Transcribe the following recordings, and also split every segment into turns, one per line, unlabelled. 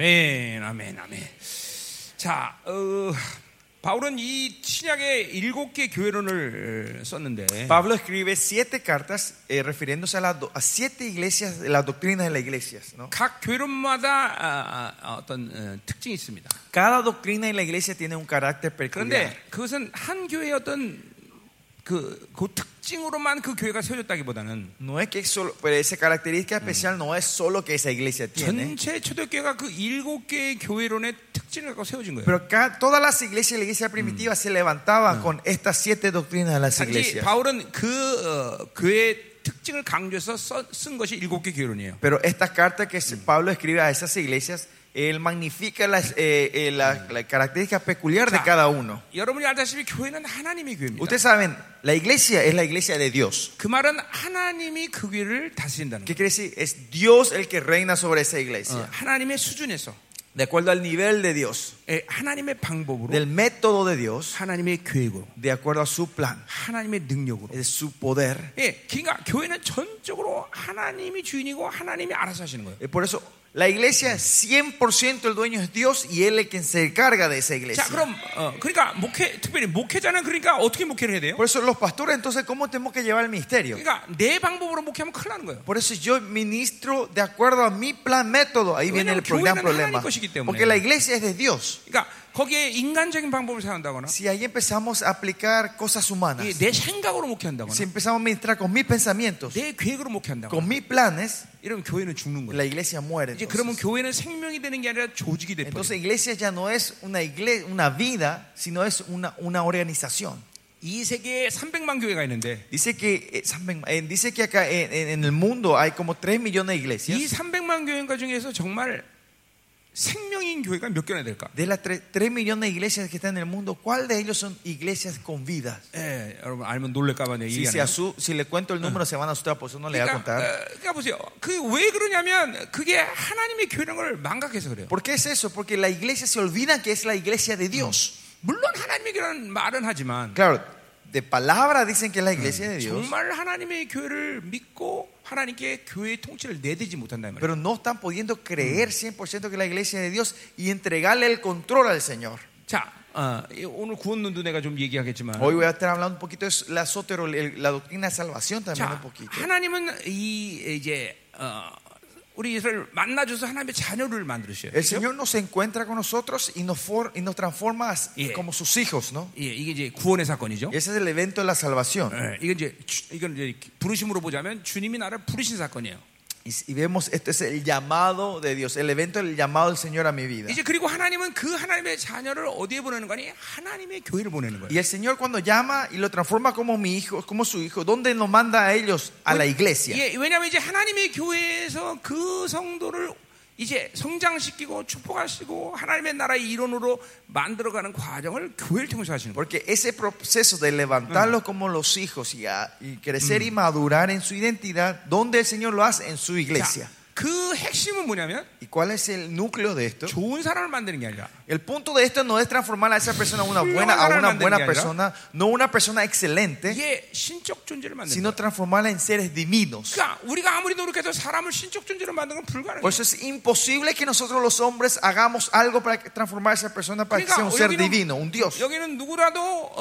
아멘, 아멘, 아멘. 자, 어, 바울은 이 신약의 일곱 개 교회론을 어, 썼는데
Pablo escribe siete cartas eh, refiriéndose a, las do- a siete iglesias, las doctrinas de las iglesias. ¿no?
각 교회론마다 아, 아, 어떤 어, 특징이 있습니다.
Cada doctrina en la iglesia tiene un carácter
그런데
peculiar.
그것은 한 교회의 어떤 그, 그 특징으로만 그 교회가 세워졌다기보다는
No es que solo, pero esa característica especial no es solo que esa iglesia tiene,
전체 초대교회가 그 일곱 개의 교회론의 특징을 갖고 세워진 거예요.
pero ca- todas las iglesias, la iglesia primitiva se levantaban con estas siete doctrinas de las
단지
iglesias.
바울은 그 어, 교회의 특징을 강조해서 써- 쓴 것이 일곱 개 교회론이에요.
Pero estas cartas que se- Pablo escribe a esas iglesias, él magnifica las, eh, eh, la, la característica peculiar de
Cha.
cada uno.
여러분이 알다시피 교회는 하나님의 교회입니다.
Ustedes saben, la iglesia es la iglesia de Dios.
그 말은 하나님이 그 교회를 다스린다는
¿Qué
거예요.
quiere decir? Es Dios el que reina sobre esa
어,
iglesia.
하나님의 수준에서
De acuerdo al nivel de Dios,
예, 하나님의 방법으로
del método de Dios,
하나님의 계획으로
de acuerdo a su plan,
하나님의 능력으로
de su poder.
예, 그러니까 교회는 전적으로 하나님이 주인이고 하나님이 알아서 하시는 거예요.
Eh, Por eso, la iglesia, 100% el dueño es Dios y Él es quien se encarga de esa
자,
iglesia.
그럼 어, 그러니까 목회 특별히 목회자는 그러니까 어떻게 목회를 해야 돼요?
Por eso, los pastores, entonces, ¿cómo tenemos que llevar el ministerio?
그러니까 내 방법으로 목회하면 큰일 나는 거예요.
Por eso yo ministro de acuerdo a mi plan, método. Ahí viene el
Bueno,
gran
교회는
problema.
하나님 것이기 때문에.
Porque la iglesia es de Dios.
그러니까 거기에 인간적인 방법을 사용한다거나
Si ahí empezamos a aplicar cosas humanas,
예, 내 생각으로 목회한다거나
si empezamos a ministrar con mis pensamientos,
내 계획으로 목회한다거나
con mis planes,
이러면 교회는 죽는 거예요.
la iglesia muere.
이제 그러면
Entonces,
교회는 생명이 되는 게 아니라 조직이 돼 버려요.
entonces iglesia ya no es una, iglesia, una vida, sino es una, una organización.
이 세계에 300만 교회가 있는데
Dice que, eh, San Ben- eh, dice que acá en, en- en el mundo hay como 3 millones de iglesias.
이 300만 교회가 중에서 정말 생명인 교회가 몇 개나 될까?
De las 3, millones de iglesias que están en el mundo, ¿cuál de ellos son iglesias con vidas?
예, 여러분 알면 놀랄까봐 내가
Si, se
얘기하는 거예요.
asu- si le cuento el número, se van a asustar, por eso no le voy a
그러니까,
contar.
어, 그러니까 보세요. 그 왜 그러냐면 그게 하나님의 교회라는 걸 망각해서 그래요.
¿Por qué es eso? Porque la iglesia se olvida que es la iglesia de Dios.
물론 하나님의 교회라는 말은 하지만
Claro, de palabra dicen que es la iglesia de Dios,
정말 하나님의 교회를 믿고 하나님께 교회의 통치를 내대지 못한다는 말이에요.
pero no están pudiendo creer 100% que es la iglesia de Dios y entregarle el control al Señor.
자, 어, 이 오늘 구원론도 내가 좀 얘기하겠지만
Hoy voy a estar hablando un poquito de la sotero, el- la doctrina de salvación también un
자,
poquito.
하나님은 이 이제 어, 우리를 만나줘서 하나님의 자녀를 만드셔요.
El Señor nos encuentra con nosotros y nos, for- y nos transforma as-
Yeah.
como sus hijos, ¿no?
예, 이게 이제 구원의 사건이죠.
Ese es el evento de la salvación.
예, 이건 이제 주- 이건 이제 부르심으로 보자면 주님이 나를 부르신 사건이에요.
Y, y vemos, este es el llamado de Dios, el evento del llamado del Señor a mi vida.
이제 그리고 하나님은 그 하나님의 자녀를 어디에 보내는 거니? 하나님의 교회를 보내는 거예요.
Y el Señor cuando llama y lo transforma como mi hijo, como su hijo, ¿dónde nos manda a ellos? A la iglesia.
예, 왜냐하면 이제 하나님의 교회에서 그 성도를 이제 성장시키고 축복하시고 하나님의 나라의 일원으로 만들어가는 과정을 교회를 통해서 하시는 거예요.
Porque ese proceso de levantarlos como los hijos y, a- y crecer y madurar en su identidad, ¿dónde el Señor lo hace? En su iglesia.
자, 그 핵심은 뭐냐면
¿Y cuál es el núcleo de esto?
좋은 사람을 만드는 게 아니라
El punto de esto no es transformar a esa persona en una buena, a una buena persona, no una persona excelente,
이게 신적 존재를 만드는
sino
거예요.
transformarla en seres divinos.
그러니까 우리가 아무리 노력해도 사람을 신적 존재로 만드는 건 불가능해요.
Por eso es imposible que nosotros los hombres hagamos algo para que- transformar a esa persona para que sea un ser divino, un Dios.
그러니까 여기는 누구라도 어,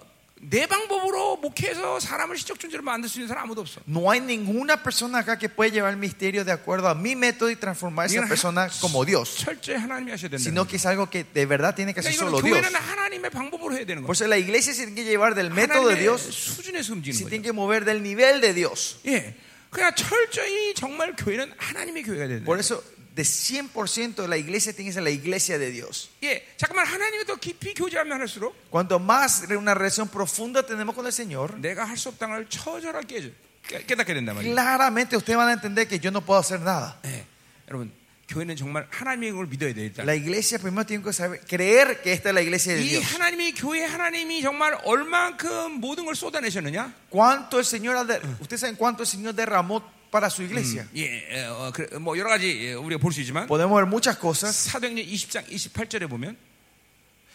어, 내 방법으로 목회해서 사람을 신적 존재로 만들 수 있는 사람 아무도 없어.
No hay ninguna persona acá que puede llevar el misterio de acuerdo a mi método y transformar a esa
Mira,
persona como Dios,
철저히 하나님이 하셔야 된다.
sino que es algo que de verdad tiene que hacer
그러니까
solo
이거는
Dios.
교회는 하나님의 방법으로 해야 되는 거예요.
Por eso la iglesia se tiene que llevar del método de
하나님의
Dios,
수준에서
se
움직이는
tiene
거예요.
que mover del nivel de Dios.
예. 그러니까 철저히 정말 교회는 하나님의 교회가 되는
Por
거예요.
eso de 100% de la iglesia tiene que ser la iglesia de Dios.
예. 잠깐만 하나님이 더 깊이 교제하면 할수록
Cuanto más re- una relación profunda tenemos con el Señor,
내가 할 수 없다는 걸 처절하게 깨져- 깨- 깨닫게 된단 말이에요.
claramente ustedes van a entender que yo no puedo hacer nada.
예. 여러분, 교회는 정말 하나님의 걸 믿어야 돼요. 일단.
La iglesia primero tiene que saber, creer que esta es la iglesia de
이
Dios.
하나님이 교회 하나님이 정말 얼만큼 모든 걸 쏟아내셨느냐?
¿Cuánto el Señor ha de- ¿Ustedes saben cuánto el Señor derramó para su
Mm.
iglesia?
예, 예, 어, 그래, 뭐 여러 가지 예, 우리가 볼 수 있지만
Podemos ver muchas cosas.
사도행전 20장 28절에 보면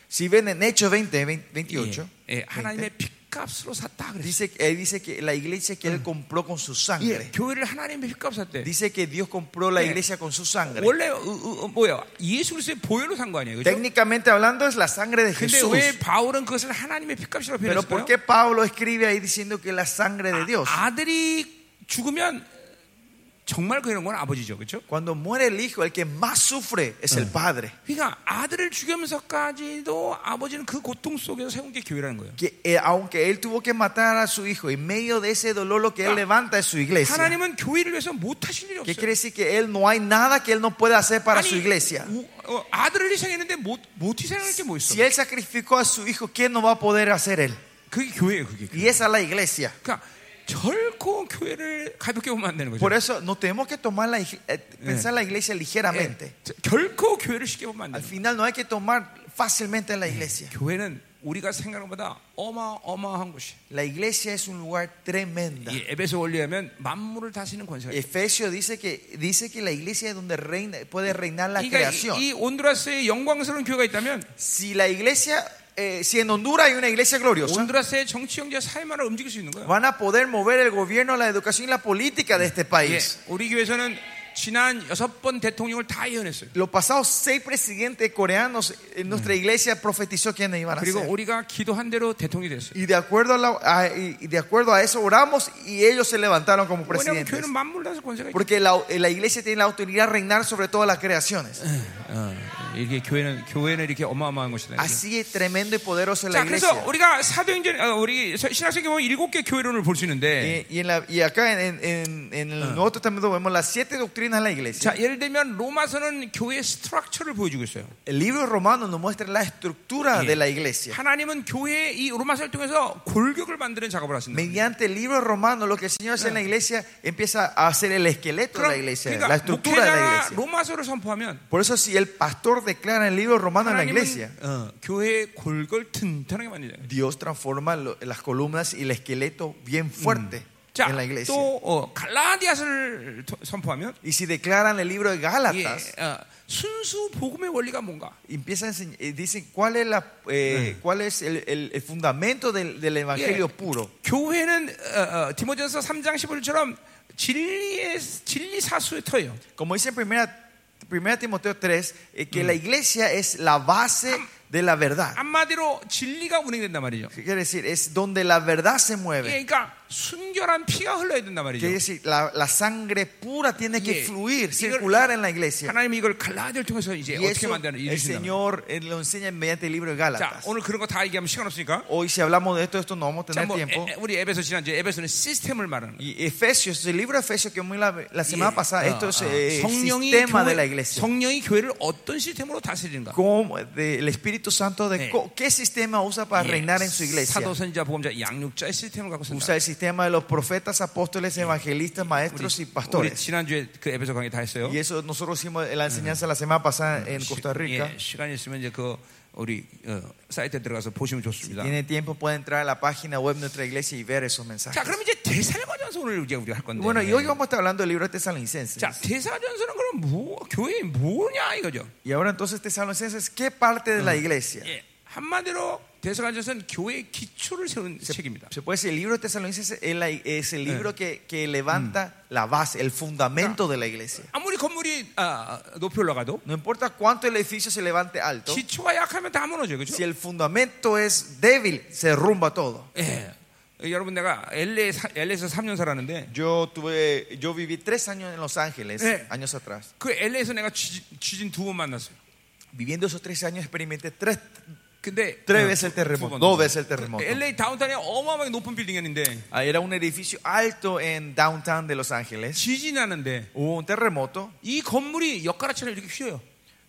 Si ven en Hechos 20, 20,
예,
28,
예, 하나님의
20,
피- 핏값으로 샀다 그랬어요.
Dice, eh, dice que la iglesia que él compró con su
예,
sangre.
교회를 하나님의 핏값 샀대.
Dice que Dios compró la
Sí.
iglesia con su sangre.
원래 어, 어, 어, 뭐야? 예수 그리스도의 보혈로 산 거 아니에요. 그렇죠?
Técnicamente hablando es la sangre de
근데
Jesús.
왜 바울은 그것을 하나님의 핏값이라고
Pero
표현했을까요?
¿por qué Pablo escribe ahí diciendo que es la sangre
Ah,
de Dios?
아들이 죽으면 정말 그런 건 아버지죠. 그렇죠?
Cuando muere el hijo, el que más sufre es el padre.
그러니까 아들을 죽이면서까지도 아버지는 그 고통 속에서 세운 게 교회라는 거예요.
Que, eh, aunque él tuvo que matar a su hijo, en medio de ese dolor lo que él
Ah.
levanta es su iglesia.
하나님은 교회를 위해서 못 하실 일이
¿Qué
없어요.
quiere decir que él no hay nada que él no pueda hacer para su iglesia?
우- 어, 아들을 희생했는데 못, 못 희생할 게 뭐 있어?
Si él sacrificó a su hijo, ¿qué no va a poder hacer él?
그게 교회예요, 그게.
Y esa es la iglesia.
그러니까 결코 교회를 가볍게 보면 안 되는 거죠.
Por eso no tenemos que tomar la, ig- eh, pensar la iglesia
예,
ligeramente.
저- 결코 교회를 쉽게 보면 안 되는
Al
거예요.
final no hay que tomar fácilmente la
Eh.
iglesia.
교회는 우리가 생각보다 어마어마한 곳이.
La iglesia es un lugar tremenda.
예, 에베소 원리에 하면 만물을 다스리는 권세가 있어요.
Efesio dice que, dice que la iglesia es donde reina, puede reinar la
그러니까
creación.
이, 이 온두라스에 영광스러운 교회가 있다면
Si la iglesia, eh, si en Honduras hay una iglesia gloriosa,
온두라스의 정치 경제 사회만을 움직일 수 있는 거예요.
van a poder mover el gobierno, la educación y la política de este
예,
país.
우리 교회에서는 지난 여섯 번 대통령을 다 예언했어요.
Los pasados seis presidentes coreanos en nuestra iglesia profetizó quiénes iban a
그리고
ser.
우리가 기도한 대로 대통령이 됐어요.
Y de acuerdo a, la- a- y y de acuerdo a eso oramos y ellos se levantaron como
왜냐하면
presidentes.
교회는 만물다스 권세가 있죠.
Porque la, la iglesia tiene la autoridad de reinar sobre todas las creaciones.
어, 이렇게 교회는 교회는 이렇게 어마어마한 것이다.
Así es tremendo y poderoso es la
자,
iglesia.
그래서 우리가 사도행전 어, 우리 신학생 보면 일곱 개 교회론을 볼 수 있는데,
Y, y en la- y acá en, en- en el Nuevo Testamento vemos las siete doctrinas de la iglesia.
자 예를 들면 로마서는 교회의 스트럭처를 보여주고 있어요.
El libro romano nos muestra la estructura
Sí.
de la iglesia.
하나님은 교회의 이 로마서를 통해서 골격을 만드는 작업을 하신다.
Mediante el libro romano, lo que el Señor hace en la iglesia empieza a hacer el esqueleto de la iglesia, la estructura de la
그러니까 목회자가
iglesia.
로마서를 선포하면
Por eso, si el pastor declara el libro romano en la iglesia,
하나님은 어, 교회의 골격을 튼튼하게 만드잖아요.
Dios transforma lo- las columnas y el esqueleto bien fuerte
자,
en la iglesia.
또 어, 갈라디아서를 토- 선포하면
Y si declaran el libro de
예,
Gálatas,
어, 순수 복음의 원리가 뭔가?
empieza a enseñ- eh, dicen cuál es, la, eh, cuál es el, el- el fundamento del, del evangelio
Mm. Yeah.
puro.
교회는 어, 어, 디모데서 3장 15절처럼 진리의 진리 사수의 터예요.
Como dice en primera, primera Timoteo 3, eh,
Mm.
que la iglesia es la base de la verdad.
한마디로 진리가 운행된단 말이죠.
¿Qué quiere decir? Es donde la verdad se
예,
mueve.
그러니까 순결한 피가 흘러야 된단 말이죠.
Quiere decir, la, la sangre pura tiene que
Yeah.
fluir,
I걸-
circular en la iglesia.
하나님이 이걸 갈라디아를 통해서 이제
Y
어떻게
eso
만드는
el
이루신다.
예, Señor eh, lo enseña mediante el libro de
자,
Gálatas.
오늘 그런 거 다 얘기하면 시간 없으니까.
Hoy si hablamos de esto, esto no vamos
자,
a tener
뭐
네, tiempo.
에- 에- 우리 에베소 지난주에 에베소는 시스템을 말하는 거예요.
Y Efesios, el libro de Efesios que muy la, la semana
예.
pasada,
어,
esto es
어.
eh, el
성령이
sistema
교회-
de la iglesia.
성령이 교회를 어떤 시스템으로 다스리는가?
¿Cómo, de- el Espíritu Santo, de,
Sí.
co- ¿qué sistema usa para reinar en su iglesia?
예. 사도선자 보험자 양육자의 시스템을 갖고
Usa
산다.
el sistema de los profetas, apóstoles, evangelistas, maestros y
우리
pastores.
지난주에 그 에베소 강의 다 했어요.
Y eso nosotros hicimos en la enseñanza la semana pasada en
시-
Costa Rica.
예, 시간 있으면 이제 그 우리 어, 사이트에 들어가서 보시면 좋습니다.
Tiene tiempo, puede entrar a la página web de nuestra iglesia y ver esos
자,
mensajes.
그럼 이제 대사가전서 오늘 예. 이제 우리가 할 건데. 예.
Bueno, y hoy vamos a estar hablando del libro de Tesalonicenses.
자, 대사가전서는 그럼 뭐 교회 뭐냐 이거죠.
Y ahora entonces Tesalonicenses, ¿qué parte de la iglesia?
예, 한마디로 대사가전서는 교회의 기초를 세운 책입니다.
Se puede decir, el libro de Tesalonicenses es, la- es el libro que, que levanta la base, el fundamento de la iglesia.
아무리 건물이 아, 높이 올라가도
No importa cuánto el edificio se levante alto,
기초가 약하면 다 무너져 그죠?
si el fundamento es débil, se derrumba todo.
예. 여러분 내가 LA LA에서 3년 살았는데
Yo tuve, yo viví tres años en Los Ángeles,
Eh.
años atrás.
그 LA에서 내가 쥐- 쥐진 두 번 만났어요.
Viviendo esos tres años experimenté tres,
근데
tres
어,
veces el
두- 두
terremoto,
번.
dos veces el terremoto.
LA 다운타운에 어마어마하게 높은 빌딩이었는데
Ah, Era un edificio alto en downtown de Los Ángeles.
지진이 나는데
Hubo un terremoto.
이 건물이 엿가라처럼 이렇게 휘어요.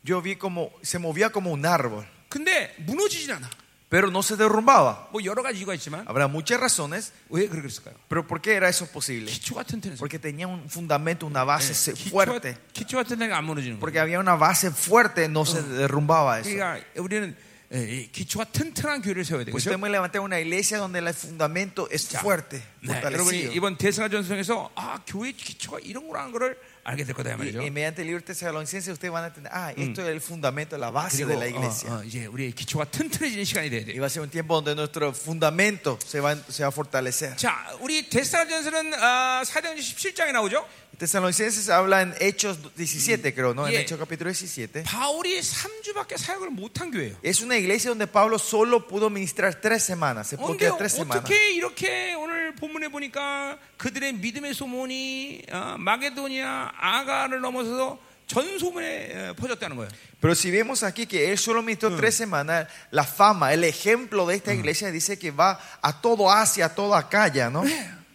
Yo vi como se movía como un árbol,
근데 무너지진 않아.
pero no se derrumbaba.
뭐 여러 가지 이유가 있지만
Habrá muchas razones,
왜 그렇게 했을까요?
pero ¿por qué era eso posible?
기초가 튼튼해서.
Porque tenía un fundamento, una
Eh,
base se-
기초가,
fuerte.
기초가 튼튼하게 안 무너지는 거예요.
Porque había una base fuerte, no se derrumbaba eso.
그러니까 우리는 예, 이 기초가 튼튼한 교회를 세워야
Pues
되겠죠.
tenemos que levantar una iglesia donde el fundamento es fuerte,
네, 여러분이
fortalecido.
이번 대승하 전성에서 아 교회 기초가 이런 거라는 거를 알게 될 거다 이
Y,
말이죠.
y mediante el libro de Tesalonicenses ustedes van a entender, ah, esto es el fundamento, la base de la
어,
iglesia.
어, 이제 우리의 기초가 튼튼해지는 시간이 돼야
Y
돼요.
va a ser un tiempo donde nuestro fundamento se va, se va a fortalecer.
자, 우리 대승하 전서는 아, 사도행전 17장에 나오죠.
Tesalonicenses habla en Hechos 17, creo, ¿no? En
Yeah.
Hechos capítulo 17.
바울이 3주밖에 사역을 못한 교회예요.
Es una iglesia donde Pablo solo pudo ministrar tres semanas, se pudo
근데
quedar tres semanas.
어떻게 이렇게 오늘 본문에 보니까 그들의 믿음의 소문이 아, 마게도니아 아가를 넘어서서 전 소문에 어, 퍼졌다는 거예요.
Pero si vemos aquí que él solo ministró tres semanas, la fama, el ejemplo de esta iglesia dice que va a todo Asia, a toda Acaya, ¿no?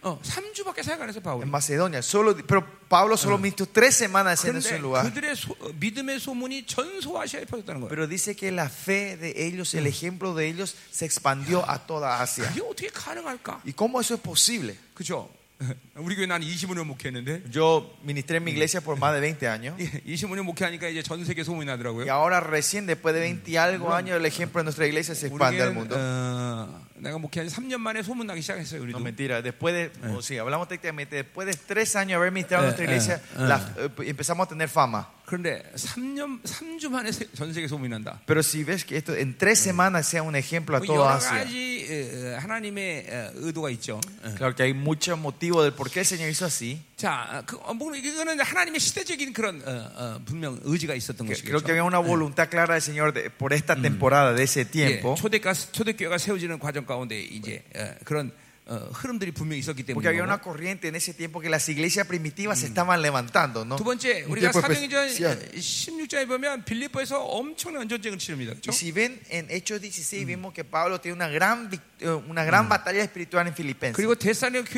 어, 3주밖에 사역 안 해서
En
바울이.
Macedonia. Solo, pero Pablo solo ministró tres semanas en
그런데
ese lugar.
그들의 소- 어, 믿음의 소문이 전 소아시아에 퍼졌다는 거예요.
Pero dice que la fe de ellos, el ejemplo de ellos, se expandió a toda Asia.
이게 어떻게 가능할까?
¿Y cómo eso es posible?
그죠? 우리 교회 난 25년 목회했는데
Yo ministré en mi iglesia por más de 20 años.
25년 목회하니까 이제 전 세계 소문이
Y
나더라고요.
ahora recién, después de 20 y algo años, el ejemplo de nuestra iglesia se
우리
expande al
교회는
mundo.
어, 내가 목회한 지 3년 만에 소문 나기 시작했어요.
No,
우리도.
mentira. Después de, o sí, hablamos técnicamente, después de tres años de haber ministrado
Eh,
en nuestra iglesia,
eh, eh.
la- eh, empezamos a tener fama.
그런데 3년 3주 만에 세- 전 세계 소문이 난다.
Pero si ves que esto en
Eh.
tres semanas sea un ejemplo a
그 여러
toda Asia.
가지 에, 에, 하나님의 에, 의도가 있죠. 에.
Claro que hay muchos motivos del por qué el Señor hizo así.
자, 그, 어, 뭐, 이거는 하나님의 시대적인 그런 어, 어, 분명 의지가 있었던
Que- Creo
것이겠죠.
que había una voluntad clara del Señor de- por
Mm.
esta temporada, de ese
예,
tiempo.
초대가 초대교회가 세워지는 과정 가운데 이제 에, 그런 어, 흐름들이 분명히 있었기
Porque había una
때문에
corriente en ese tiempo que las iglesias primitivas
Mm.
se estaban levantando, ¿no?
두 번째
Un
우리가
tiempo
사도행전
especial.
16장에 보면 빌립보에서 엄청난 전쟁을 치릅니다.
Y
그렇죠?
si ven en Hechos 16
Mm.
vimos que Pablo tiene una gran vic- eh, una gran batalla espiritual en Filipenses.
그리고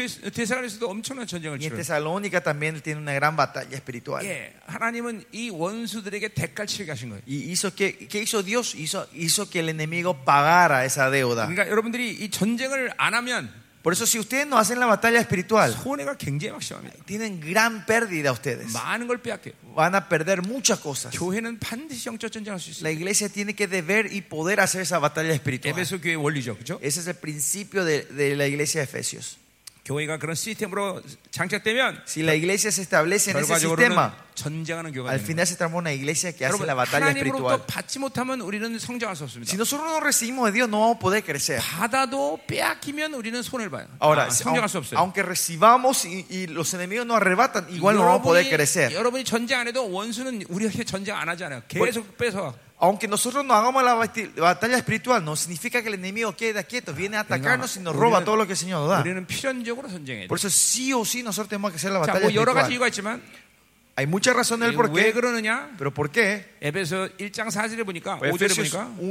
대사관에서도 엄청난 전쟁을
Y en
치릅니다.
Tesalónica también él tiene una gran batalla espiritual.
예, 하나님은 이 원수들에게 대가를 치게 하신 거예요.
Y hizo que qué hizo Dios? Hizo hizo que el enemigo pagara esa deuda.
그러니까 여러분들이 이 전쟁을 안 하면
Por eso si ustedes no hacen la batalla espiritual,
손해가 굉장히 막심합니다.
tienen gran pérdida ustedes.
많은 걸 빼앗겨요.
Van a perder muchas cosas.
교회는 반드시 영적 전쟁할 수 있어요.
La iglesia tiene que deber y poder hacer esa batalla espiritual.
에베소 교회의 원리죠. 그렇죠? 그죠?
Ese es el principio de, de la iglesia de Efesios.
교회가 그런 시스템으로 장착되면
Si la iglesia se establece en ese
결과적으로는
sistema,
전쟁하는 교회가
al
되는 거예요.
final se transforma en una iglesia que hace
여러분
la batalla
하나님으로부터 그
espiritual.
받지 못하면 우리는 성장할 수 없습니다.
Si nosotros no recibimos de Dios, no vamos a poder crecer.
Ah, 받아도 빼앗기면 우리는 손해를 봐요.
Ahora,
아,
si-
성장할 수 없어요.
aunque recibamos y, y los enemigos nos arrebatan, igual no vamos a poder crecer.
여러분이 전쟁 안 해도 원수는 우리한테 전쟁 안 하잖아요. 계속 빼서
Aunque nosotros no hagamos la bati- batalla espiritual, no significa que el enemigo quede quieto, viene a atacarnos y nos roba todo lo que el Señor nos da.
우리는 필연적으로 전쟁해야 돼요.
Por eso sí o sí nosotros tenemos que hacer la
자,
batalla
뭐 여러 가지
espiritual.
이유가 있지만
Hay muchas razones del por
왜
qué,
네, 그러느냐?
pero ¿por qué?
에베소 1장 4절에 보니까
Pues
5절에
Efesios
보니까
1,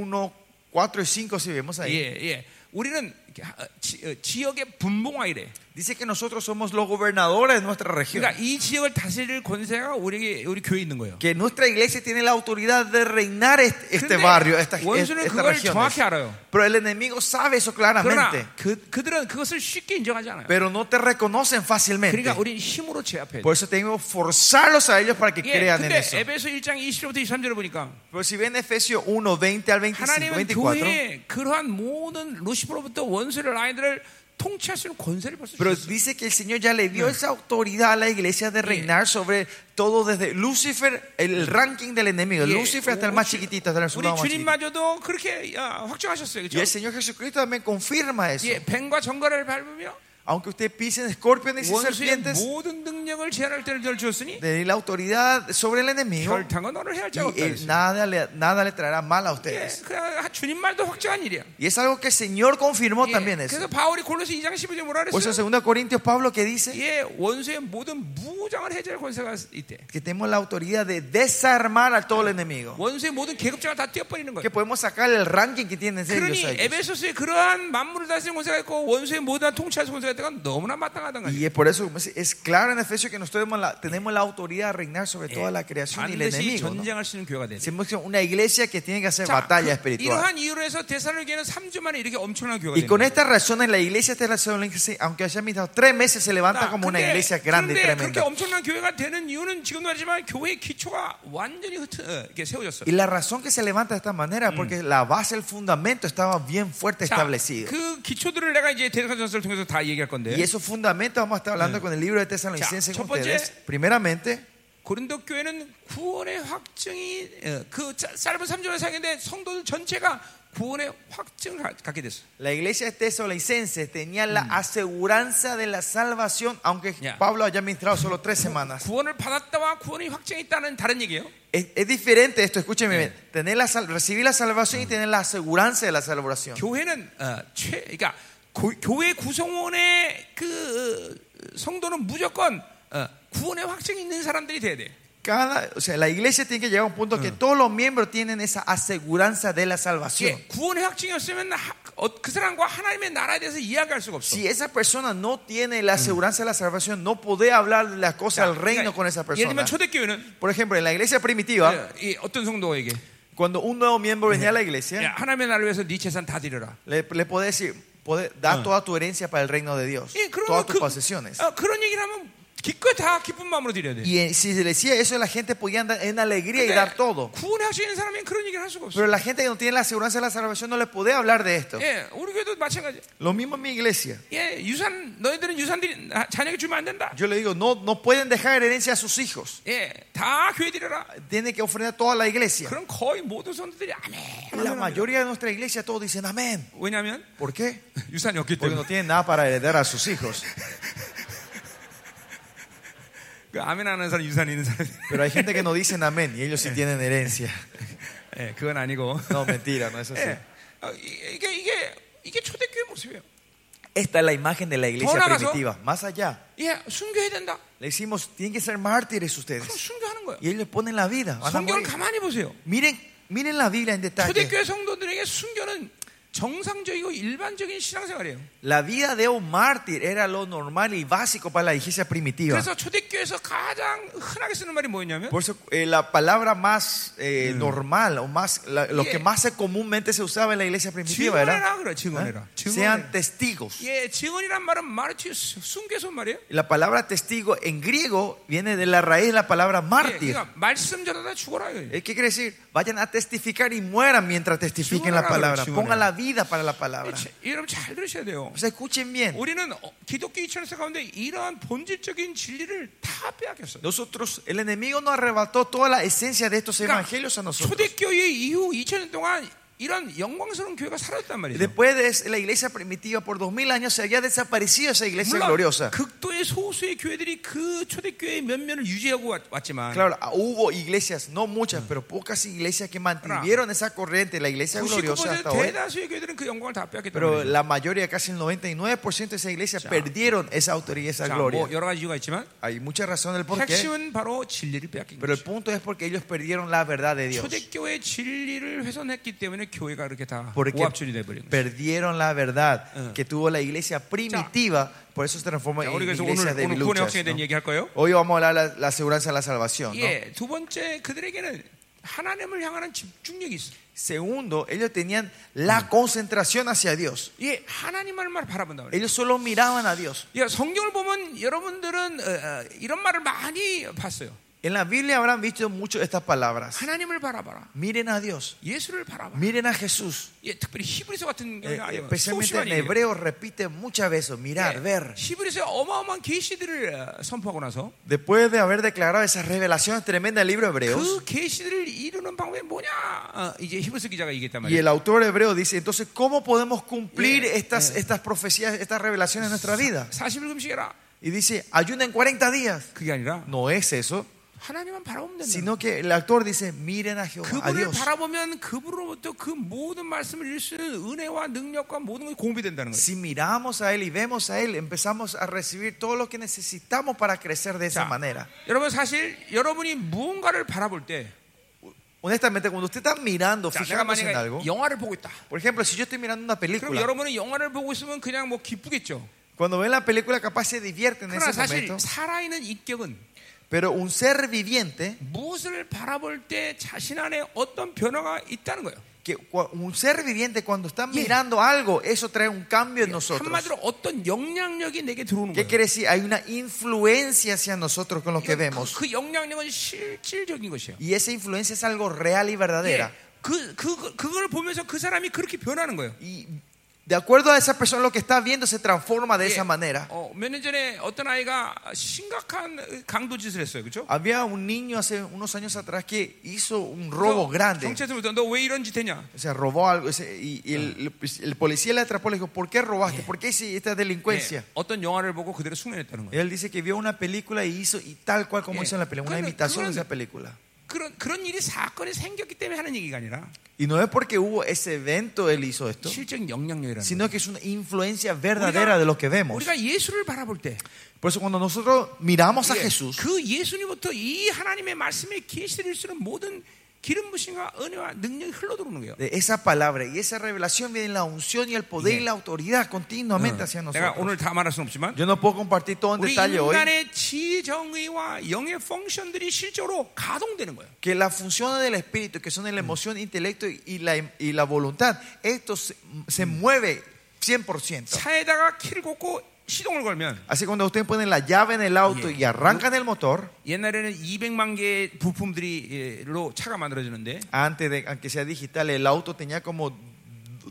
4 y 5 si vemos
예,
ahí.
예. 우리는 이렇게 하- 어, 지, 어, 지역의 분봉아이래.
Dice que nosotros somos los gobernadores de nuestra región.
그러니까 이 지역을 다스릴 권세가 우리 우리 교회에 있는 거예요.
que nuestra iglesia tiene la autoridad de reinar este, este
근데
barrio, esta,
원수는
esta
그걸
región.
정확히 알아요.
Pero el enemigo sabe eso claramente.
그러나 그, 그들은 그것을 쉽게 인정하지 않아요.
Pero no te reconocen fácilmente.
그러니까 우리는 힘으로 제압해야 돼.
Por eso tengo que forzarlos a ellos para que
예,
crean en
근데
eso.
에베소 1장 20절부터 23절을 보니까
Pero si ven Efesios 1, 20 al 25,
하나님은
24.
교회에 그러한 모든 루시퍼로부터 원수를 라인들을 통치할 수 있는 권세를 벌써
Pero
주셨어요.
dice que el Señor ya le dio esa autoridad a la iglesia de reinar sobre todo desde Lucifer, el ranking del enemigo,
예,
Lucifer hasta el más chiquitito, hasta el
우리
soldado más chiquitito.
주님마저도 그렇게 아, 확정하셨어요.
Y
그렇죠?
el Señor Jesucristo también confirma eso.
예, 뱀과 정갈을 밟으며
Aunque usted pisen escorpiones y
원수의
serpientes,
모든 능력을 제한할 때를 절 주었으니
de la autoridad sobre el enemigo
결탄과 너를 해할
y
자가 없다.
él
그랬어요.
nada le, nada le traerá mal a
예,
ustedes.
그냥 주님 말도 확정한 일이야.
Y es algo que el Señor confirmó
예,
también
그래서
eso.
바울이 골로새 2장 15절에 뭐라
Por eso
그랬어요?
en 2 Corintios Pablo que dice
예, 원수의 모든 무장을 해제할 권세가 있대.
que tenemos la autoridad de desarmar a todo el enemigo.
원수의 모든 계급자가 다 뛰어버리는 거예요.
Que podemos sacar el ranking que tienen ellos.
그러니
a ellos.
에베소스에 그러한 만물을 다스리는 권세가 있고 원수의 모든 통치할 권세가 있다가 너무나 마땅하다는 거예요.
Y es por eso como dice, es claro en Efesios que nosotros tenemos la, tenemos la autoridad de reinar sobre toda la creación y el
반드시
enemigo. ¿no?
전쟁할 수 있는 교회가 돼야 돼.
Somos una iglesia que tiene que hacer
자,
batalla
그-
espiritual.
이러한 이유로 해서 대사를교회는 3주 만에 이렇게 엄청난 교회가
Y con
됩니다.
estas
Ah,
razones la iglesia de Tesalonicense, aunque haya ministrado tres meses, se levanta como una iglesia grande y
그런데 그렇게
tremenda.
엄청난 교회가 되는 이유는 지금도 하지만 교회의 기초가 완전히 흩 어, 이렇게 세워졌어요.
Y la razón que se levanta de esta manera es porque la base, el fundamento estaba bien fuerte
자,
establecido.
그 기초들을 내가 이제 대사전서를 통해서 다 얘기할 건데
Y esos fundamentos vamos a estar hablando con el libro de Tesalonicenses
자,
con
첫 번째.
ustedes. Primeramente,
고린도 교회는 구원의 확증이 어, 그 짜- 짧은 3절의 상인데 성도들 전체가 구원의 확증을 가- 갖게 됐어.
la iglesia de Tesalonicenses tenía la aseguranza de la salvación, aunque
Ya.
Pablo haya ministrado solo tres semanas.
구원을 받았다와 구원이 확증이 있다는 다른 얘기예요.
Es, es diferente esto, escúcheme bien. Tener la sal- recibir la salvación y tener la aseguranza de la salvación.
교회는 어, 최, 그러니까 고- 교회 구성원의 그 어, 성도는 무조건 어, 구원의 확증이 있는 사람들이 돼야 돼.
Cada, o sea, la iglesia tiene que llegar a un punto que todos los miembros tienen esa aseguranza de la salvación.
예, 구원의 확증이 없으면 하- 어, 그 사람과 하나님의 나라에 대해서 이야기할 수가 없어.
Si esa persona no tiene la aseguranza de la salvación, no puede hablar de las cosas del reino con esa
그러니까 예를
persona.
들면 초대교회는
Por ejemplo, en la iglesia primitiva,
어, 이 어떤 성도에게
cuando un nuevo miembro venía a la
야,
iglesia,
하나님의 나라를 위해서 네 재산 다 드려라.
le, le podía decir, "Podés- da toda tu herencia para el reino de Dios,
예, 그러면
todas tus
그,
posesiones.
어, 그런 얘기를 하면 기껏 다 기쁜 마음으로 드려야 돼.
Y eh, si se le decía eso, la gente podía andar en alegría y
근데
dar todo.
구원의 확증이 있는 사람은 그런 얘기를 할 수가 없어.
Pero la gente que no tiene la aseguranza de la salvación no le puede hablar de esto.
예, 우리 교회도 마찬가지.
Lo mismo en mi iglesia.
예, 유산 너희들은 유산들이 나- 자녀에게 주면 안 된다.
Yo le digo, no, no pueden dejar herencia a sus hijos.
예, 다 교회 드려라.
Tienen que ofrendar toda la iglesia.
그럼 거의 모든 성도들이 아멘.
La
아멘, 아멘.
mayoría de nuestra iglesia todos dicen amén.
왜냐하면
¿Por qué?
유산이 없기
Porque
때문에.
no tienen nada para heredar a sus hijos.
그 아멘 안 하는 사람 유산이 있는 사람.
Pero hay gente que no dicen amén y ellos sí tienen herencia.
예, 그건 아니고.
No, mentira, no es así.
예, 어, 이- 이게 이게 이게 초대교회 모습이에요.
Esta es la imagen de la iglesia
Ahora,
primitiva. Más allá,
예, 순교해야 된다.
le decimos, tienen que ser mártires
그럼
ustedes.
순교하는 거예요.
Y ellos ponen la vida. van a
성경을
morir.
가만히 보세요.
Miren, miren la Biblia en detalle.
초대교회 성도들에게 순교는 정상적이고 일반적인 신앙생활이에요.
La vida de un mártir era lo normal y básico para la iglesia primitiva.
그래서 초대교회에서 가장 흔하게 쓰는 말이 뭐였냐면
Por eso, eh, la palabra más eh, normal o más, la- lo
Yeah.
que más se- comúnmente se usaba en la iglesia primitiva era
증언해라 그래 증언해라.
¿eh? sean
증언해라.
testigos.
예, 증언이란 말은 마르티우스 순교선 말이에요.
La palabra testigo en griego viene de la raíz de la palabra
예,
mártir.
그러니까 말씀 전하다 죽어라. 이거예요.
Eh, ¿Qué quiere decir? Vayan a testificar y mueran mientras testifiquen la
Chunara,
palabra.
chunara.
Pongan la vida para la palabra.
자, 예, 여러분 잘 들으셔야 돼요.
O sea, escuchen bien.
우리는 어, 기독교 이천에서 가운데 이러한 본질적인 진리를 다 빼앗겼어요.
Nosotros, el enemigo nos arrebató toda la esencia de estos
그러니까
evangelios a nosotros.
초대교회 이후 2000년 동안 이런 영광스러운 교회가 사라졌단 말이에요.
Después de es- la iglesia primitiva, por dos mil años se había desaparecido esa iglesia gloriosa.
극도의 소수의 교회들이 그 초대교회의 면면을 유지하고 왔- 왔지만
Claro, ah, hubo iglesias, no muchas, pero pocas iglesias que mantuvieron esa corriente, la iglesia gloriosa hasta
99%
hoy.
대다수의 교회들은 그 영광을 다 빼앗겼단
Pero
말이에요.
la mayoría, casi el 99% de esa iglesia perdieron esa autoridad y esa
자, 뭐
gloria.
여러 가지 이유가 있지만
Hay mucha razón del por qué.
핵심은 바로 진리를 빼앗긴
Pero el
거죠.
punto es porque ellos perdieron la verdad de Dios.
초대교회의 진리를 훼손했기 때문에 교회가 이렇게 다
Porque
오합줄이 돼버린 거예요.
perdieron la verdad que tuvo la iglesia primitiva, por eso se transforma
자,
en
우리 그래서
iglesia
오늘
de
오늘 구원의
luchas,
확증에 대한
¿no?
얘기할 거예요.
Hoy vamos a hablar de la, la aseguranza de la salvación. ¿no?
예, 두 번째 그들에게는 하나님을 향하는 집중력이 있어.
Segundo, ellos tenían la concentración hacia Dios.
예, 하나님만 바라본다 그래.
Ellos solo miraban a Dios.
예, 성경을 보면 여러분들은 어, 어, 이런 말을 많이 봤어요.
En la Biblia habrán visto mucho estas palabras.
하나님을 바라봐라.
Miren a Dios,
예수를 바라봐.
miren a Jesús.
예, 특별히 히브리서 같은
Eh,
경우는 아니에요. 예,
especialmente en hebreo repite muchas veces mirar, ver.
히브리서 어마어마한 계시들을 어, 선포하고 나서
Después de haber declarado esas revelaciones tremendas del libro de Hebreos,
그 계시들을 이루는 방법이 뭐냐? 어, 이제 히브리서 기자가 얘기했단
Y
말이에요.
el autor hebreo dice, entonces, ¿cómo podemos cumplir
Yeah,
estas, estas profecías, estas revelaciones en nuestra vida?
40일 금식해라.
Y dice, ayuna en 40 días.
그게 아니라
No es eso,
하나님만 바라보면 된다.
sino que el autor dice, miren a Jehová, a
그분을
Dios.
바라보면 그분으로부터 그 모든 말씀을 잃을 수 있는 은혜와 능력과 모든 것이 공비된다는 거예요.
Si miramos a Él y vemos a Él, empezamos a recibir todo lo que necesitamos para crecer de esa
Ya.
manera.
여러분 사실 여러분이 무언가를 바라볼 때
Honestamente, cuando usted está mirando,
자, 내가
fijándose en algo,
만약에 영화를 보고 있다.
por ejemplo, si yo estoy mirando una
그럼
película,
여러분은 영화를 보고 있으면 그냥 뭐 기쁘겠죠.
cuando ven la película, capaz se divierte en
그러나
ese
사실
momento,
살아있는 인격은
pero un ser viviente
무엇을 바라볼 때 자신 안에 어떤 변화가 있다는 거예요.
que cua- un ser viviente cuando está
Yeah.
mirando algo, eso trae un cambio en nosotros.
한마디로 어떤 영향력이 내게 들어오는
¿Qué
거예요.
quiere decir? Hay una influencia hacia nosotros con lo que
그,
vemos.
그 영향력은 실질적인 것이에요.
Y esa influencia es algo real y verdadera.
예, 그, 그, 그걸 보면서 그 사람이 그렇게 변하는 거예요.
Y de acuerdo a esa persona, lo que está viendo se transforma de
예,
esa manera.
어, 몇 년 전에 어떤 아이가 심각한 강도 짓을 했어요. 그렇죠?
Había un niño hace unos años atrás que hizo un robo grande.
경찰서부터 너 왜 이런 짓 했냐?
O sea, robó algo. ese- Y, y el,
Ah.
el policía le atrapó y le dijo, ¿por qué robaste? ¿Por qué hiciste esta
예,
delincuencia?
어떤 영화를 보고 그대로 숙면했다는 거예요.
Él dice que vio una película y hizo y tal cual como
Yeah.
hizo en la película, una
Claro,
imitación de
claro.
esa película.
그런 그런 일이 사건이 생겼기 때문에 하는 얘기가 아니라
Y no es porque hubo ese evento él hizo esto,
실적 영향력이라는
sino que es una influencia verdadera
거예요.
de lo que vemos.
우리가 예수를 바라볼 때
Por eso cuando nosotros miramos a
예,
Jesús,
그 예수님부터 이 하나님의 말씀에 계시될 수 있는 모든 기름 부신과 은혜와 능력이 흘러들어오는 거예요.
de esa palabra y esa revelación viene la unción y el poder y
Yeah.
la autoridad
Ah.
continuamente hacia
내가
nosotros.
오늘 네. 다 말할 수는 없지만
Yo no puedo compartir todo en
우리
detalle hoy.
인간의 지정의와 영의 펑션들이 실제로 가동되는 거예요.
que las funciones del espíritu, que son la emoción, intelecto y la, y la voluntad, esto se, se mueve 100%.
차에다가 키를 꽂고 시동을 걸면
Así cuando ustedes ponen la llave en el auto
Yeah.
y arrancan el motor,
옛날에는 200만 개의 부품들이로 차가 만들어지는데
antes de aunque sea digital, el auto tenía como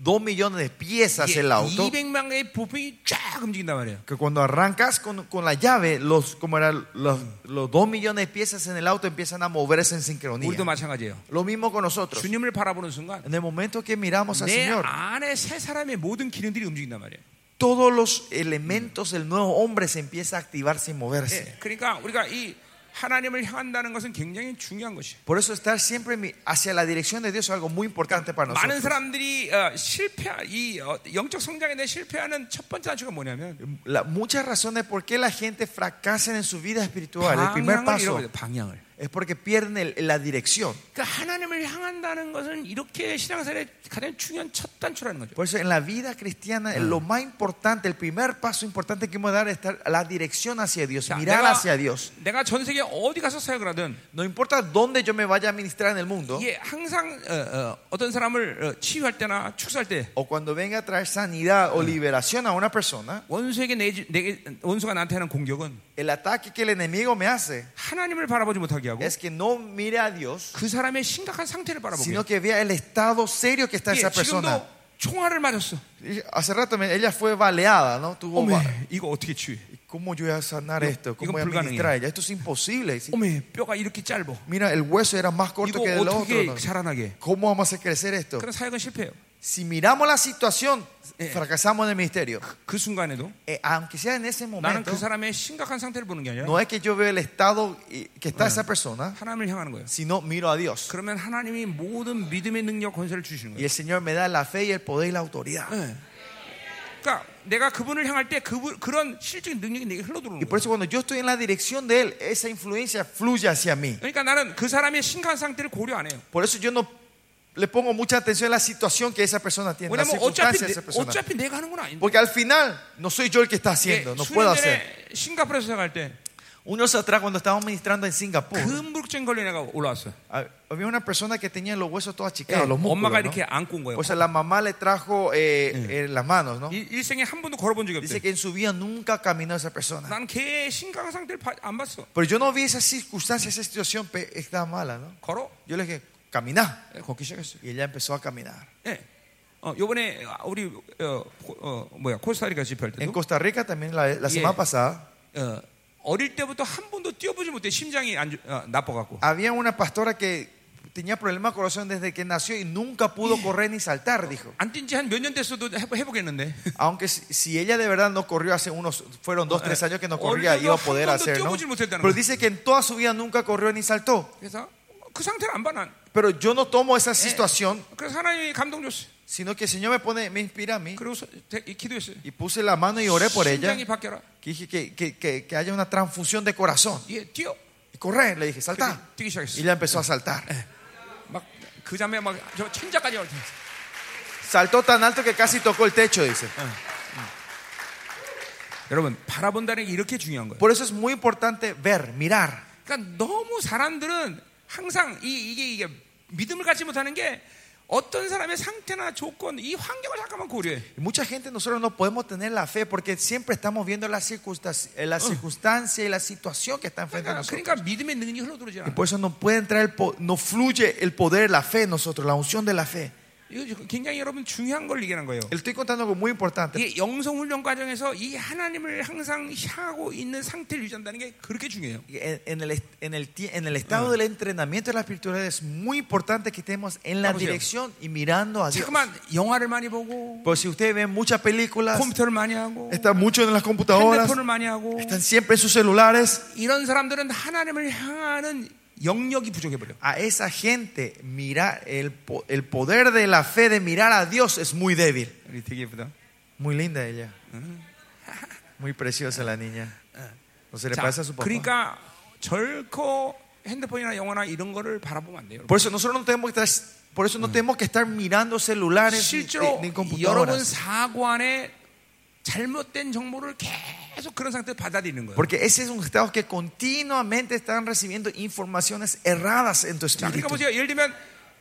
2 millones de piezas
이게
el auto.
200만 개의 부품이 쫙 움직인단 말이에요.
Que cuando arrancas con, con la llave, los, como eran los, los 2 millones de piezas en el auto empiezan a moverse en sincronía.
우리도 마찬가지예요.
Lo mismo con nosotros.
주님을 바라보는 순간
En el momento que miramos al
내
Señor,
안에 새 사람의 모든 기능들이 움직인단 말이에요.
todos los elementos del nuevo hombre se empieza a activarse y moverse.
예, 그러니까 우리가 이 하나님을 향한다는 것은 굉장히 중요한 것이에요.
Por eso estar siempre mi- hacia la dirección de Dios es algo muy importante para
많은
nosotros.
사람들이 어, 실패, 이 어, 영적 성장에 대해 실패하는 첫 번째 단추가 뭐냐면
La- muchas razones por qué la gente fracasa en su vida espiritual.
Ah,
El primer
방향을
paso
잃어버려 방향을.
es porque pierden el- la dirección.
그러니까 하나님을 향한다는 것은 이렇게 신앙생활의 가장 중요한 첫 단추라는 거죠.
Por eso en la vida cristiana lo más importante, el primer paso importante que hemos de dar es estar la dirección hacia Dios,
자,
mirar hacia Dios.
내가 전 세계 어디 가서 사역을 하든
No importa dónde yo me vaya a ministrar en el mundo
이게 항상 어, 떤 사람을 어, 치유할 때나 축사할 때
o cuando venga a traer sanidad o liberación a una persona,
원수에게 내지- 내게 원수가 나한테 하는 공격은
el ataque que el enemigo me hace
하나님을 바라보지 못하게 하고
es que no mire a Dios,
그 사람의 심각한 상태를 바라보게.
sino que vea el estado serio que está
예,
esa persona.
지금도 총알을 맞았어.
Y Hace rato me- ella fue baleada, ¿no? Tuvo
어메,
ba-
뭐 이거 어떻게 치유해?
¿Cómo yo voy a sanar
Yo-
esto? ¿Cómo
digo,
voy a
pulgar en
administrar ella? Esto es imposible. Si-
어메, 뼈가 이렇게 짧아.
Mira, el hueso era más
이거
corto que el otro.
어떻게
¿no?
자라나게?
¿Cómo vamos a hacer crecer esto?
그런 사역은 실패해요.
Si miramos la situación,
Eh.
fracasamos en el ministerio.
그 순간에도
Eh, aunque sea en ese
나는
momento,
그 사람의 심각한 상태를 보는 게 아니라
no es que yo veo el estado eh, que está esa persona,
하나님을 향하는 거예요.
sino miro a Dios.
그러면 하나님이 모든 믿음의 능력 권세를 주시는
Y
거예요.
el Señor me da la fe y el poder y la autoridad.
예. 그러니까 내가 그분을 향할 때 그분 그런 실적인 능력이 내게 흘러들어오는
Y por
거예요.
eso cuando yo estoy en la dirección de Él, esa influencia fluye hacia mí.
그러니까 나는 그 사람의 심각한 상태를 고려 안 해요.
Por eso yo no le pongo mucha atención a la situación que esa persona tiene, la
왜냐면 어차피
circunstancia de
내,
esa persona.
어차피 내가 하는 건 아닌데.
Porque al final no soy yo el que está
예,
haciendo, no puedo
수년
hacer.
전에 싱가포르에서 생각할 때
Unos atrás cuando estábamos ministrando en Singapur,
뭐. 근무증 걸린 애가 올라왔어.
hab- Ah, había una persona que tenía los huesos todos
예,
achicados, los músculos.
엄마가
¿no?
이렇게 안고 어, 온 거예요.
O sea, la mamá le trajo eh, eh, las manos, ¿no?
일- 일생에 한 번도 걸어본 적이
Dice
없대.
que en su vida nunca caminó esa persona.
난 걔의 심각한 상태를 봐- 안 봤어.
Pero yo no vi esa circunstancia, esa situación pe- estaba mala, ¿no?
걸어
Yo le dije, camina.
예, 걷기 시작했어.
Y ella empezó a caminar.
예. 어, 요번에 우리 어, 고- 어, 뭐야 코스타리카 집회할
En
때도
Costa Rica también, la, la
Yeah.
semana pasada,
어, 어릴 때부터 한 번도 뛰어보지 못해 심장이 안 좋- 어, 나빠갖고
había una pastora que tenía problemas de corazón desde que nació y nunca pudo correr ni saltar, dijo.
안 뛴 지 한 몇 년 됐어도 해보, 해보겠는데
Aunque si, si ella de verdad no corrió hace unos, fueron dos, tres años que no corría,
eh, Ahorita
iba a
no,
poder
no
hacer, ¿no?
뛰어보질 못했다는
Pero
거야.
dice que en toda su vida nunca corrió ni saltó.
그래서 그 상태를 안 봐난
Pero yo no tomo
Eh.
esa situación,
그래서 하나님이 감동 줬어
sino que el Señor me pone, me inspira a mí.
그리고 서- 대- 이 기도했어요
Y puse la mano y oré por ella.
심장이 바뀌어라
Que dije que, que- que- que haya una transfusión de corazón.
예 뛰어
Y correr, le dije,
그랬더니
saltá.
뛰기
Y
시작했어
ella empezó a
eh.
saltar.
막 그 자매 막저 천자까지 올라
Saltó tan alto que casi tocó el techo, dice.
Ah. 여러분 바라본다는 게 이렇게 중요한 거예요
Por eso es muy importante ver, mirar.
그러니까 너무 사람들은 항상 이, 이게 이게 믿음을 갖지 못하는 게 어떤 사람의 상태나 조건, 이 환경을 잠깐만 고려해.
Y mucha gente nosotros no podemos tener la fe porque siempre estamos viendo la circunstancia, eh, la circunstancia y la situación que está enfrente de
그러니까,
nosotros.
그러니까 믿음의 능력이 흘러들어오지
Y
않아.
por eso no puede entrar el po- no fluye el poder, la fe en nosotros, la unción de la fe.
이거 굉장히 여러분 중요한 걸 얘기하는 거예요.
Le estoy contando algo muy importante.
이게 영성 훈련 과정에서 이 하나님을 항상 향하고 있는 상태를 유지한다는 게 그렇게 중요해요.
En, en el, est- en, el, tie- en el estado del entrenamiento de la espiritualidad es muy importante que estemos en la
Vamos, Dios.
dirección y mirando a Dios.
잠깐만 영화를 많이 보고
Pues si ustedes ven muchas películas,
컴퓨터를 많이 하고
están mucho en las computadoras,
핸드폰을 많이 하고
están siempre en sus celulares.
이런 사람들은 하나님을 향하는 영역이 부족해 버려.
A esa gente, mirar el, po- el poder de la fe de mirar a Dios es muy débil.
우리 되게 예쁘다.
Muy linda ella. Muy preciosa la niña. No se le
자,
pasa a su papá.
그러니까 절코 핸드폰이나 영화나 이런 거를 바라보면 안 돼요. 여러분.
Por eso nosotros no tenemos que estar, por eso no tenemos que estar mirando celulares ni,
실제로
ni
네, 여러분
computadoras.
사고 안에 잘못된 정보를 계속 그런 상태로 받아들이는 거예요.
Porque ese es un estado que continuamente están recibiendo informaciones erradas en tu
자, 그러니까
espíritu.
보세요. 예를 들면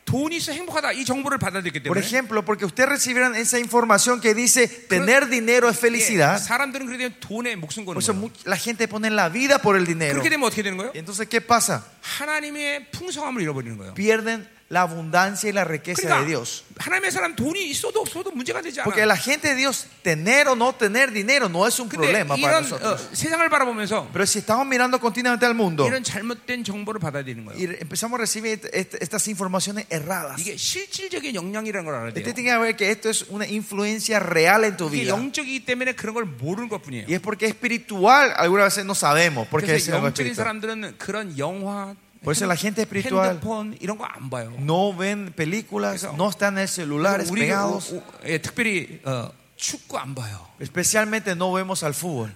돈이 있어 행복하다 이 정보를 받아들였기
Por
때문에
ejemplo, porque ustedes recibieran esa información que dice tener dinero es
예,
felicidad.
사람들은 그래도 돈에 목숨 거는
Por eso
거예요.
mu- la gente pone la vida por el dinero.
그렇게 되면 어떻게 되는 거예요?
Entonces, ¿qué pasa?
하나님의 풍성함을 잃어버리는 거예요.
Pierden la abundancia y la riqueza de
그러니까
Dios.
하나님의 사람 돈이 있어도 없어도 문제가 되지
Porque
않아.
la gente de Dios, tener o no tener dinero no es un
근데
problema para
이런 어,
nosotros.
세상을 바라보면서
Pero si estamos mirando continuamente al mundo
이런 잘못된 정보를 받아들이는 거예요.
y empezamos a recibir est- estas informaciones erradas,
이게 실질적인 영향이라는 걸 알아야 돼요.
usted tiene que ver que esto es una influencia real en tu
이게
vida.
영적이기 때문에 그런 걸 모르는 것뿐이에요.
Y es porque es espiritual, algunas veces no sabemos porque es
그래서
algo
영적인
espiritual.
사람들은 그런 영화,
Por eso la gente espiritual
핸드폰 이런 거 안 봐요.
no ven películas, no están en el celular
우리 우-
pegados,
우- 예, 특별히 어, 축구 안 봐요.
especialmente no vemos al fútbol.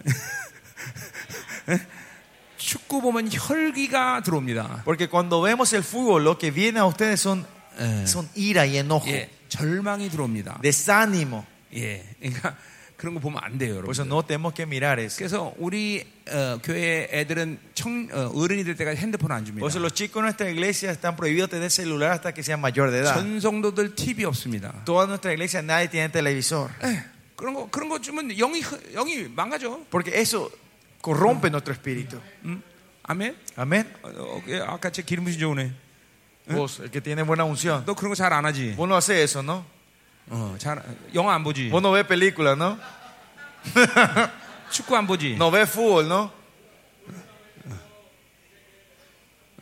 축구 보면 혈기가 들어옵니다.
Porque cuando vemos el fútbol, lo que viene a ustedes son,
Eh.
son ira y enojo,
예, 절망이 들어옵니다.
네. desánimo.
예, 그러니까 그런 거 보면 안 돼요,
Por
여러분.
eso no tenemos que mirar eso.
그래서 우리 어, 교회 애들은 청, 어, 어른이 될 때까지 핸드폰 안 줍니다.
Por eso los chicos de nuestra iglesia están prohibidos tener celular hasta que sean mayor de edad.
전성도들 TV 없습니다.
Toda nuestra iglesia nadie tiene televisor.
예, 그런 거 그런 거 주면 영이 흐- 영이 망가져.
Porque eso corrompe nuestro espíritu.
음? 아멘.
Amén.
어, 어, 예, 아까 제 기름 부신 저 오네.
Vos, el que tiene buena unción.
너 그런 거 잘 안 하지.
Vos no haces eso, ¿no?
어, 잘 영화 안 보지.
Vos no ves películas, ¿no?
축구 안 보지.
No ves fútbol, ¿no?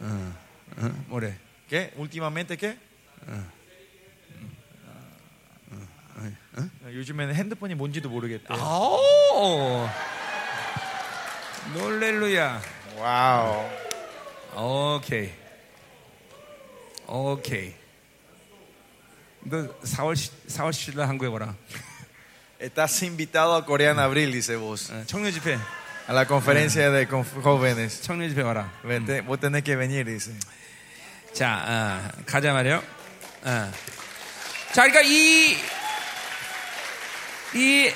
어, 뭐래?
¿Qué? ¿Últimamente qué? Ah. ah. 요즘에는 핸드폰이 뭔지도 모르겠대요.
아오. 놀렐루야.
와우.
오케이. 오케이. 너 4월 4월 10일 날 한국에 와라.
Estás invitado a Corea en abril, dice vos.
어, 청년 집회.
A la conferencia de conf- jóvenes.
청년 집회 와라.
Vente, vos tenés que venir, dice.
자, 어, 가자 말이요. 어. 자, 그러니까 이, 이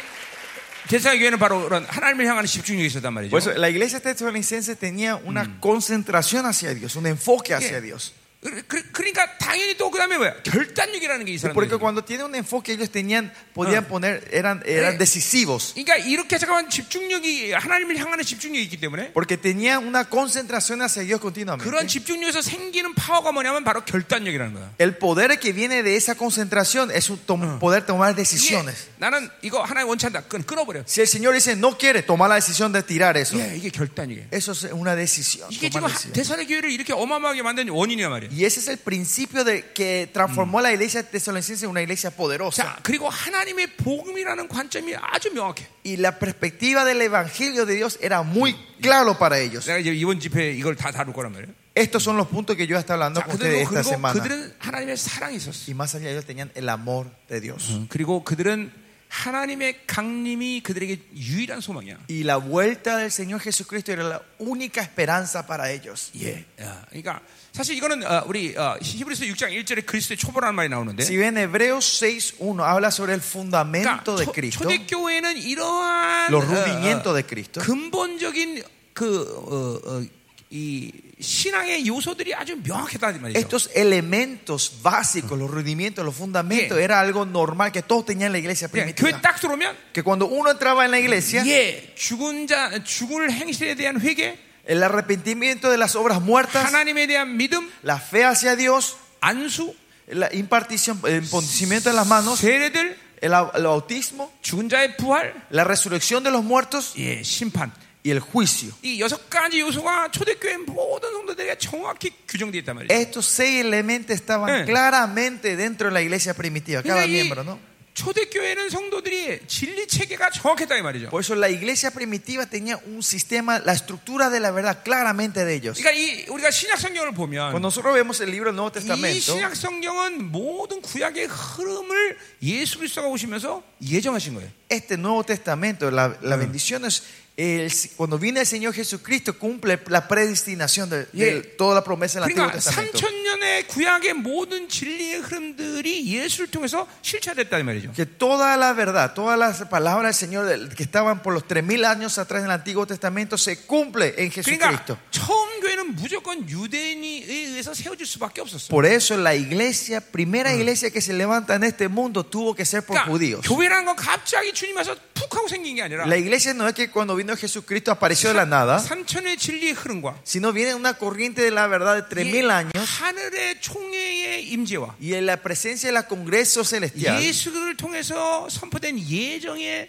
대사의 교회는 바로 그런 하나님을 향하는 집중력이 있었단 말이죠.
Por eso, Pues, la iglesia estadounidense tenía una
Mm.
concentración hacia Dios, un enfoque hacia
Yeah.
Dios.
그, 그, 그러니까 당연히 또 그다음에 뭐야? 결단력이라는 게 이 사람.
Porque cuando tienen un enfoque, ellos tenían, podían
Ah.
poner, eran, eran
Eh.
decisivos.
그러니까 이렇게 잠깐만 집중력이 하나님을 향하는 집중력이 있기 때문에
Porque tenían una concentración hacia Dios
그런
continuamente.
집중력에서 생기는 파워가 뭐냐면 바로 결단력이라는 거야.
El poder que viene de esa concentración es un
Ah.
tom- poder tomar
이게
decisiones.
나는 이거 하나의 원천다. 끊, 끊어버려.
Si el Señor dice no quiere, toma la decisión de tirar eso.
예, 이게 결단이에요.
Eso es una decisión.
이게
tomar
지금
decisión.
대선의 교회를 이렇게 어마어마하게 만든 원인이야 말이야.
Y ese es el principio de, que transformó a la iglesia tesalonicense en una iglesia poderosa.
자, 그리고 하나님의 복음이라는 관점이 아주 명확해.
Y la perspectiva del evangelio de Dios era muy claro para ellos.
내가 이제 이번 집회 이걸 다 다룰 거란 말이에요.
Estos son los puntos que yo estaba hablando
자,
con ustedes
그들도 그리고
esta semana.
그들은 하나님의 사랑이 있었어.
Y más allá, ellos tenían el amor de
Mm.
Dios.
음, 그리고 그들은 하나님의 강림이 그들에게 유일한 소망이야.
Y la vuelta del Señor Jesucristo era la única esperanza para ellos.
예. 어, 그러니까 사실 이거는 어, 우리 어, 히브리서 6장 1절에 그리스도의 초보라는 말이 나오는데
Si ven Hebreos 6.1 habla sobre el
그러니까
fundamento de
초-
Cristo,
초대교회는 이러한
los
어, 어,
rudimientos de Cristo,
근본적인 그 어, 이 신앙의 요소들이 아주 명확했다는 말이죠.
Estos elementos básicos, los rudimientos, los fundamentos,
Yeah.
era algo normal que todos tenían en la iglesia
그냥 교회
primitiva.
딱 들어오면
Que cuando uno entraba en la iglesia,
예, 죽은 자 죽을 행실에 대한 회개,
el arrepentimiento de las obras muertas,
하나님에 대한 믿음,
la fe hacia Dios,
안수,
la impartición, el imponimiento de las manos,
세례들,
el, au- el bautismo,
죽은 자의 부활,
la resurrección de los muertos
예, 심판.
y el juicio.
이 여섯 가지 요소가 초대교회 모든 성도들에게 정확히 규정되어 있단 말이죠.
Estos seis elementos estaban
Eh.
claramente dentro de la iglesia primitiva, cada
그러니까 이
miembro, ¿no?
초대교회는 성도들이 진리 체계가 정확했다 이 말이죠.
Por eso la iglesia primitiva tenía un sistema, la estructura de la verdad claramente de ellos.
그러니까 이 우리가 신약 성경을 보면
Cuando nosotros vemos el libro del Nuevo
이
Testamento,
신약 성경은 모든 구약의 흐름을 예수 그리스도가 오시면서 예정하신 거예요.
este Nuevo Testamento, la, la bendición es, el- cuando viene el Señor Jesucristo, cumple la predestinación de, de
Yeah.
toda la promesa del Antiguo
그러니까
Testamento.
3000년의 구약의 모든 진리의 흐름들이 예수를 통해서 실체됐다는 말이죠.
Que toda la verdad, todas las palabras del Señor del- que estaban por los 3.000 años atrás en el Antiguo Testamento se cumple en Jesucristo.
그러니까 처음 교회는 무조건 유대인에 의해서 세워질 수밖에 없었어요.
Por eso la iglesia, primera iglesia que se levanta en este mundo tuvo que ser por
그러니까
judíos.
교회라는 건 갑자기 주님 와서 푹 하고 생긴 게 아니라
La iglesia no es que cuando vino Jesucristo apareció de la nada,
3000년의 진리의 흐름과
sino viene una corriente de la verdad de
이
3.000 años
하늘의 총회의 임재와
y en la presencia del Congreso Celestial.
예수를 통해서 선포된 예정의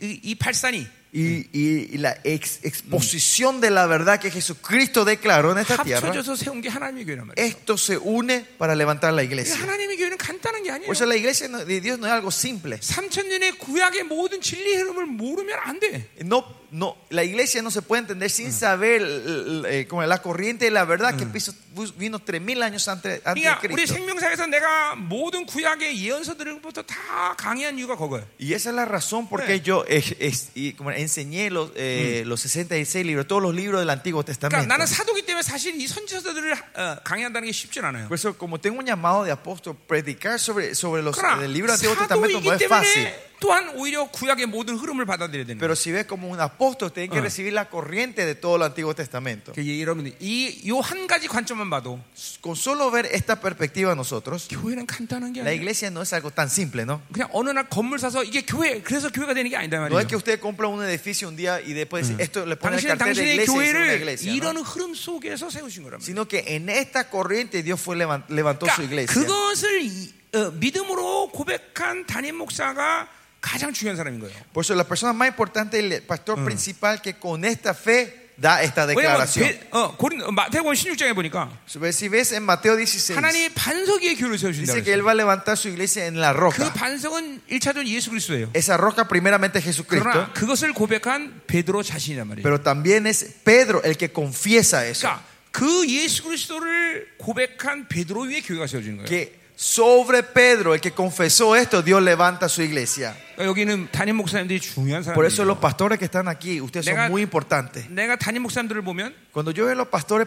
이, 이 발산이
y, y- y la ex- exposición de la verdad que Jesucristo declaró en esta tierra,
합쳐져서 세운 게 하나님의 교회란 말이에요.
esto se une para levantar la
그
iglesia.
하나님의 교회는 간단한 게 아니에요.
Por eso la iglesia no- de Dios no es algo simple.
3000년의 구약의 모든 진리 흐름을 모르면 안 돼.
No, no, la iglesia no se puede entender sin saber l- l- eh, como la corriente de la verdad que piso- bus- vino 3.000 años antes, antes
그러니까
de
우리
Cristo.
생명사에서 내가 모든 구약의 예언서들부터 다 강의한 이유가 그거예요.
Y esa es la razón por qué
Sí.
yo eh, es- y como enseñé los, eh, los 66 libros, todos los libros del Antiguo
그러니까
Testamento.
나는 사도기 때문에 사실 이 선지서들을 어, 강의한다는 게 쉽진 않아요.
Por eso, como tengo un llamado de apóstol, predicar sobre, sobre los
그러나
del libro del Antiguo Testamento no
사도이기
es fácil.
때문에 또한 오히려 구약의 moden 흐름을 받아들여야 되는 거예요.
Pero si ves como un apóstol, tienen que
Ah.
recibir la corriente de todo el Antiguo Testamento.
그 예, 여러분 이요 한 가지 관점만 봐도
Con solo ver esta perspectiva nosotros,
교회는 간단한 게
la
아니에요.
iglesia no es algo tan simple, ¿no?
그냥 어느 날 건물 사서 이게 교회 그래서 교회가 되는 게 아니다
No es que
말이에요.
usted compra un edificio un día y después dice, esto le pone el
당신은
cartel de
당신의
iglesia, y dice una
교회를
iglesia ¿no?
이런 흐름 속에서 세우신 거란 말이에요.
sino que en esta corriente Dios fue levan- levantó su
그러니까
iglesia.
그것을 이- 어, 믿음으로 고백한 담임 목사가 가장 중요한 사람인 거예요.
Por eso la persona más importante, el pastor principal que con esta fe da esta
왜냐하면
declaración.
배- 어, 고린 어, 마태복음 16장에 보니까
Si ves en Mateo 16,
하나님 반석 위에 네. 교회를 세우신다.
dice que
그랬어요.
él va a levantar su iglesia en la
그
roca.
반석은 1차적으로 예수 그리스도예요.
Esa roca primeramente es Jesucristo.
그러나 그것을 고백한 베드로 자신이란 말이에요.
Pero también es Pedro el que confiesa eso.
그러니까 그 예수 그리스도를 고백한 베드로 위에 교회가 세워지는 거예요.
Que sobre Pedro, el que confesó esto, Dios levanta su iglesia.
그러니까 여기는 담임 목사님들이 중요한
Por eso los
사람이에요.
pastores que están aquí, ustedes son
Nega-
muy importantes.
내가 담임 목사님들을 보면
Cuando yo veo los pastores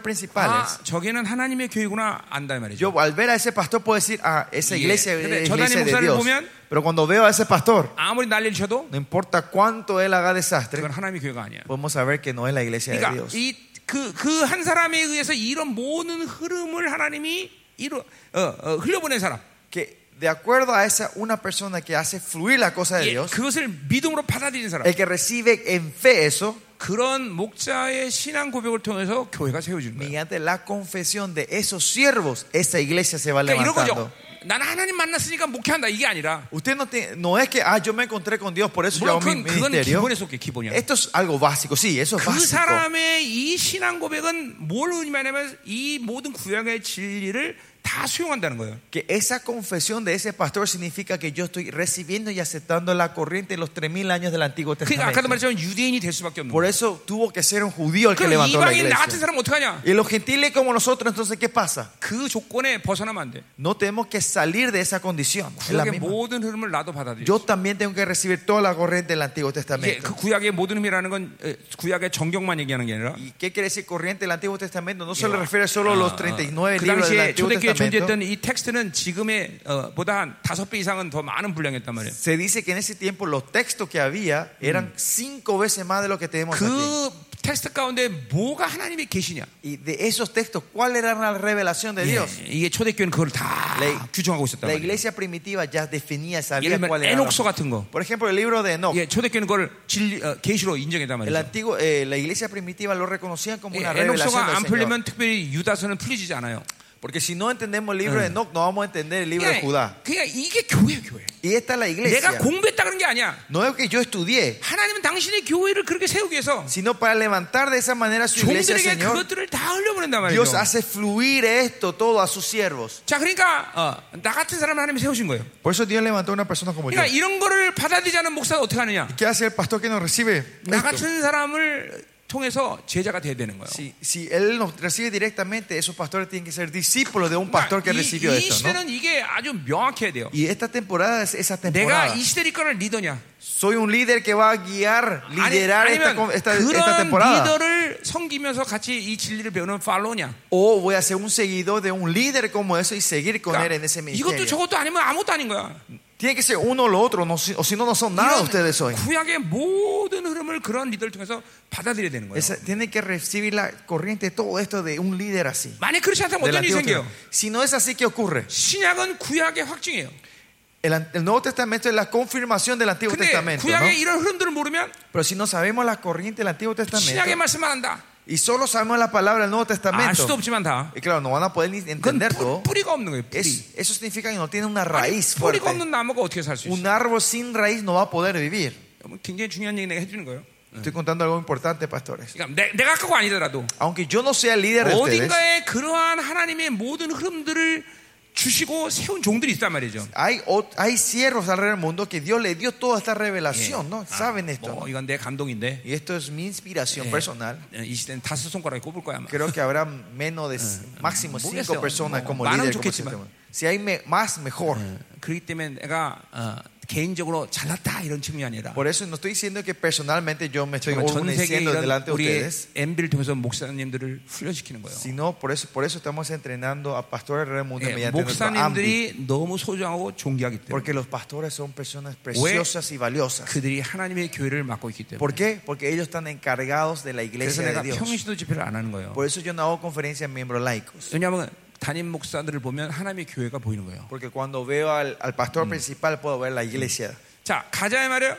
아
principales,
저기는 하나님의 교회구나 안다 이 말이죠.
yo al ver a ese pastor puedo decir, ah, esa
Yeah.
iglesia
Pero
es
yo
iglesia
Dani
de
Musar
Dios.
보면-
Pero cuando veo a ese pastor,
아무리 난리를 쳐도
no importa cuánto él haga desastre,
그건 하나님의 교회가 아니야.
podemos saber que no es la iglesia de
그러니까
Dios.
이 그 그 한 사람에 의해서 이런 모든 흐름을 하나님이 이루 어, 어, 흘려보낸 사람
Que de acuerdo a esa una persona que hace fluir la cosa de
예,
Dios,
그것을 믿음으로 받아들인 사람
el que recibe en fe eso,
그런 목자의 신앙 고백을 통해서 교회가 세워지는 거예요.
mediante la confesión de esos siervos, esa iglesia se va
그러니까 이런
levantando.
거죠. 나는 하나님 만났으니까 목회한다 이게 아니라
Usted no, tiene- no es que, ah, yo me encontré con Dios, por eso yo
물론
hago mi
그건, 그건
ministerio.
기본에 속해 기본이야.
Esto es algo básico, sí, eso es
그
básico.
사람의 이 신앙 고백은 뭘 의미하냐면 이 모든 구약의 진리를 다 수용한다는 거예요.
Que esa confesión de ese pastor significa que yo estoy recibiendo y aceptando la corriente de los 3.000 años del Antiguo
그러니까 아까도
Testamento.
말했지만 유대인이 될 수밖에 없는
Por
거예요.
eso tuvo que ser un judío el que
그럼
levantó la
이방인 나 같은
iglesia.
사람 어떡하냐?
Y los gentiles como nosotros, entonces, ¿qué pasa?
그 조건에 벗어나면 안 돼.
No tenemos que salir de esa condición. Es la
구약의
misma.
모든 흐름을 나도 받아들여.
Yo también tengo que recibir toda la corriente del Antiguo
이게
Testamento.
그 구약의 모든 흐름이라는 건 에, 구약의 정경만 얘기하는 게 아니라
¿Y qué quiere decir corriente del Antiguo Testamento? No se le refiere solo a los 39
그
libros del
당시에
Antiguo
초대교회
Testamento.
존재했던 이 텍스트는 지금의 어, 보다 한 다섯 배 이상은 더 많은 분량이었단 말이에요.
Se dice que en ese tiempo los textos que había eran cinco veces más de lo que tenemos aquí.
그 텍스트 가운데 뭐가 하나님의 계시냐?
Y de esos textos, ¿cuál era la revelación de Dios?
예, 이게 초대교회는 그걸 다
La-
규정하고 있었단
La
말이에요.
iglesia primitiva ya definía, sabía
예를
cuál
들면
era. la-
에녹서 같은 거.
Por ejemplo, el libro de Enoch.
예, 초대교회는 그걸 진 어, 계시로 인정했단
El
말이죠.
antiguo, eh, la iglesia primitiva lo reconocían como una
예,
revelación
에녹서가
del
안
Señor.
풀리면 특별히 유다서는 풀리지 않아요.
Porque si no entendemos el libro de Enoch, no vamos a entender el libro de Judá.
그냥 이게 교회 교회.
Y esta es la iglesia.
내가 공부했다 그런 게 아니야.
No es que yo estudié,
하나님은 당신의 교회를 그렇게 세우기 위해서
sino para levantar de esa manera su iglesia,
종들에게
Señor.
그것들을 다 흘려보낸단 말이죠.
Dios hace fluir esto todo a sus siervos.
자, 그러니까 어, 나 같은 사람을 하나님이 세우신 거예요.
Por eso Dios levantó a una persona como yo.
그러니까 이런 거를 받아들이지 않은 목사가 어떻게 하느냐?
¿Qué hace el pastor que nos recibe?
나
Esto.
같은 사람을 통해서 제자가 돼야 되는 거예요.
Si, si él nos recibe directamente, esos pastores tienen que ser discípulos de un pastor que
그러니까 이,
recibió
이
esto. ¿no?
시대는 이게 아주 명확해야 돼요.
Y esta temporada es esa
내가
temporada.
이 시대 이끌어낼 리더냐?
Soy un líder que va a guiar,
아니,
liderar esta, con-
아니면
esta, esta
그런
temporada.
리더를 섬기면서 같이 이 진리를 배우는 팔로냐?
O voy a ser un seguidor de un líder como eso y seguir con él en ese
그러니까 이것도
ministerio.
저것도 아니면 아무것도 아닌 거야.
Tiene que ser uno o lo otro, no, si- o si no, no son nada
이런
ustedes hoy.
구약의 모든 흐름을 그런 리더를 통해서 받아들여야 되는 거예요.
Esa- tienen que recibir la corriente, todo esto de un líder así.
만약 그렇지 않다면
del
어떤 일이
Antiguo
생겨요?
Testamento. Si no es así, ¿qué ocurre?
신약은 구약의 확증이에요.
El, an- el Nuevo Testamento es la confirmación del Antiguo
근데
Testamento.
구약의
¿no?
이런 흐름들을 모르면
Pero si no sabemos la corriente del Antiguo
신약의
Testamento
말씀만 한다.
y solo sabemos la palabra del Nuevo
알 수도
Testamento,
없지만 다.
y claro, no van a poder ni
그건
entender todo.
뿌, 뿌리가 없는 거예요. 뿌리.
Es- eso significa que no tiene una
아니,
raíz
뿌리가
fuerte.
없는 나무가 어떻게 살 수
Un
있어?
árbol sin raíz no va a poder vivir.
굉장히 중요한 얘기 내가 해주는 거예요.
Estoy contando algo importante, pastores.
그러니까 내, 내가 그거 아니더라도
Aunque yo no sea el líder
Oh,
de ustedes,
어딘가에 그러한 하나님의 모든 흐름들을 주시고 세운 종들이 있단 말이죠.
hay, ot- hay siervos alrededor del mundo que Dios le dio toda esta revelación, ¿no?
Ah,
Saben esto.
뭐
¿no?
이건 내 감동인데
Y esto es mi inspiración personal.
이 시대는 다섯 손가락에 꼽을 거야 아마.
Creo que habrá menos
Ah,
de máximo
Morirse,
cinco personas
no,
como
van a un
líder.
Ah.
como
choque지만.
sistema. Si hay me- más, mejor.
그렇기 때문에 내가 어, 개인적으로 잘났다 이런 측면이 아니라
Por eso no estoy diciendo que personalmente yo me estoy
정말 전 세계
orgulleciendo
이런
delante de
우리의
ustedes,
MB를 통해서 목사님들을 훈련시키는 거예요.
sino por eso, por eso estamos entrenando a pastores alrededor del mundo
예,
mediante nuestro AMBI,
목사님들이 너무 소중하고 존귀하기 때문에
porque los pastores son personas preciosas y valiosas.
그들이 하나님의 교회를 맡고 있기 때문에
¿Por qué? Porque ellos están encargados de la
그래서
iglesia
내가
de Dios.
평신도 집회를 안 하는 거예요.
Por eso yo no hago conferencias a miembros laicos.
왜냐하면 담임 목사들을 보면 하나님의 교회가 보이는 거예요.
Porque cuando veo al, al pastor principal puedo ver la iglesia.
자 가자 이 말이에요.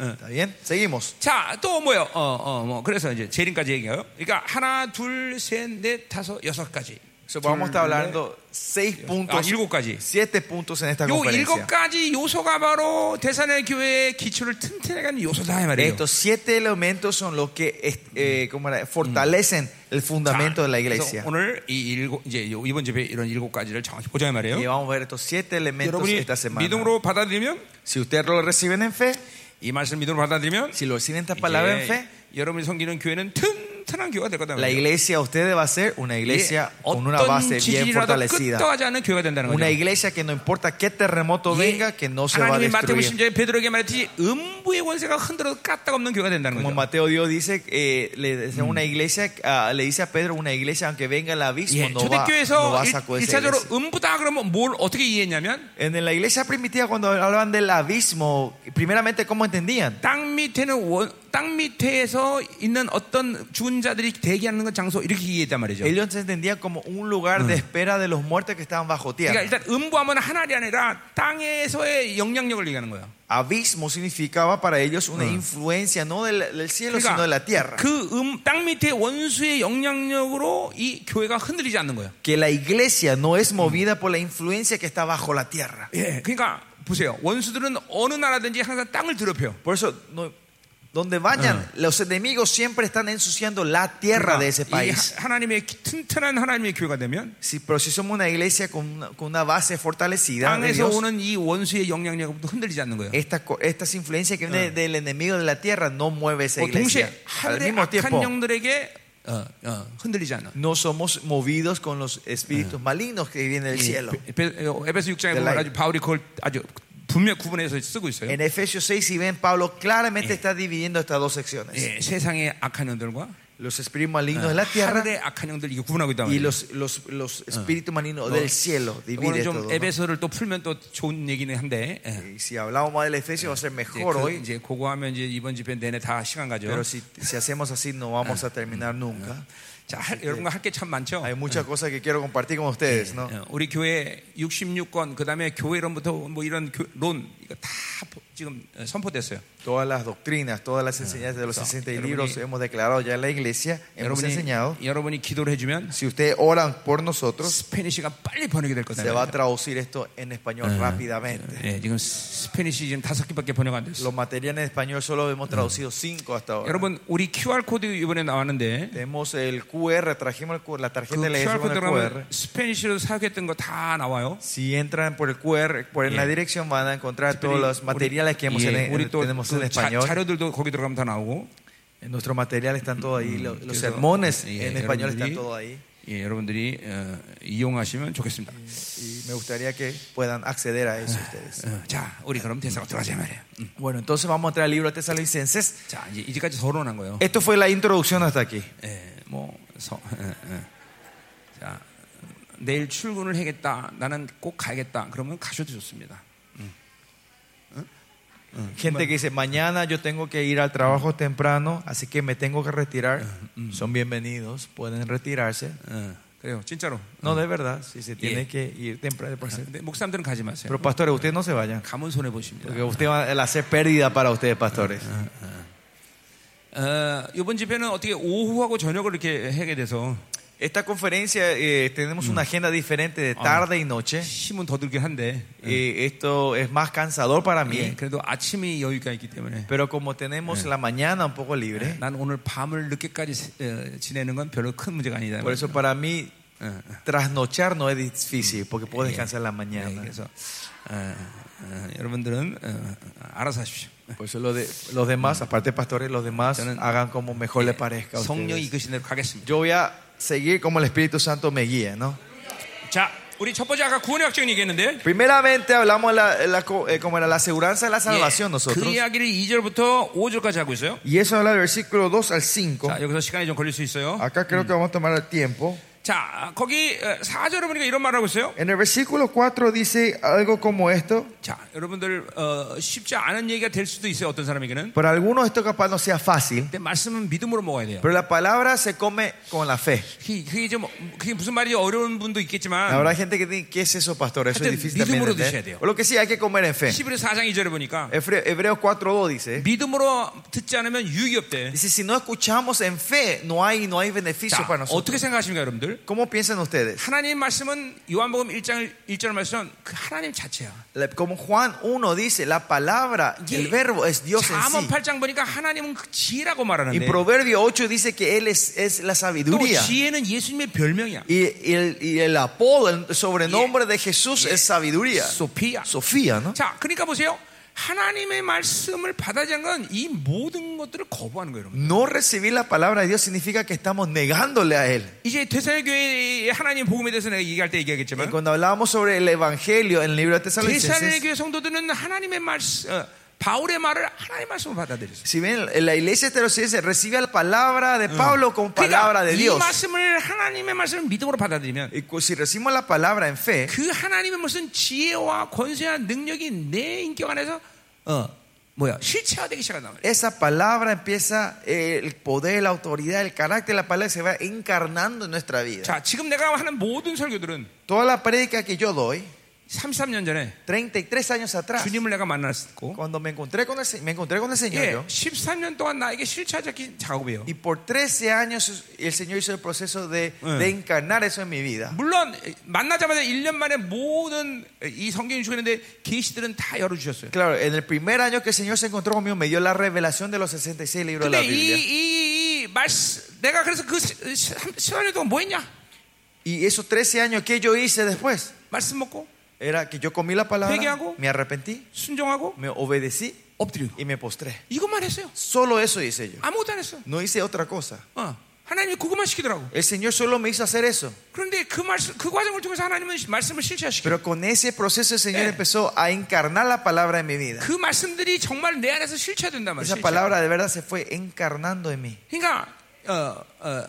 어.
¿Está bien? Seguimos.
자또 뭐요? 어어뭐 그래서 이제 재림까지 얘기해요. 그러니까 하나 둘셋넷 다섯 여섯까지.
So, vamos a estar hablando seis
아
puntos,
일곱까지.
siete puntos en esta
요
conferencia.
일곱 가지 요소가 바로 대산의 교회의 기초를 튼튼하게 하는 요소다 이 말이에요.
Estos siete elementos son los que est- eh, ¿cómo era? fortalecen el
자,
fundamento de la
그래서
iglesia.
오늘 이 일곱 이제 요 이번 집에 이런 일곱 가지를 정확히 보자 이
Y
말이에요.
vamos a ver estos siete elementos
여러분이
esta semana.
믿음으로 받아들이면
Si ustedes lo reciben en fe,
이 말씀 믿음으로 받아들이면
si lo reciben esta palabra en
이제
fe,
여러분이 섬기는 교회는 튼튼한 교회가 될 거다. 예,
la iglesia de ustedes va a ser una iglesia con una
어떤
base bien
지진이라도
fortalecida.
끄떡하지 않는 교회가 된다는
Una
거죠.
iglesia que no importa qué terremoto
이게
venga, que no se va a
하나님이 마태복음
destruir.
심장에 베드로에게 말했듯이 음부의 권세가 흔들어도 까딱 없는 교회가 된다는
Como
거죠.
Mateo Dios dice, eh, le, dice una iglesia, ah, le dice a Pedro, una iglesia aunque venga el abismo,
예,
no va, no
초대교회에서
va a sacudir esa iglesia.
1차적으로 음부다 그러면 뭘 어떻게 이해했냐면
En la iglesia primitiva, cuando hablaban del abismo, primeramente, ¿cómo entendían?
땅 밑에는 원, 땅 밑에서 있는 어떤 죽은 자들이 대기하는 건 장소 이렇게 이해했단 말이죠.
Ellos entendían como un lugar de espera de los muertos que estaban bajo
그러니까
tierra.
일단 음부하면 하늘이 아니라 땅에서의 영향력을 얘기하는 거예요.
Abismo significaba para ellos una influencia no del, del cielo, sino de la tierra.
그러니까 그음땅 밑에 원수의 영향력으로 이 교회가 흔들리지 않는 거예요.
Que la iglesia no es movida por la influencia que está bajo la tierra.
예. 그러니까 보세요. 원수들은 어느 나라든지 항상 땅을 더럽혀요.
Por eso, no- donde vayan, los enemigos siempre están ensuciando la tierra
Ah,
de ese
그러니까 이
país.
하- 하나님의 튼튼한 하나님의 교회가 되면
Si, pero si somos una iglesia con una, con una base fortalecida,
땅에서
de Dios,
오는 이 원수의 영향력부터 흔들리지 않는 거예요.
Esta co- estas influencias que vienen del enemigo de la tierra no mueve esa
어,
iglesia.
동시에
Al
하늘의
mismo
악한
tiempo,
영들에게 어, 어, 흔들리지 않는.
no somos movidos con los espíritus malignos que vienen del
이
cielo.
베- 베- 어, 에베소 6장에 보면
Delight.
아주 바울이 그걸 아주 분명 구분해서 쓰고 있어요.
En
Eh.
Efesios 6, si ven, Pablo claramente está dividiendo estas dos secciones.
예, 세상의 예, 악한 영들과
los espíritus malignos de la tierra
하늘의 악한 영들 이게 구분하고 있단
y
말이에요.
los, los, los espíritus malignos del cielo. Divide
오늘
todo.
좀
¿no?
에베소를 또 풀면 또 좋은 얘기는 한데. 예.
Y si hablamos más del Efesio va a ser
이제,
mejor
그,
hoy.
이제 그거 하면 이제 이번 집회 내내 다 시간 가죠.
Pero si, si hacemos así no vamos a terminar nunca.
자, 할, 여러분과 할 게 참 많죠.
Hay muchas cosas que quiero compartir con ustedes, ¿no?
어, 우리 교회 66권 그다음에 교회론부터 뭐 이런 교, 론 이거 다 포- 지금 어, 선포됐어요.
Todas las doctrinas, todas las enseñanzas de los 60
hermano,
libros
y-
hemos declarado ya en la iglesia, hemos
여러분이
enseñado.
여러분이 기도를 해주면
Si ustedes oran por nosotros,
스페니쉬가 빨리 번역이 될
se va
거다.
a traducir esto en español rápidamente.
예, 지금 스- 스페니쉬 지금 다섯 개밖에 번역 안 됐어.
Los materiales en español solo hemos traducido cinco hasta ahora.
여러분 우리 QR 코드 이번에 나왔는데
Tenemos el QR, trajimos el QR, la
그
tarjeta de
QR
la con
코드
el QR.
들어가면 스페니쉬로 사용했던 거 다 나와요.
Si entran por el QR, por en la
Yeah.
dirección van a encontrar todos
우리-
los materiales que hemos
예,
en, en-
우리 또
tenemos
그
en
자-
español.
자료들도 거기 들어가면 다 나오고.
En nuestro material están todos ahí, lo- los,
그래서,
sermones
예,
en español están
여러분들이-
todos ahí.
예, 여러분들이 어, 이용하시면 좋겠습니다.
Y me gustaría que puedan acceder a eso ustedes.
어, 자, 우리 그럼 대사가 들어가자 말이에요. 음.
Bueno, entonces vamos a entrar al libro de Tesalonicenses.
자, 이제 이제까지 서론한 거예요.
Esto fue la introducción hasta aquí.
예, 뭐, 서, 예, 예. 자, 내일 출근을 하겠다. 나는 꼭 가야겠다. 그러면 가셔도 좋습니다.
Gente que dice, mañana yo tengo que ir al trabajo temprano, así que me tengo que retirar. Son bienvenidos, pueden retirarse.
예, 그래요, 진짜로.
No, de verdad, si se tiene
Yeah.
que ir temprano. pues,
근데 목사님들은 가지 마세요.
Pero pastores, ustedes no se vayan.
가문 손해 보십니다.
Porque usted va a hacer pérdida para ustedes, pastores.
어, 이번 집회는 어떻게 오후하고 저녁을 이렇게 하게 돼서
Esta conferencia eh, tenemos una agenda diferente de tarde y noche.
힘은 더 들긴 한데.
Eh, esto es más cansador para mí.
예, 그래도 아침이 여유가 있기 때문에
Pero como tenemos la mañana un poco libre,
난 오늘 밤을 늦게까지 어, 지내는 건 별로 큰 문제가 아니다.
por eso para mí
어, 어.
trasnochar no es difícil, porque puedo descansar en la
네,
mañana.
그래서 어, 어, 여러분들은 어, 어, 알아서 하십시오.
Por eso lo de- los demás, aparte de pastores, los demás
Entonces,
hagan como mejor les parezca. a
성령이
ustedes.
이끄신 대로 가겠습니다.
Yo voy a seguir como el Espíritu Santo me guía, ¿no?
자, 우리 첫 번째 아까 구원의 확정을 얘기했는데
Primeramente hablamos de la, la co- eh, como era la aseguranza de la
예,
salvación
그
nosotros.
이야기를 2절부ter 5절까지 하고 있어요.
Y eso habla del versículo 2 al 5.
자, 여기서 시간이 좀 걸릴 수 있어요.
Acá creo que vamos a tomar el tiempo.
자, 거기 어, 4절을 보니까 이런 말을 하고 있어요.
En el versículo 4 dice algo como esto.
자, 여러분들 어, 쉽지 않은 얘기가 될 수도 있어요. 어떤 사람에게는.
Para algunos esto capaz no sea fácil,
근데 말씀은 믿음으로 먹어야 돼요.
pero la palabra se come con la fe.
그게, 그게 좀 그게 무슨 말인지 어려운 분도 있겠지만
Habrá gente que dice, ¿qué es eso, pastor? Eso es
하여튼
difícil también.
믿음으로
entender.
드셔야 돼요.
O lo que sí, hay que comer en fe.
히브리 4장 2절에 보니까
Hebre- Hebreos 4.2 dice,
믿음으로 듣지 않으면 유익이 없대.
dice, si no escuchamos en fe, no hay, no hay beneficio
자,
para
어떻게
nosotros.
생각하십니까, 여러분들?
¿Cómo piensan ustedes?
하나님 말씀은 요한복음 1장 1절 말씀은 그 하나님 자체야.
La- Como Juan 1 dice, la palabra,
Yeah.
el verbo es Dios en
잠언
sí.
8장 보니까 하나님은 그 지혜라고
Y
말하는데
Proverbio 8 dice que Él es, es la
또
sabiduría.
지혜는 예수님의 별명이야.
Y, y el, y el apodo, el sobrenombre de Jesús es sabiduría.
소피아.
Sofía, ¿no?
자, 그러니까 보세요. 하나님의 말씀을 받아들인 건 이 모든 것들을 거부하는 거예요, 여러분.
No recibir la palabra de Dios significa que estamos negándole a Él.
이제 대사의 교회 하나님 복음에 대해서 내가 얘기할 때
Y
얘기하겠지만
cuando hablábamos sobre el Evangelio en el libro de
대사의
Tesalonicenses,
교회 성도들은 하나님의 말씀 어, 바울의 말을 하나님의 말씀을 받아들였어요.
si bien la iglesia de Tesalonicenses recibe la palabra de Pablo como 그 palabra de
그러니까 이
Dios,
말씀을 하나님의 말씀을 믿음으로 받아들이면
y cu- si recibimos la palabra en fe,
그 하나님의 무슨 지혜와 권세와 능력이 내 인격 안에서 어 뭐야 실체화되기 시작한단 말이야.
esa palabra empieza, eh, el poder, la autoridad, el carácter de la palabra se va encarnando en nuestra vida.
자 지금 내가 하는 모든 설교들은
Toda la prédica que yo doy,
33년 전에
33 años atrás,
주님을 내가 만났고
cuando me encontré con el, Se- me encontré con el Señor,
예,
yo,
13년 동안 나에게 실체화적인 작업이에요.
y por 13 años el Señor hizo el proceso de, de encarnar eso en mi vida.
물론 만나자마자 1년 만에 모든 이 성경이 주는데 계시들은 다 열어 주셨어요.
Claro, en el primer año que el Señor se encontró conmigo, me dio la revelación de los 66 libros de la
근데
Biblia.
이이 말씀 내가 그래서 그 13년 동안 뭐 했냐?
Y esos 13 años que yo hice después,
말씀 먹고
era que yo comí la palabra,
Pegueago.
me arrepentí,
순종하고
me obedecí
엎드리고
y me postré.
이것만 했어요.
Solo eso hice yo.
아무것도 안 했어.
No hice otra cosa.
어. 하나님이 그것만 시키더라고.
El Señor solo me hizo 하cer eso.
그런데 그 말씀 그 과정을 통해서 하나님은 말씀을 실체화시켜.
Pero con ese proceso el Señor
Eh.
empezó a encarnar la palabra en mi vida.
그 말씀들이 정말 내 안에서 실체화된단 말이야.
Esa
실체화.
palabra de verdad se fue encarnando en mí.
그러니까 어, 어,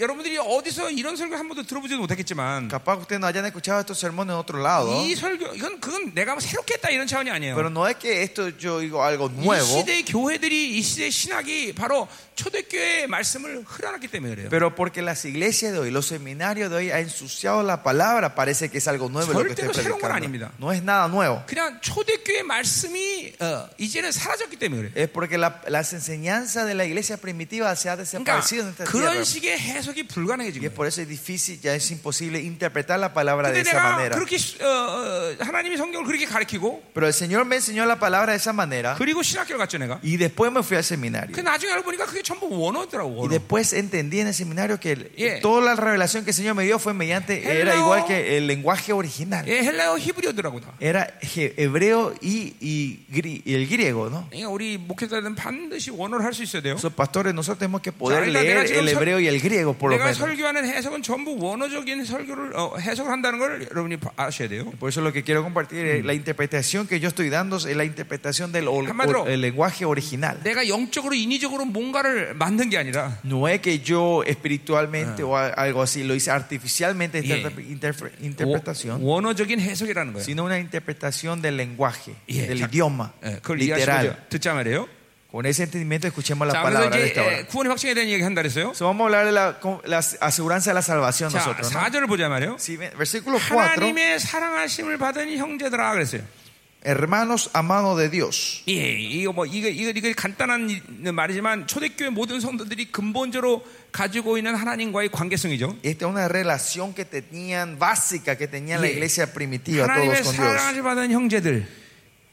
여러분들이 어디서 이런 설교 한 번도 들어보지도 못했겠지만
Capaz que ustedes no hayan escuchado estos sermones en otro lado,
이 설교 이건 그건 내가 뭐 새롭게 했다 이런 차원이 아니에요.
pero no es que esto yo digo algo
이
nuevo,
시대의 교회들이 이 시대의 신학이 바로 초대교회의 말씀을 흐려놨기 때문에 그래요.
pero porque las iglesias de hoy, los seminarios de hoy han ensuciado la palabra, parece que es algo nuevo lo que estoy
절대로 새로운 건
predicando.
아닙니다.
No es nada nuevo.
그냥 초대교회 말씀이 어, 이제는 사라졌기 때문에 그래요.
Es porque la- las enseñanzas de la iglesia primitiva se han desaparecido en
그러니까
esta
그런
tierra.
식의 해석이 불가능해진
Y es
거예요.
por eso es difícil, ya es imposible interpretar la palabra de
근데
esa
내가
manera.
그렇게 어, 어, 하나님이 성경을 그렇게 가르치고
Pero el Señor me enseñó la palabra de esa manera
그리고 신학교를 갔죠 내가.
y después me fui al
그
seminario.
나중에 알고 보니까 그게 전부 원어더라고.
Y
원어.
después entendí en el seminario que el-
Yeah.
toda la revelación que el Señor me dio fue mediante, era
Hello.
igual que el lenguaje original.
예, 헬라어 히브리어더라고 다.
Era he- hebreo y, y gri- y el griego, ¿no?
그러니까 우리 목회자들은 반드시 원어를 할 수 있어야 돼요.
Esos pastores, nosotros tenemos que poder
Ya, mira,
leer
mira, yo
el
sol-
hebreo y el griego, por lo
내가
menos.
설교하는 해석은 전부 원어적인 설교를 어, 해석을 한다는 걸 여러분이 바- 아셔야 돼요.
Por eso lo que quiero compartir es
Mm.
la interpretación que yo estoy dando es la interpretación del ol-
Amado.
ol- el lenguaje original.
내가 영적으로 인위적으로 뭔가를 만든 게 아니라
No es que yo espiritualmente
Ah.
o a- algo así lo hice artificialmente esta
Yeah.
interpre-
원-
interpretación,
원어적인 해석이라는 거예요.
sino una interpretación del lenguaje,
Yeah,
del
exacto.
idioma,
예, 그걸 이해하시고
literal.
듣자 말이에요.
Con ese entendimiento escuchemos la
자,
palabra
그래서
de
이제
esta
예,
hora.
구원의 확증에 대한 얘기 한다 그랬어요.
So, vamos a hablar de la, con- la aseguranza de la salvación
자,
nosotros. ¿no?
4절을 보자 말이에요.
Si ven- versículo 4.
뭐 하나님의 사랑하심을 받은 형제들아 그랬어요.
Hermanos amados de Dios.
예, 이거 뭐 이거 이거 이거 간단한 이- 말이지만 초대교회 모든 성도들이 근본적으로 가지고 있는 하나님과의 관계성이죠.
Esta es una relación que tenían básica, que tenía la
Yeah.
iglesia primitiva, todos
하나님의
con Dios.
사랑을 받은 형제들.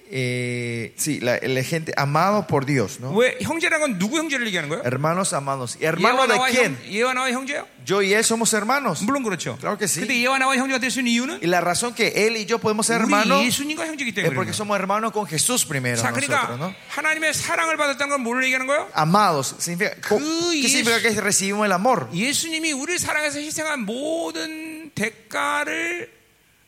Eh, sí, la, la gente amado por Dios, ¿no?
왜 형제란 건 누구 형제를 얘기하는 거예요?
Hermanos amados. ¿Y
어? 예와
¿Hermano de
나와
quién?
형, 예와 나와 형제요?
Yo y él somos hermanos.
물론 그렇죠.
Claro que sí.
근데 예와 나와 형제가 될 수 있는 이유는
Y la razón que él y yo podemos ser
우리
hermanos
예수님과 형제이기
es
때문에.
porque
그래요.
somos hermanos con Jesús primero.
자,
nosotros,
그러니까
¿no?
하나님의 사랑을 받았다는 건 뭘 얘기하는 거예요?
Amados. Significa, co-
그
¿Qué significa que recibimos el amor?
예수님이 우리를 사랑해서 희생한 모든 대가를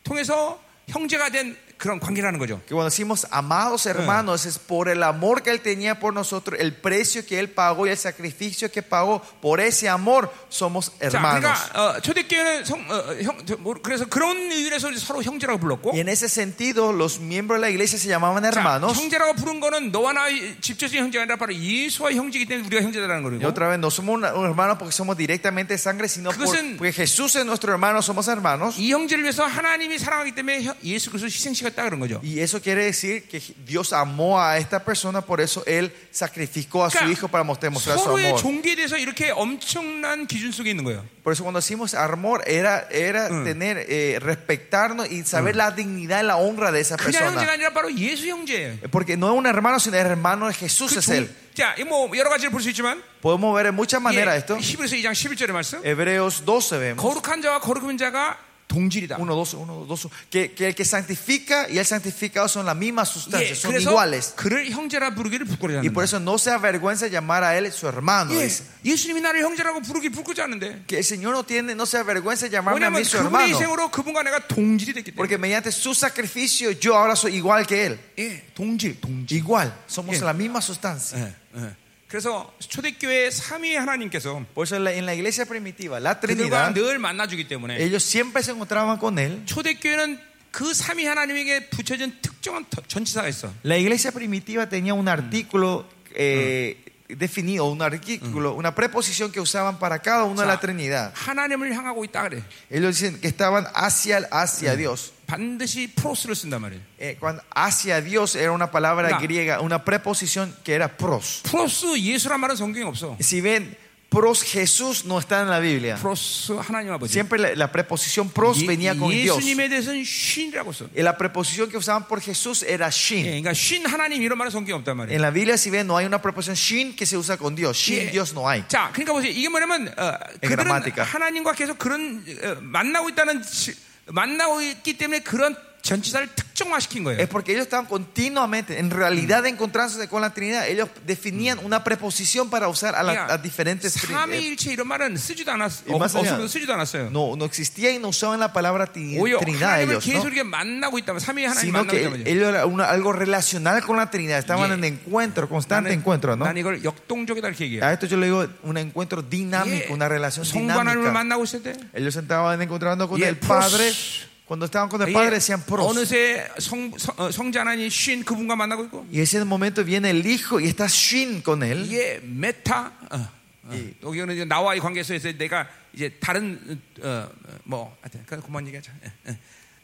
통해서 형제가 된 그런 관계라는 거죠.
Que cuando decimos amados hermanos es por el amor que él tenía por nosotros, el precio que él pagó y el sacrificio que pagó. Por ese amor somos
자,
hermanos.
그러니까 어, 초대교회는 성, 어, 어, 형, 저, 뭐, 그래서 그런 의미에서 서로 형제라고 불렀고
Y en ese sentido, los miembros de la iglesia se llamaban
자,
hermanos.
형제라고 부른 거는 너와 나의 직접적인 형제가 아니라 바로 예수와 형제이기 때문에 우리가 형제라는
Y
거고
otra vez, no somos una- un hermano porque somos directamente de sangre, sino por-
그것은-
porque Jesús es nuestro hermano, somos hermanos.
이 형제를 위해서 하나님이 사랑하기 때문에 혀- 예수 그리스도 희생시켰다 그런 거죠.
Y eso quiere decir que Dios amó a esta persona, por eso Él sacrificó a su
Claro.
hijo para mostrar
뭐
mostrar su
서로의
amor.
종교에 대해서 이렇게 엄청난 기준 속에 있는 거예요.
Por eso cuando decimos amor era, era tener, eh, respetarnos y saber la dignidad y la honra de esa
그냥 형제가
persona.
아니라 바로 예수 형제예요.
Porque no es un hermano, sino el hermano de Jesús
그
es
종,
Él.
자, 이뭐 여러 가지를 볼 수 있지만
Podemos ver en muchas maneras esto.
예, 히브리서 2장 11절의 말씀.
Hebreos 12 vemos.
거룩한 자와 거룩한 자가 동질이다.
1, 12, 1, 12. Que, que el que santifica y el santificado son las mismas
예,
sustancias, son iguales.
그래서 그를 형제라 부르기를
Y
부끄러워하는
por eso no se avergüenza llamar a él su hermano.
예,
dice.
예수님이 나를 형제라고 부르기 부끄지 않은데
Que el Señor no, tiene, no se avergüenza llamarme a
왜냐하면
mí su
그분의
hermano.
희생으로 그분과 내가 동질이 됐기 때문에
Porque mediante su sacrificio yo ahora soy igual que él.
예, 동질, 동질
Igual, somos
Sí.
la misma sustancia.
예, 예. 그래서 초대교회 3위 하나님께서
Por eso en la, en la iglesia primitiva, la
그들과
Trinidad,
늘 만나주기 때문에
ellos siempre se encontraban con él.
초대교회는 그 3위 하나님에게 붙여진 특정한 터- 전치사가 있어
La iglesia primitiva tenía un artículo eh, definido, un artículo, una preposición que usaban para cada uno
O
de
sea,
la Trinidad.
하나님을 향하고 있다 그래
Ellos dicen que estaban hacia, hacia Dios.
반드시 프로스를 쓴단 말이에요
Eh, cuando hacia Dios era una palabra
Claro.
griega, una preposición que era pros.
프로스 예수란 말은 성경에 없어
Si ven, pros Jesús no está en la Biblia.
프로스 하나님 아버지
Siempre la, la preposición pros
예-
venía con Dios.
예수님에 대해서는 신이라고 써
Y la preposición que usaban por Jesús era
예,
shin.
그러니까 신 하나님 이런 말은 성경에 없단 말이에요
En la Biblia, si ven, no hay una preposición shin que se usa con Dios. Shin,
예.
Dios no hay.
자, 그러니까 보세요. 이게 뭐냐면 어,
그러니까
그들은
gramática.
하나님과 계속 그런 어, 만나고 있다는 지- 만나고 있기 때문에 그런 전치사를 특 특정화시킨 거예요.
Es porque ellos estaban continuamente, en realidad, encontrándose con la Trinidad, ellos definían una preposición para usar a, las-
그러니까
a diferentes. tri- eh,
삼위일체 이런 말은 쓰지도 않았, 어,
아, 이 말씀이야.
없으면서 쓰지도 않았어요.
no, no existía y no usaban la palabra tri-
오히려
Trinidad
하나님을
ellos, ¿no?
계속 이렇게 만나고 있다면 삼위 하나님
sino
만나고
que
있다면
el- ellos era una- algo relacional con la Trinidad, estaban
Yeah.
en encuentro, constante
나는-
encuentro, ¿no?
난 이걸 역동적이다 이렇게 얘기해요.
A esto yo le digo un encuentro dinámico, una relación
성부 하나님을
dinámica.
만나고 있을 때
Ellos estaban encontrando con
Yeah,
el Padre,
pros.
cuando estaban con el Padre decían pros.
어느새 성, 성, 어, 성자 하나님 쉰 그분과 만나고 있고
Y ese momento viene el Hijo y está Shin con él.
이게 메타 어, 어. 여기는 이제 나와의 관계에서 내가 이제 다른 어, 어, 뭐 하여튼 그 그만 얘기하자 예, 예.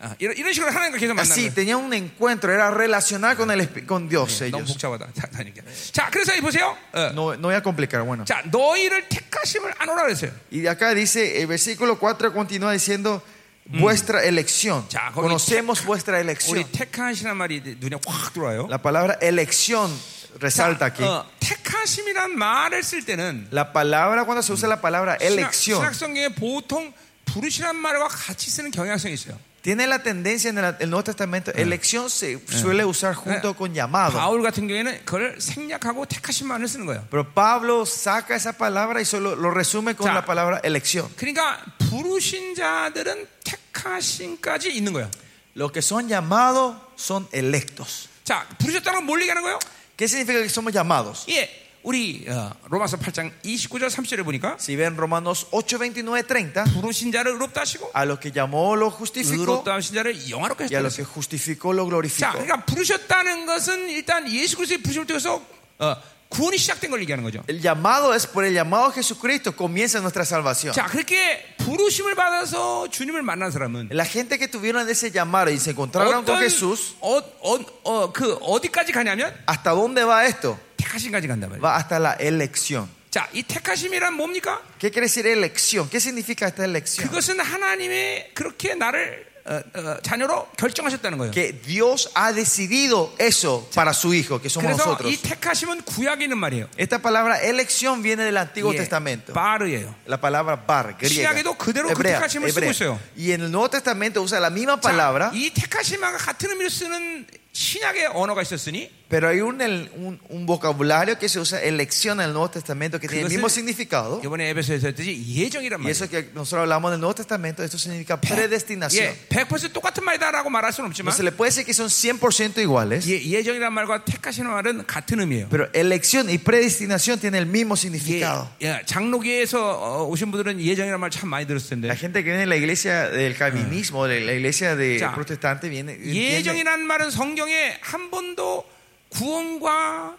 어, 이런, 이런 식으로 하나님과 계속 만나는
Así,
거예요.
tenían un encuentro, era relacional con, el, espi- con Dios
너무
ellos.
복잡하다 자, 다른 얘기야. 자 그래서 이 보세요 어.
No, no voy a complicar, bueno.
자 너희를 택하심을 안 오라 그랬어요
Y acá dice, el versículo 4 continúa diciendo, vuestra elección.
Ya, 거기-
Conocemos vuestra elección.
우리 택하심이란 말이 이제 눈에 확 들어와요
La palabra elección
자,
resalta aquí.
어, 택하심이란 말을 쓸 때는
La palabra, cuando se usa la palabra
신학-
elección,
신학성경에 보통 부르시란 말과 같이 쓰는 경향성이 있어요.
tiene la tendencia en el, el Nuevo Testamento, elección se suele usar junto con llamado.
바울 같은 경우에는 그걸 생략하고 택하신 말을 쓰는 거예요.
Pero Pablo saca esa palabra y solo lo resume con
Ya.
la palabra elección.
그러니까 부르신 자들은 택하신까지 있는 거예요.
Los que son llamados son electos.
자, 부르셨다는 건 뭘 얘기하는 거예요?
¿Qué significa que somos llamados?
예. 우리 어, 로마서 8장 29절 30절에 보니까
Si ven Romanos 8, 29, 30,
부르신 자를 의롭다 하시고
a los que llamó lo justificó
아, 의롭다 하신 자를 영화롭게
y a los
하셨다.
que justificó lo
자,
glorificó.
그러니까 부르셨다는 것은 일단 예수 그리스도의 부르심을 통해서 어, 구원이 시작된 걸 얘기하는 거죠.
El llamado es por el llamado a Jesucristo comienza nuestra salvación.
자, 그렇게 부르심을 받아서 주님을 만난 사람은
La gente que tuvieron ese llamado y se encontraron
어떤
con Jesús,
어, 어, 어, 그 어디까지 가냐면
¿hasta dónde va esto?
택하심까지 간단 말이에요.
Va hasta la elección.
자, 이 택하심이란 뭡니까?
¿Qué quiere decir elección? ¿Qué significa esta elección?
그것은 하나님의 그렇게 나를 어, 어, 자녀로 결정하셨다는 거예요.
Que Dios ha decidido eso para su Hijo, que somos
그래서
nosotros.
이 택하심은 구약에 있는 말이에요.
Esta palabra elección viene del Antiguo
예,
Testamento.
바르예요.
La palabra bar, griega.
신약에도 그대로 그 택하심을 쓰고 있어요.
Y en el Nuevo Testamento usa la misma
자,
palabra,
이 택하심과 같은 의미로 쓰는 신약의 언어가 있었으니
pero hay un, el- un, un vocabulario que se usa elección en el Nuevo Testamento que tiene el
그것을-
mismo significado.
이번에 에베소에서 했듯이 예정이란
Y
말이에요.
eso que nosotros hablamos del Nuevo Testamento, esto significa predestinación.
예, 100% 똑같은 말이다라고 말할 수는
No
없지만
se le puede decir que son 100% iguales,
예, 예정이란 말과 택하시는 말은 같은 의미예요.
pero elección y predestinación tienen el mismo
예,
significado.
예, 장로교에서 어, 오신 분들은 예정이란 말 참 많이 들었을
La
텐데
gente que viene de la iglesia del calvinismo, de la iglesia de
자,
protestante, viene. entiende-
예정이란 말은 성경에 한 번도 구원과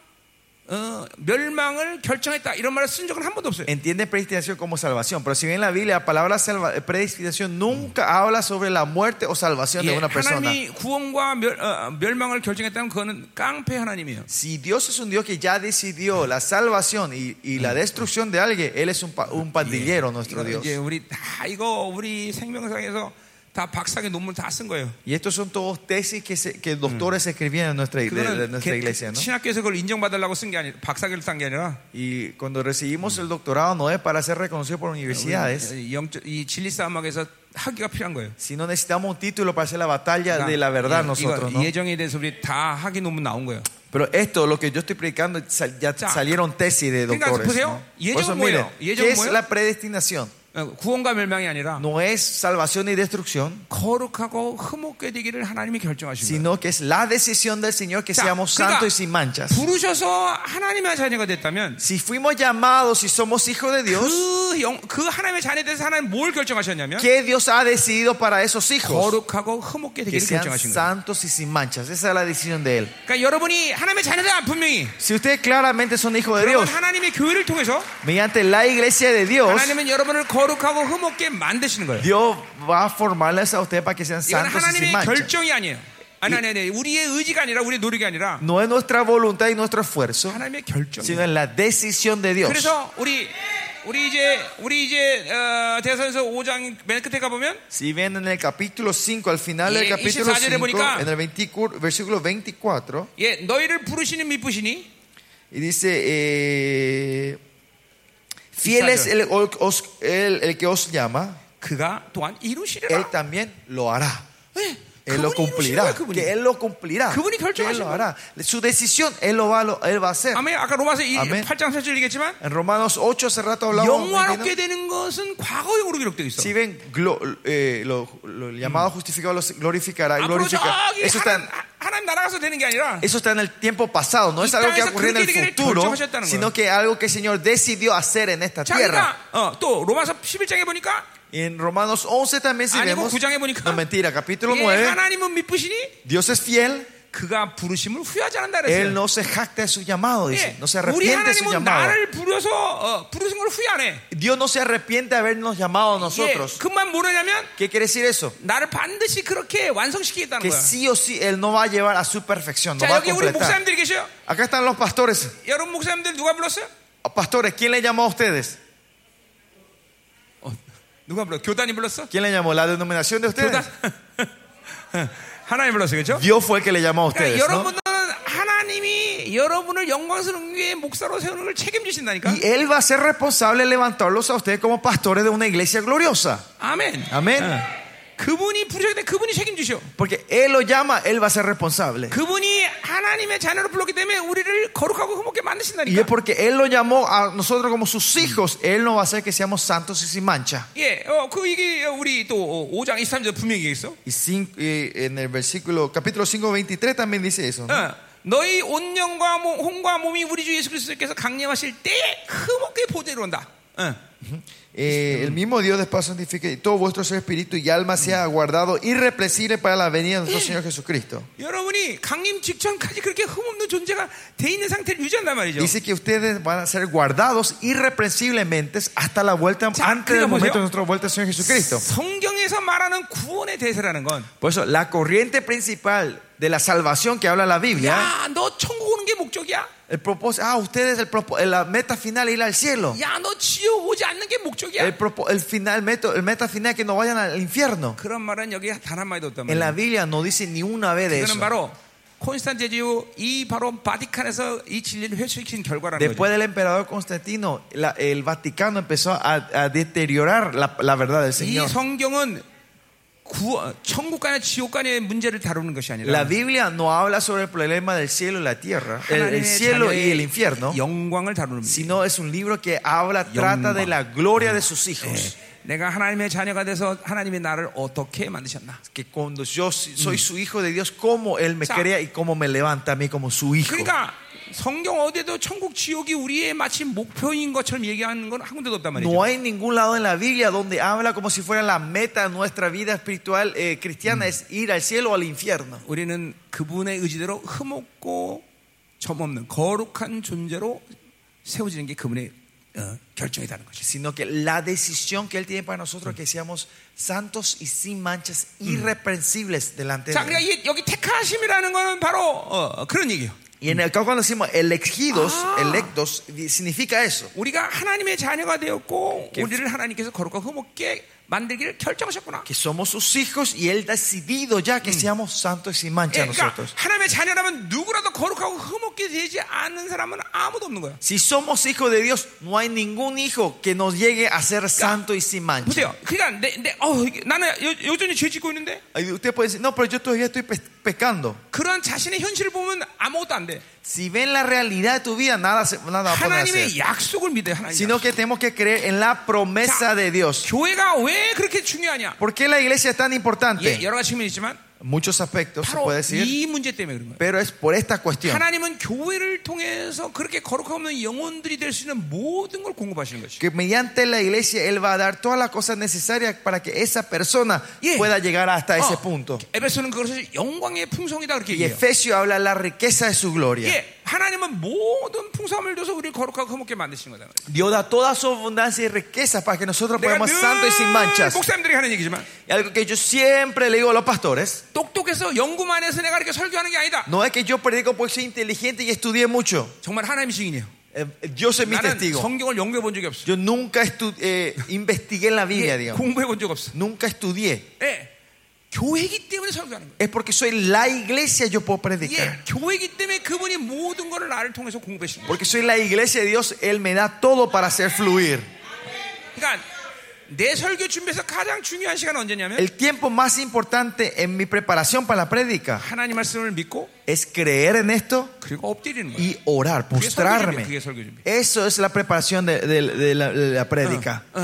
어, 멸망을 결정했다 이런 말을 쓴 적은 한 번도 없어요.
entiende predestinación como salvación, pero si bien la Biblia la palabra salva- eh, predestinación nunca habla sobre la muerte o salvación
예,
de una persona.
하나님이 구원과 멸, 어, 멸망을 결정했다면 그거는 깡패 하나님이에요.
Si Dios es un Dios que ya decidió la salvación y, y la destrucción de alguien, Él es un, pa- un pandillero, nuestro
이거
Dios.
이제 우리 다 이거 우리 생명상에서 다 박사의 논문 다 쓴 거예요.
Y estos son todos tesis que, se- que doctores escribían en nuestra, de- de
그거는
nuestra
개-
iglesia. ¿no?
신학교에서 그걸 인정받으려고 쓴 게 아니라 박사를 딴 게 아니라
Y cuando recibimos el doctorado no es para ser reconocido por universidades,
영적 이 진리 싸움학에서 학위가 필요한 거예요.
sino necesitamos un título para hacer la batalla de la
그러니까
verdad
이거
nosotros. ¿no?
예정에 대해서 우리 다 학위 논문 나온 거예요.
Pero esto, lo que yo estoy predicando, sal- ya
자,
salieron tesis de
그러니까
doctores.
보세요.
¿no?
예정은
Por eso, miren,
뭐예요? 예정은
¿qué es
뭐예요?
la predestinación?
어, 구원과 멸망이 아니라
No es salvación y destrucción,
거룩하고 흠없게 되기를 하나님이 결정하신 거예요.
sino que es la decisión del Señor que
자,
seamos
그러니까
santos y sin manchas.
부르셔서 하나님의 자녀가 됐다면
Si fuimos llamados y somos hijos de Dios,
그, 영, 그 하나님의 자녀에 대해서 하나님 뭘 결정하셨냐면
¿qué Dios ha decidido para esos hijos?
거룩하고 흠없게
Que
되기를
sean
결정하신 거예요.
santos y sin manchas. Esa es la decisión de Él.
그러니까 여러분이 하나님의 자녀다 분명히
Si ustedes claramente son hijos de
그러면
Dios,
하나님의 교회를 통해서
mediante la iglesia de Dios,
하나님은 여러분을 거룩하고 흠없게 만드시는 거예요.
Dios va a formarles a ustedes para que sean
이건
santos y sin
하나님의
manchas.
결정이 아니에요. 아니 아니 아니 우리의 의지가 아니라 우리의 노력이 아니라
No es nuestra voluntad y nuestro esfuerzo,
하나님의 결정이에요.
sino en la decisión de Dios.
그래서 우리 우리 이제 우리 이제 어, 대선에서 5장 맨 끝에 가 보면
Si ven en el capítulo 5, al final del
예,
capítulo
24 절에
5,
보니까-
en el 24 versículo 24,
예 너희를 부르시는 미쁘시니
y dice, eh, fiel es el, os- el- el que os llama,
그가 또한
él
이루시리라.
también lo hará.
예,
Él lo
그분이 이루시는
cumplirá.
거예요, 그분이.
Que Él lo cumplirá.
그분이
Que Él
결정하신
lo hará. Su decisión Él lo va, lo- él va a hacer.
아멘. 아까 로마서 이
아멘.
8장 3절 얘기했지만
En Romanos 8 hace rato hablamos.
영화롭게 되는 것은 과거형으로 기록되어 있어.
Si ven, glo- eh, lo, lo llamado justificado los glorificará y
앞으로
glorificará.
저기
Eso está, en,
하나님, 아- 하나님 나라가서 되는 게 아니라
eso está en el tiempo pasado, no es
이
algo que
땅에서
ocurrió en
그렇게
el
되기를
futuro,
결정하셨다는 거예요.
sino que algo que el Señor decidió hacer en esta
자,
tierra.
그러니까 어, 또 로마서 11장에 보니까
Y en Romanos 11 también si
아니고
vemos,
9장에 보니까
no mentira, capítulo
예,
9,
하나님은 믿으시니
Dios es fiel,
그가 부르심을 후회하지 않는다
Él
그랬어요.
no se jacta de su llamado, dice,
예,
no se
우리
arrepiente de su
하나님은
llamado.
나를 부려서 어, 부르신 걸 후회 안 해.
Dios no se arrepiente de habernos llamado a
예,
nosotros.
그만 뭐냐면
¿Qué quiere decir eso?
나를 반드시 그렇게 완성시키겠다는
Que
거야.
sí o sí Él no va a llevar a su perfección, no
자
va a
여기 우리
completar.
목사님들이 계셔요.
Acá están los pastores.
여러분 목사님들 누가 불렀어요?
Oh, Pastores, ¿quién le llamó a ustedes?
어, 누가 불렀어? 교단이 불렀어?
¿Quién le llamó? ¿La denominación de ustedes?
교단 하나님 불렀어 그죠?
Dios fue el que le llamó a
그러니까
ustedes. ¿no?
여러분은 하나님이 여러분을 영광스러운 교회의 목사로 세우는 걸 책임지신다니까.
Y Él va a ser responsable de levantarlos a ustedes como pastores de una iglesia gloriosa.
아멘. 네.
아멘.
그분이 부르셨기 때문에 그분이 책임지셔.
Porque Él lo llama, Él va a ser responsable.
그분이 하나님의 자녀로 불렀기 때문에 우리를 거룩하고 흐뭇게
Y es
만드신다니까.
porque Él lo llamó a nosotros como sus hijos, Él no va a hacer que seamos santos y sin mancha.
예, 어, 그 이게 우리 또 어, 5장 23절 분명히 얘기했어.
Y, cin- y en el versículo, capítulo 5, 23 también dice eso. ¿no?
어, 너희 온 영과 몸, 혼과 몸이 우리 주 예수 그리스도께서 강림하실 때에 흐뭇게 보대로 온다. 어.
Eh, el mismo Dios después santifique y todo vuestro ser, espíritu y alma sea guardado irrepresible para la venida de nuestro Señor Jesucristo.
여러분이 강림 직전까지 그렇게 흠없는 존재가 돼 있는 상태를 유지한단 말이죠.
Dice que ustedes van a ser guardados irreprensiblemente hasta la vuelta,
Ya,
antes del momento
digamos, yo-
de nuestra vuelta al Señor Jesucristo.
성경에서 말하는 구원의 대세라는 건,
Por eso, la corriente principal de la salvación que habla la Biblia,
야, 너 천국 오는 게 목적이야?
el propósito, ah, ustedes, el propo- la meta final es ir al cielo.
야, 너 지옥 오지 않는 게
El,
목적이야?
propo- el final, meto- el meta final es que no vayan al infierno.
그런 말은 여기 단 한마디도 없단
En
말이야.
la Biblia no dice ni una vez de
이거는
eso.
바로 콘스탄제지오 이 바로 바티칸에서 이 진리를 회수시킨 결과라는 거죠.
Después del emperador Constantino, la- el Vaticano empezó a, a deteriorar la, la verdad del
이
Señor.
성경은 구, 천국 간의 지옥 간의 문제를 다루는 것이 아니라
La Biblia no habla sobre el problema del cielo y la tierra, el, el
하나님의
cielo y el
자녀의
infierno,
영광을 다루는 겁니다.
sino es un libro que habla, trata de la gloria de sus
eh.
hijos.
네. 내가 하나님의 자녀가 돼서 하나님이 나를 어떻게 만드셨나.
Que cuando yo si- soy su hijo de Dios, cómo Él me
자.
crea y cómo me levanta a mí como su hijo.
그러니까 성경 어디에도 천국 지옥이 우리의 마치 목표인 것처럼 얘기하는 건 한 군데도 없단 말이죠.
No hay ningún lado en la Biblia donde habla como si fuera la meta de nuestra vida espiritual eh, cristiana es ir al cielo o al infierno.
우리는 그분의 의지대로 흠없고 점없는 거룩한 존재로 세워지는 게 그분의 어, 결정이라는 거죠.
sino que la decisión que Él tiene para nosotros que seamos santos y sin manchas, irreprensibles delante
자,
de
그러니까
Él.
이게 여기 택하심이라는 거는 바로 어, 그런 얘기예요.
Y en el caso cuando decimos elegidos,
Ah.
electos, di- significa eso.
우리가 하나님의 자녀가 되었고 우리를 하나님께서 거룩과 흠없게 만들기를 결정하셨구나.
Que somos sus hijos y Él ha decidido ya que seamos santos y sin mancha
예, 그러니까
nosotros.
하나님의 자녀라면 누구라도 거룩하고 흠없게 되지 않는 사람은 아무도 없는 거야.
Si somos hijos de Dios, no hay ningún hijo que nos llegue a ser santo y sin mancha.
보세요. 그러니까 내, 내, 어, 이게 나는 여, 여전히 죄 짓고 있는데
Ay, Usted puede decir, no, pero yo todavía estoy pe- pecando.
그런 자신의 현실을 보면 아무것도 안 돼.
Si ven la realidad de tu vida, nada, se- nada va a poder
아, 하나님의
hacer.
약속을 믿어요. 하나님.
Sino que tenemos que creer en la promesa de Dios.
교회가 왜 그렇게 중요하냐?
¿Por qué la iglesia es tan importante?
예, 여러 가지 측면이 있지만
Muchos aspectos se
바로
puede decir,
이 문제 때문에 그런 거예요.
pero es por esta
네.
cuestión.
하나님은 교회를 통해서 그렇게 거룩함 없는 영혼들이 될 수 있는 모든 걸 공급하시는 것이.
Que mediante la iglesia Él va a dar todas las cosas necesarias para que esa persona
Yeah. Oh.
pueda llegar hasta ese
어,
punto.
에베소는 그것을 영광의 풍성이다 그렇게
Y
얘기해요.
Efesio habla de la riqueza de su gloria.
예, 하나님은 모든 풍성함을 줘서 우리를 거룩하고 흐뭇게 만드신 거다.
Dios da toda su abundancia y riqueza para que nosotros
내가
podamos santos y sin
늘
manchas.
뭐 목사님들이 하는 얘기지만
Y algo que yo siempre le digo a los pastores,
똑똑해서 연구만 해서 내가 이렇게 설교하는 게 아니다.
no es que yo predico porque soy inteligente y estudié mucho.
정말 하나님이 증인이에요.
Eh, Dios es mi
나는
testigo.
성경을 연구해 본 적이 없어.
Yo nunca estu- eh, investigué en la Biblia,
예,
digamos.
공부해 본 적 없어.
Nunca estudié.
예, 교회이기 때문에 설교하는 거예요.
Es porque soy la iglesia yo puedo predicar.
예, 교회이기 때문에 그분이 모든 것을 나를 통해서 공부해 주신 거예요.
Porque soy la iglesia de Dios, Él me da todo para hacer fluir.
그러니까 내 설교 준비에서 가장 중요한 시간 언제냐면
El tiempo más importante en mi preparación para la prédica
하나님 말씀을 믿고
es creer en esto
그리고 엎드리는 거예요.
y orar,
그게 설교 준비야. 그게
postrarme.
설교 준비.
Eso es la preparación de, de- de la, de la prédica.
어.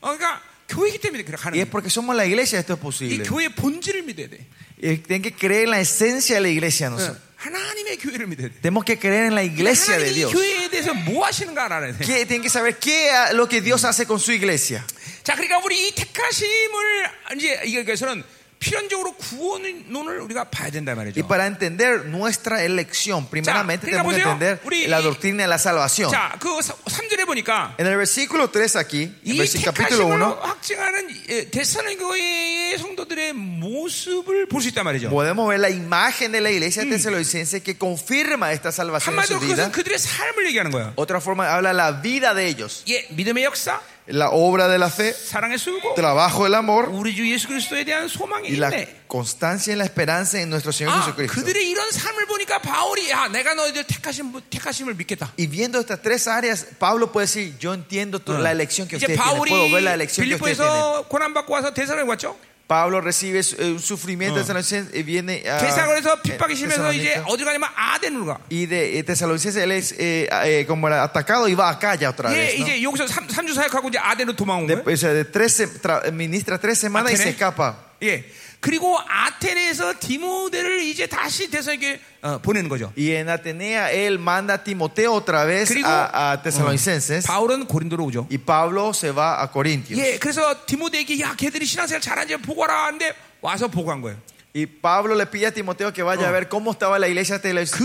어, 그러니까 교회이기 때문에 그렇게 하는
Y es
거예요.
porque somos la iglesia esto es
이
posible.
교회의 본질을 예. 믿어야 돼.
Y tienen que creer en la esencia de la iglesia
어,
nosotros.
하나님의 교회를 믿어야 돼.
Tenemos que creer en la iglesia de
하나님이
Dios.
교회에 대해서 뭐 하시는가 알아야 돼.
Que, tienen que saber qué ah, lo que Dios hace con su iglesia.
자, 그러니까 우리 이 택하심을 이제 이거그래서는 필연적으로 구원론을 우리가 봐야 된다
Y
말이죠.
para entender nuestra elección, primeramente
Ya,
tenemos que
digamos,
entender
yo,
la
uri-
doctrina de la salvación.
자, 그 3절에 보니까
En el versículo 3 aquí, en
이
versi- capítulo
택하심을
1,
확증하는 대선의 교회의 성도들의 모습을 볼 수 있단 말이죠.
podemos ver la imagen de la iglesia tesalonicense que confirma esta salvación en
한마디로 그것은
su vida.
그들의 삶을 얘기하는 거야.
Otra forma habla la vida de ellos,
예, 믿음의 역사,
la obra de la fe,
사랑의 수고,
trabajo del amor
우리 주 예수 그리스도에 대한 소망이
y la
있네.
constancia y la esperanza en nuestro Señor
아,
Jesucristo.
그들의 이런 삶을 보니까 바울이 야, 내가 너희들 택하심 택하심을 믿겠다.
Y viendo estas tres áreas, Pablo puede decir, yo entiendo tu- la elección que
이제 뭐,
ustedes tienen,
바울이
puedo ver la elección que ustedes tienen.
빌립보에서 고난 받고 와서 대사를 왔죠.
Pablo recibe su- eh, un sufrimiento de Tesalonicenses, eh, viene a
아, 대사관에서
eh,
핍박이 심해서 이제
Tesalónica.
어디 가냐면 아덴으로 가.
y de eh, Tesalonicenses él es eh, eh, como era atacado y va a Acaya otra
예,
vez. ¿no?
이제 여기서 3, 삼주 사역하고 이제 아덴으로 도망온 거예요.
De- o sea, de tres, se- tra- ministra tres semanas y
Atene.
se escapa.
예. 그리고 아테네에서 디모데를 이제 다시 대사에게 어, 보내는 거죠.
Y en Atenea él manda a Timoteo otra vez
Crigo.
a, a Tesalonicenses
바울은 고린도로 오죠.
y Pablo se va a Corintios.
예, 그래서 디모데에게 야, 걔들이 신앙생활 잘하는지 보고 와라 하는데 와서 보고 한 거예요.
Y Pablo le pide a Timoteo que
Oh.
vaya a ver cómo estaba la iglesia de los
Que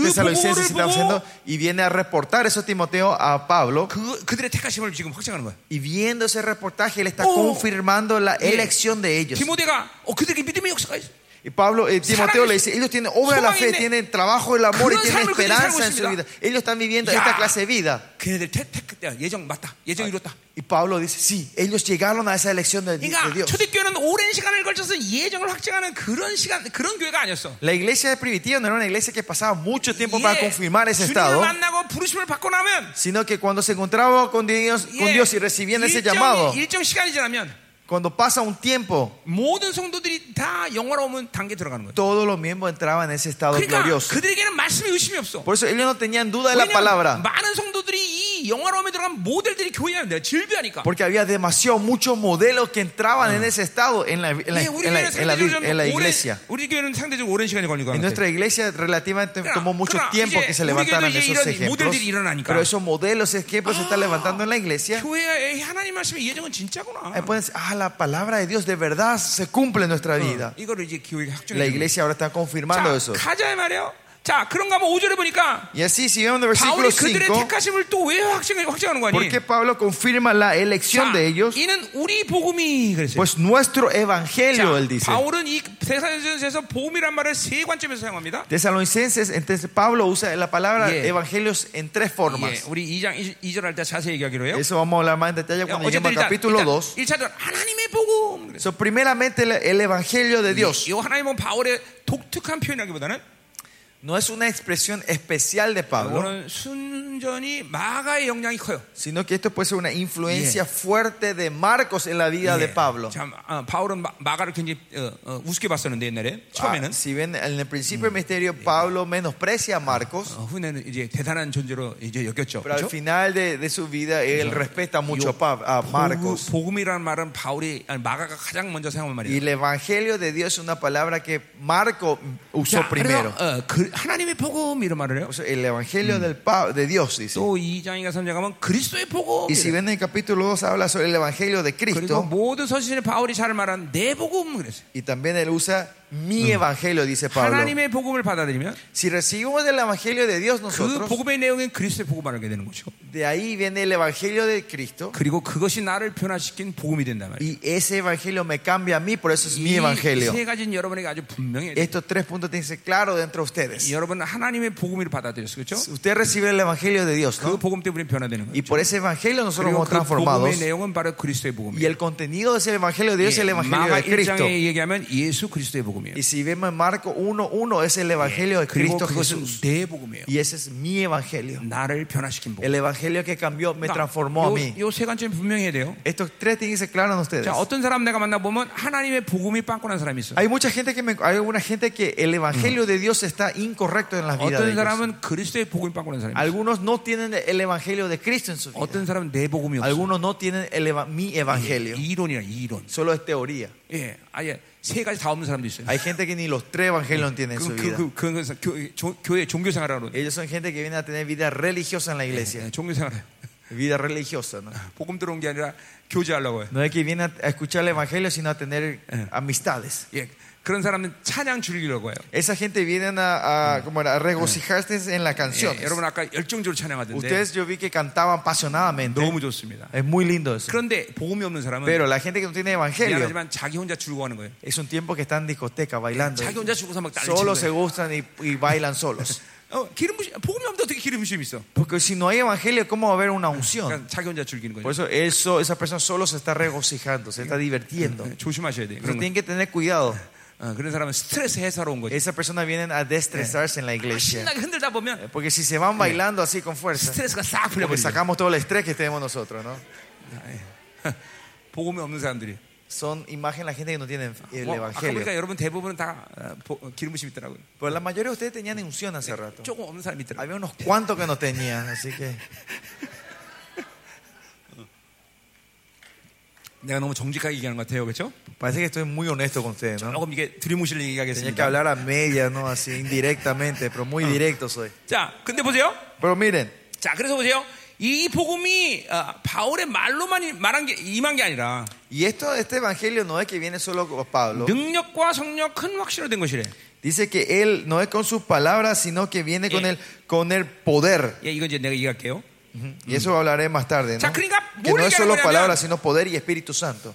보고를
tesalonicenses estaba
보고-
haciendo, y viene a reportar eso Timoteo a Pablo.
그 그들의 택하심을 지금 확증하는 거예요.
Y viendo ese reportaje, él está
Oh.
confirmando la
Yeah.
elección de ellos.
디모데가 어, 그들에게 믿음의 역사가 있어.
Y Pablo, eh, Timoteo
사랑이-
le dice, ellos tienen obra de la fe,
소망이 있네.
tienen trabajo del amor y
그런
tienen
삶을 그들이
esperanza
살고
en su
있습니다.
vida. Ellos están viviendo
야.
esta clase de vida.
걔네들 택, 택, 야, 예정 맞다.
아,
예정 이뤘다.
Y Pablo dice, sí, ellos llegaron a esa elección de, de
그러니까
Dios.
초대교회는 오랜 시간을 걸쳐서 예정을 확증하는 그런 시간 그런 교회가 아니었어.
La iglesia primitiva no era una iglesia que pasaba mucho tiempo para
예,
confirmar ese
주님을
estado,
만나고 부르심을 받고 나면
sino que cuando se encontraba con Dios,
예,
con Dios y recibían ese
일정-
llamado,
일정 시간이 지나면
cuando pasa un tiempo,
모든 성도들이 다 영화로운 단계 들어가는 거예요.
todos los miembros entraban en ese estado
그러니까
glorioso.
그들에게는 말씀에 의심이 없어.
Por eso ellos no tenían duda de la
왜냐면
palabra,
많은 성도들이 이 영화로움에 들어간 모델들이 교회야. 내가 질비하니까.
porque había demasiado muchos modelos que entraban en ese estado en la, en la-
예, 우리
en la-
교회는
en la-
상대적으로 좀
en la
오랜-
iglesia.
우리 교회는 상대적으로 오랜 시간이 걸린 것 같아요.
En nuestra iglesia relativamente
Claro,
tomó mucho
claro,
tiempo
이제
que se
우리
levantaran
교회도 이제
esos
이런
ejemplos.
모델들이 일어나니까.
Pero esos modelos, esos ejemplos se están levantando en la
예.
iglesia.
교회의 하나님 말씀의 예정은 진짜구나.
Ahí pueden decir, ah, la palabra de Dios de verdad se cumple en nuestra vida.
이거를 네, 이제 교회가 확정해.
La
주는 거예요.
iglesia ahora está confirmando
자,
eso.
가자 말이에요. 자, 그런가 하면 5절에 보니까
Y así, si vemos en el
바울이
versículo
그들의
5,
택하심을 또 왜 확증, 확증하는 거 아니?
porque Pablo confirma la elección
자,
de ellos,
이는 우리 복음이 그랬어요.
pues nuestro evangelio, él
자,
dice.
바울은 이 대사전서에서 복음이란 말을 세 관점에서 사용합니다.
Tesalonicenses, entonces Pablo usa la palabra
Yeah.
evangelios en tres
예,
formas.
우리 2장 2절 할 때 예, 자세히 얘기하기로 해요.
Eso vamos a hablar más en detalle
야,
cuando
어쨌든
lleguemos al
일단,
capítulo 2.
1차적으로 하나님의 복음. 그랬어요.
So, primeramente, el- el evangelio de Dios.
이 하나님은 바울의 독특한 표현이라기보다는
no es una expresión especial de Pablo,
이거는 순전히 마가의 영향이 커요.
sino que esto puede ser una influencia fuerte de Marcos en la vida de
예.
Pablo.
참, 아, 바울은 마, 마가를 굉장히 어, 어, 우습게 봤었는데 옛날에
Ah,
처음에는
si ven en el principio del misterio, Pablo menosprecia a Marcos,
어, 후에는 이제 대단한 존재로 이제 여겼죠.
pero al
그렇죠?
final de, de su vida él respeta mucho a, Pab- a Marcos.
복- 복음이라는 말은 바울이 아니, 마가가 가장 먼저 사용한
Y
말이에요.
el evangelio de Dios es una palabra que Marco usó
자, 그래서,
primero.
어, 그, 하나님의 복음 이런 말을 해요.
O sea, El evangelio del Pa- de Dios, dice.
또 2장인가 3장 가면 그리스도의 복음.
Y si ven en el capítulo 2, habla sobre el evangelio de
그리고
Cristo.
모든 서신의 바울이 잘 말한 내 복음 그랬어요.
Y también él usa mi evangelio, dice Pablo.
하나님의 복음을 받아들이면
Si recibimos el evangelio de Dios
그
nosotros,
복음의 내용인 그리스도의 복음을 알게 되는 거죠.
De ahí viene el evangelio de Cristo.
그리고 그것이 나를 변화시킨 복음이 된단 말이에요.
Y ese evangelio me cambia a mí, por eso es mi evangelio.
이세 가지는 여러분에게 아주 분명해요.
Estos tres puntos tienen que ser claros dentro de ustedes.
여러분 하나님의 복음을 받아들였어요. 그렇죠?
Usted recibe el evangelio de Dios,
그
¿no?
복음 때문에 변화되는 거예요.
Y por ese evangelio nosotros
그리고 그 복음의
somos transformados.
내용은 바로 그리스도의
Y
복음이에요. 예,
el contenido de ese evangelio de Dios es el evangelio
마가
de Cristo.
1장에 얘기하면 예수 그리스도의 복음이에요.
Y si vemos en Marco 1.1 es el Evangelio de
그리고
Cristo
그것은
Jesús.
내 복음이에요.
Y ese es mi Evangelio.
나를 변화시킨 복음. 그러니까
El Evangelio que cambió, me transformó a mí.
요세 관점 분명히 해야 돼요.
Estos tres tienen que ser claros en ustedes.
자, 어떤 사람 내가 만나 보면 하나님의 복음이 빵꾸난 사람이 있어.
Hay mucha gente que me- hay alguna gente que el evangelio de Dios está incorrecto en las vidas
어떤
de ellos.
사람은 그리스도의 복음이 빵꾸난 사람이 있어.
Algunos no tienen el evangelio de Cristo en su vida.
어떤 사람은 내 복음이 없어.
Algunos no tienen el eva- mi evangelio.
이론이야, 이론.
Solo es teoría.
예, 아예 세 가지 다 없는 사람도 있어요.
Hay gente que ni los tres evangelios tienen en
그,
su vida.
그, 그, 그, 그, 교- 조- 교회 종교생활하러 오는.
Ellos son gente que viene a tener vida religiosa en la iglesia.
예, 종교생활.
Vida religiosa, ¿no?
복음 들어온 게 아니라 교제하려고 해.
No es que viene a a escuchar el evangelio, sino a tener amistades.
예, 그런 사람은 찬양 즐기려고 해요.
Esa gente viene a, a- como era, a regocijarse en las
예,
canciones.
여러분 아까 열정적으로 찬양하던데
Ustedes yo vi que cantaban apasionadamente.
너무 좋습니다.
Es muy lindo eso.
그런데 복음이 없는 사람은
Pero la gente que no tiene evangelio
미안하지만 자기 혼자 즐거워하는 거예요.
es un tiempo que está en discoteca bailando.
자기 혼자 죽어서 막 난리
Solo se
치는
gustan y, y bailan solos.
거예요. 어, 기름 부심 복음이 없는데 어떻게 기름 부심이 있어?
Porque si no hay evangelio, ¿cómo va a haber una unción?
그러니까 자기 혼자 즐기는
Por
거죠.
eso eso, esa persona solo se está regocijando, se está divirtiendo.
예, 조심하셔야 돼요.
Pero
그런, 거.
tienen que tener cuidado.
어, 그런 사람은 스트레스 해소로 온 거죠.
Esas personas vienen a destresarse en la iglesia.
신나게 흔들다 보면
Porque si se van bailando así con fuerza,
스트레스가 싹
porque
풀려버리죠.
sacamos todo el estrés que tenemos nosotros, ¿no?
복음이 없는 사람들이.
Son imagen la gente que no tiene el
뭐, 아까 보니까
evangelio.
여러분 대부분은 다 어, 보- 어, 기름 부심 있더라고요.
Pero la mayoría de ustedes tenían unción hace rato.
조금 없는 사람이 있더라고요.
Había unos cuantos que no tenían, así que.
내가 너무 정직하게 얘기하는 것 같아요, 그렇죠?
Parece que estoy muy honesto con ustedes, ¿no?
조금 이게 들이무실
Tenía que
얘기하겠습니다.
hablar a media, ¿no? Así, indirectamente, pero muy directo soy.
자, 근데 보세요.
Pero miren,
자, 그래서 보세요. 이 복음이 아, 바울의 말로만 이- 말한 게 임한 게 아니라
y esto, este evangelio no es que viene solo con Pablo.
능력과 성령 큰 확신으로 된 것이래.
Dice que él no es con sus palabras, sino que viene con el, con el poder.
예, 이건 이제 내가 얘기할게요.
Y eso hablaré más tarde,
자,
¿no?
그러니까
Que
뭘
no es solo
얘기하는 거냐면-
palabras, sino poder y Espíritu Santo.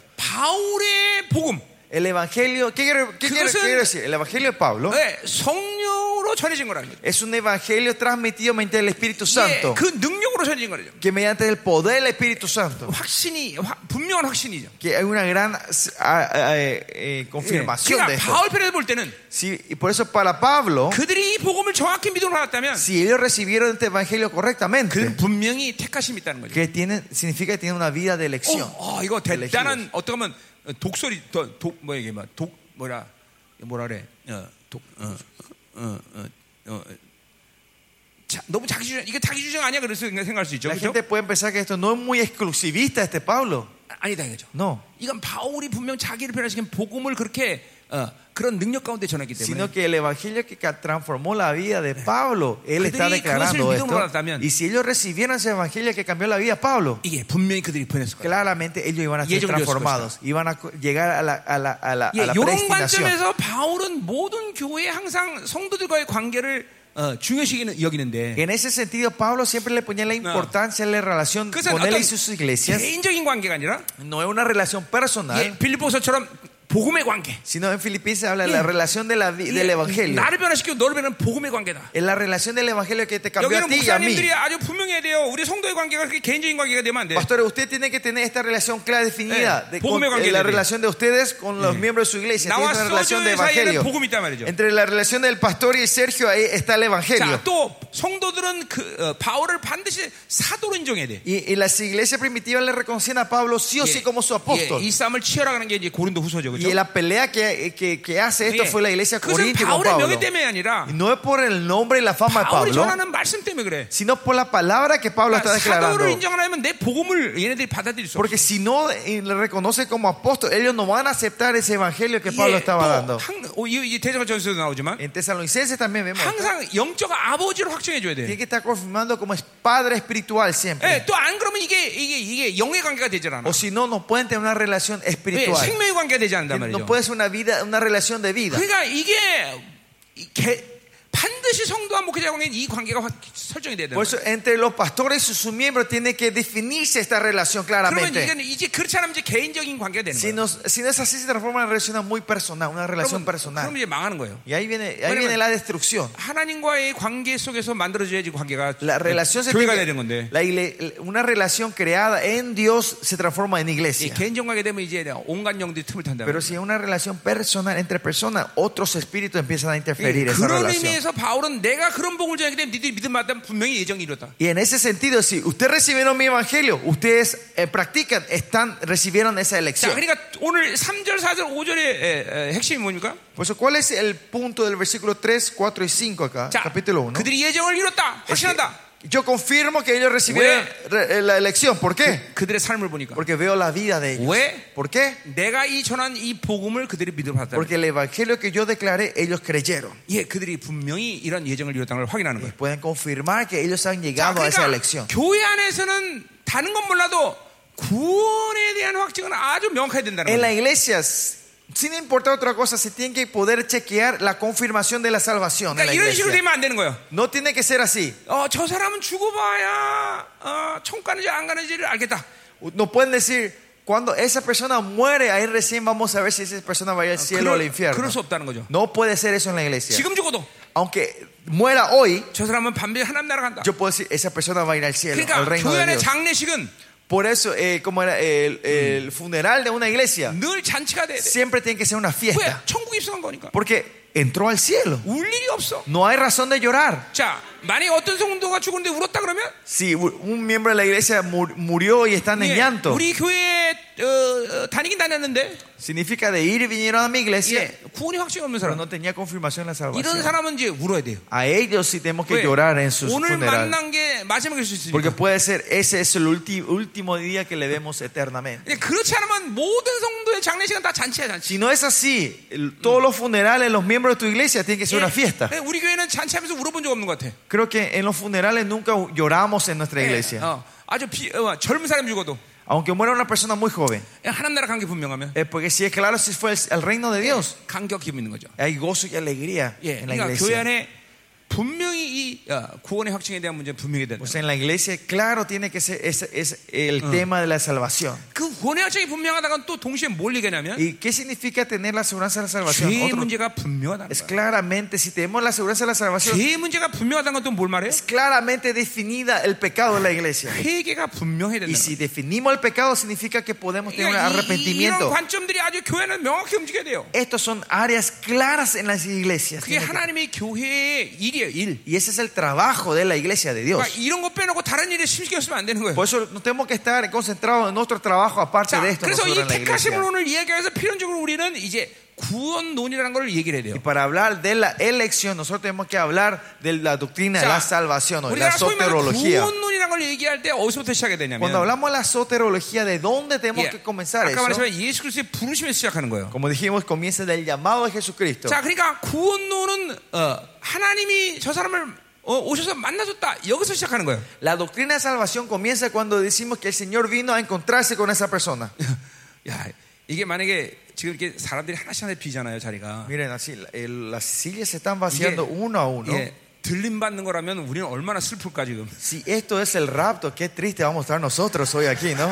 바울의 복음,
El evangelio, ¿qué quiero, qué Eh. quiero-
Kegesen-
qué quiero decir? El evangelio de Pablo
예, 성령으로 전해진 거라는 거죠.
es un evangelio transmitido mediante el Espíritu
예,
Santo.
그 능력으로 전해진 거죠.
Que mediante el poder del Espíritu Santo.
확신이 화- 분명한 확신이죠.
que hay una gran ah, ah, eh, eh,
예,
confirmación de
그러니까
esto.
바울 편에서 볼 때는
Sí, y por eso para Pablo,
그들이 이 복음을 정확히 믿음으로 받았다면
si ellos recibieron este evangelio correctamente,
그들은 분명히 택하심이 있다는 거죠.
que tienen, significa que tienen una vida de elección.
어, 아, 이거 대단한 어떻게 하면 독설이 더, 독 뭐야 이게 뭐독 뭐라 뭐라 그래 어독어어어 어, 어, 어, 자, 너무 자기 주장 이게 자기 주장 아니야 그래서 그냥 생각할 수 있죠
La
그렇죠
gente puede pensar que esto no es muy exclusivista este Pablo.
아니다 이거죠
No.
이건 바울이 분명 자기를 변화시킨 복음을 그렇게 어, 그런 능력 가운데 전했기 때문에
Sino que el evangelio que ca- transformó la vida
Eh.
de Pablo, él está
그들이
declarando
그것을
esto.
믿음으로 받았다면-
Y si ellos recibieron ese evangelio que cambió la vida de Pablo,
이게 분명히 그들이 보냈을 거예요
claramente ellos iban a
Y
ser
ellos pues, vivieron su
transformados, iban a co- llegar a la, a la, a la,
예,
a la
이런
predestinación.
관점에서 바울은 모든 교회에 항상 성도들과의 관계를 어, 중요시 여기는데
En ese sentido, Pablo siempre le ponía la importancia en la relación
그것은
con él
어떤
y sus iglesias.
개인적인 관계가 아니라
No es una relación personal,
예, 빌립보서처럼 복음의 관계.
sino en Filipenses habla de la relación de la vi- del
예,
Evangelio.
나를 변화시키고 너를 변화는 복음의 관계다.
Es la relación del Evangelio que te cambió a
여기는
ti y a mí.
목사님들이 아주 분명해야 돼요. 우리 성도의 관계가 그렇게 개인적인 관계가 되면 안 돼.
Pastores, usted tiene que tener esta relación clara definida.
Eh,
de- con-
복음의 관계
eh, la
되게.
relación de ustedes con los miembros de su iglesia. Tiene
나와
una relación de
소주의 사이에는
Evangelio.
복음이 있단 말이죠.
Entre la relación del pastor y Sergio, ahí está el Evangelio.
자, 또 성도들은 그 어, 바울을 반드시 사도로 인정해야 돼.
Y, y las iglesias primitivas le reconocían a Pablo sí o sí como su apóstol.
예, 이 싸움을 치열하는 게 이제 고린도 후서죠.
Y
그렇죠?
la pelea que, que, que hace esto fue la iglesia
그것은
Corintio con
바울의
Pablo.
명예 때문이 아니라
Y no es por el nombre y la fama de
바울이
Pablo,
전하는 말씀 때문에 그래.
sino por la palabra que Pablo está
그러니까 사도를
declarando.
인정하려면 내 복음을 얘네들이 받아들일 수 없어.
Porque si no eh, le reconoce como apóstol, ellos no van a aceptar ese evangelio que Pablo
예, 또
estaba dando. 예,
항- 어, 이, 이 대전 전서도 나오지만
En Tesalonicenses también vemos. esto.
항상 영적 아버지로 확정해 줘야 돼.
Tiene que estar confirmando como es padre espiritual siempre.
예, 또 안 그러면 이게 이게 이게 영의 관계가 되질 않아.
O si no, no pueden tener una relación
예,
espiritual.
생명의 관계가 되지 않는단
No
말이죠.
puede ser una vida, una relación de vida.
그러니까 이게 이 개- 반드시 성도와 목회자 관계는 이 관계가 확- 설정이 돼야 되는
Por
거예요.
eso, entre los pastores y sus miembros tiene que definirse esta relación
그러면
claramente.
이건 이제 그렇지 않으면 이제 개인적인 관계가 되는
Si
거예요.
no, si no es así, se transforma en una relación muy personal, una relación
그럼
personal.
이제 망하는 거예요.
Y ahí viene, ahí
Bueno, bueno.
viene la destrucción.
하나님과의 관계 속에서 만들어져야지 관계가
La relación se
교회가
tiene-
되는 건데
la ile- una relación creada en Dios se transforma en
이
iglesia.
개인적 관계 되면 이제 온갖 영들이 틈을 탄다.
Pero si es una relación personal entre personas, otros espíritus empiezan a interferir en esa
그런
relación.
의미에서 바울은 내가 그런 복을 전하기 때문에 니들이 믿음 받다면 분명히 예정이 이뤘다.
Y en ese sentido, si ustedes recibieron mi evangelio, ustedes eh, practican, están, recibieron esa
자,
elección.
그러니까 오늘 3절, 4절, 5절의 핵심이 뭡니까?
Por eso, ¿cuál es el punto del versículo 3, 4 y 5 acá?
자,
capítulo 1.
그들이 예정을 이뤘다. 확신한다.
Yo confirmo que ellos recibieron re- eh, la elección. ¿Por qué?
그들의 삶을 보니까.
Porque veo la vida de ellos.
왜?
¿Por qué?
내가 이 전한 이 복음을 그들이 믿음 받았다.
Porque el evangelio que yo declaré, ellos creyeron.
예, 그들이 분명히 이런 예정을 이뤘다는 걸 확인하는 거예요.
Pueden confirmar que ellos
자,
han llegado a esa
그러니까
elección.
교회 안에서는 다른 건 몰라도 구원에 대한 확증은 아주 명확해야 된다는
En la
거예요.
iglesia, s- sin importar otra cosa, se tiene que poder chequear la confirmación de la salvación.
그러니까
En la
이런 식으로
iglesia.
되면 안 되는 거예요.
No tiene que ser así.
어, 저 사람은 죽어봐야 어, 총 가는지 안 가는지를 알겠다.
No pueden decir, cuando esa persona muere, ahí recién vamos a ver si esa persona va a ir al cielo o al
그럴,
infierno.
그럴 수 없다는 거죠.
No puede ser eso en la iglesia.
지금 죽어도
Aunque muera hoy,
저 사람은 반드시 하나님 나라 간다.
yo puedo decir, esa persona va a ir al cielo, al
그러니까
reino
교회
de
안의
Dios.
장례식은
Por eso, eh, como era el, el funeral de una iglesia,
늘 잔치가 돼야 돼.
siempre tiene que ser una
왜?
fiesta.
천국 입성한 거니까.
Porque entró al cielo.
울 일이 없어.
No hay razón de llorar.
자, 만약에 어떤 성도가 죽었는데 울었다 그러면
Si u- un miembro de la iglesia mur- murió y están en
예,
llanto,
우리 교회에 어, 어, 다니긴 다녔는데
significa de ir y vinieron a mi iglesia,
예, 구원이 확실히 없는
pero
사람
no tenía confirmación en la
이런
salvación.
사람은 이제 울어야 돼요.
A ellos sí tenemos que
왜?
llorar en sus
오늘
funerales.
만난 게 마지막일 수
Porque
있으니까.
puede ser, ese es el ulti- último día que le vemos eternamente.
근데 그렇지 않으면 모든 성도의 장례식은 다 잔치야 잔치.
Si no es así, el- todos los funerales, los miembros de tu iglesia tienen que ser
Eh,
una fiesta.
예, 우리 교회는 잔치하면서 울어본 적 없는 것 같아.
Creo que en los funerales nunca lloramos en nuestra
예,
iglesia.
어, 아주 비- 어, 젊은 사람 죽어도
Aunque 무era una persona muy joven.
예, 하나님 나라 관계 분명하면
Eh, porque si es claro, si fue al reino de Dios,
간격 힘 있는 거죠.
hay gozo y alegría
예,
en la
그러니까 교회
iglesia.
안에 분명히 이 어, 구원의 확증에 대한 문제 는 분명히 된다.
Pues en la iglesia, claro, tiene que ser ese es el tema de la salvación.
그 구원의 확증이 분명하다는 또 동시에 뭘 얘기하냐면
¿Y qué significa tener la seguridad de la salvación?
죄의
Otro-
문제가 분명하다는
es
거야.
claramente, si tenemos la seguridad de la salvación,
죄의 문제가 분명하다는 건 또 뭘 말해요?
es claramente definida el pecado de la iglesia.
회개가 분명해야 된다.
Y si definimos el pecado, significa que podemos tener
그러니까 이- 이-
un
이런
arrepentimiento.
관점들이 아주 교회는 명확히 움직여야 돼요.
Estos son áreas claras en las iglesias.
그게
Tiene que-
하나님의 교회의 일이에요, 일.
Y ese es el trabajo de la iglesia de Dios.
그러니까 이런 거 빼놓고 다른 일에 신경 쓰면 안 되는 거예요.
Por eso no tenemos que estar concentrados en nuestro trabajo aparte
자,
de esto.
그래서
nosotros
이
en la iglesia.
택하심을 오늘 이야기해서 필연적으로 우리는 이제 구원론이라는 걸 얘기를 해야
Y
돼요.
para hablar de la elección, nosotros tenemos que hablar de la doctrina de
자,
la salvación hoy, la
우리가 소위 말하는
soterología.
구원론이라는 걸 얘기할 때 어디서부터 시작해야
Cuando
되냐면
hablamos de la soterología, ¿de dónde tenemos
예,
que comenzar
아까
eso?
말했지만 예수 그리스도의 부르심에서 시작하는 거예요.
Como dijimos, comienza del llamado de Jesucristo.
자, 그러니까 구원론은 어, 하나님이 저 사람을 어, 오셔서 만나줬다 여기서 시작하는 거예요.
La doctrina de salvación comienza cuando decimos que el Señor vino a encontrarse con esa persona.
야, 이게 만약에 지금 이렇게 사람들이 하나씩 하나씩 비잖아요, 자리가.
Miren, así el- las sillas se están vaciando uno a uno.
예, 들림 받는 거라면 우리는 얼마나 슬플까 지금.
Si esto es el rapto, qué triste vamos a estar nosotros hoy aquí, ¿no?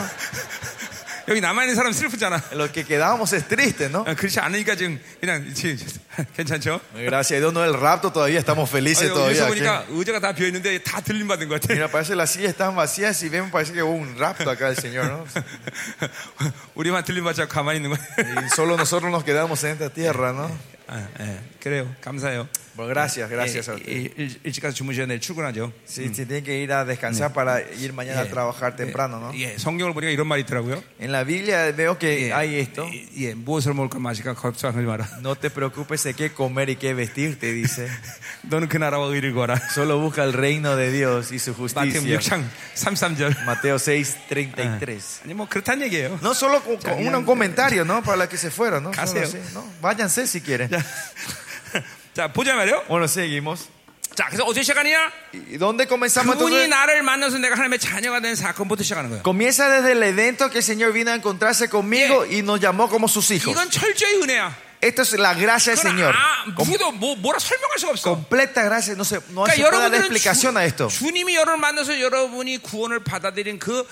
여기 남아 있는 사람 슬프잖아.
Lo que quedamos es triste, ¿no?
아, 그렇지 않으니까 지금 그냥 지- 지- 괜찮죠?
Gracias a Dios no es el rapto todavía, estamos
아니,
felices
여기서
todavía. aquí.
보니까 의자가 다 비어 있는데 다 들림 받은 것 같아.
Mira, parece que las sillas están vacías y vemos, parece que hubo un rapto acá del Señor, ¿no?
우리만 들림 받자 가만히 있는 거야.
Y solo nosotros nos quedamos en esta tierra, ¿no?
아, 예, 그래요. 감사해요.
Bueno, gracias, gracias a
예,
usted.
일, 일- 일찍 가서 주무셔야 내일 출근하죠.
Sí, sí, tiene que ir a descansar para ir mañana a trabajar temprano, ¿no?
예, 성경을 보니까 이런 말이 있더라고요.
En la Biblia veo
eh,
que hay esto.
예, 예, 무엇을 먹을까 마실까 걱정하지 마라.
No te preocupes de qué comer y qué vestir, te dice.
너는 그 나라와 의를 구하라.
Solo busca el reino de Dios y su
마태복음
justicia.
6장 33절.
Mateo 6, 33.
아니 뭐 그렇단 얘기예요.
No solo con, con un, un comentario, ¿no? Para la que se fuera, ¿no?
Caseo.
Solo así, ¿no? Váyanse si quieren.
자 보자 말이요.
Bueno, seguimos.
자 그래서 어제 시작하냐?
¿Y dónde comenzamos
그분이
entonces?
나를 만나서 내가 하나님의 자녀가 된 사건부터 시작하는 거예요.
Comienza desde el evento que el Señor vino a encontrarse conmigo y nos llamó como sus hijos.
이건 철저히 은혜야.
Esto es la gracia del
그건
Señor.
아,
Com-
누구도 뭐, 뭐라 설명할 수가 없어.
completa gracia. No se, no se
그러니까
puede dar
여러분들은
explicación a esto.
주, 주님이 여러분을 만나서 여러분이 구원을 받아들인 그,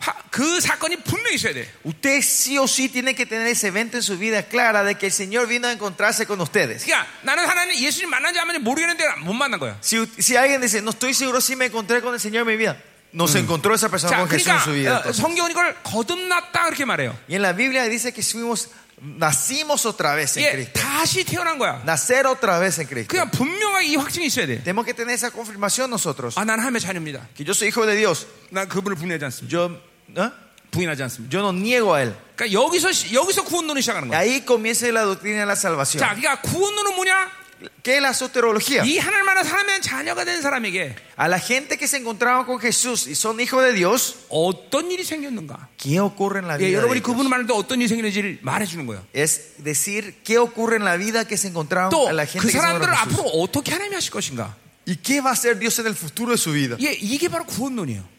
화- 그 사건이 분명히 있어야 돼.
Usted sí o sí tiene que tener ese evento en su vida clara de que el Señor vino a encontrarse con ustedes.
그러니까 나는 하나님 예수님 만난지 안 만난지 모르겠는데 못 만난 거야.
Si, si alguien dice, no estoy seguro si me encontré con el Señor en mi vida, no se encontró esa persona
자,
con Jesús en
그러니까
su vida.
어,
entonces.
성경은 이걸 거듭났다 그렇게 말해요.
Y en la Biblia dice que fuimos, nacimos otra vez en
이게
Cristo.
예, 다시 태어난 거야.
Nacer otra vez en Cristo.
그냥 분명하게 이 확증이 있어야 돼.
Tenemos que tener esa confirmación nosotros.
아, 난 하나님의 자녀입니다.
Que yo soy hijo de Dios.
난 그분을 부인하지 않습니다.
Yo, ¿ah?
부인하지 않습니다.
yo no niego a Él.
그러니까 여기서 시- 여기서 구원론이 시작하는 거야.
Ahí comienza la doctrina de la salvación.
자, 그러니까 구원론은 뭐냐?
¿Qué es la soterología?
이 하늘만한 사람의 자녀가 된 사람에게
A la gente que se encontraba con Jesús y son hijos de Dios,
어떤 일이 생겼는가?
¿qué ocurre en la
예,
vida? de
여러분이
ellos?
그분을 만날 때 어떤 일이 생기는지를 말해주는 거예요.
Es decir, ¿qué ocurre en la vida que se encontraba
또
a la
그
gente que se encontraba
사람들을
con Jesús?
앞으로 어떻게 하나님이 하실 것인가?
¿Y qué va a hacer Dios en el futuro de su vida?
예, 이게 바로 구원론이에요.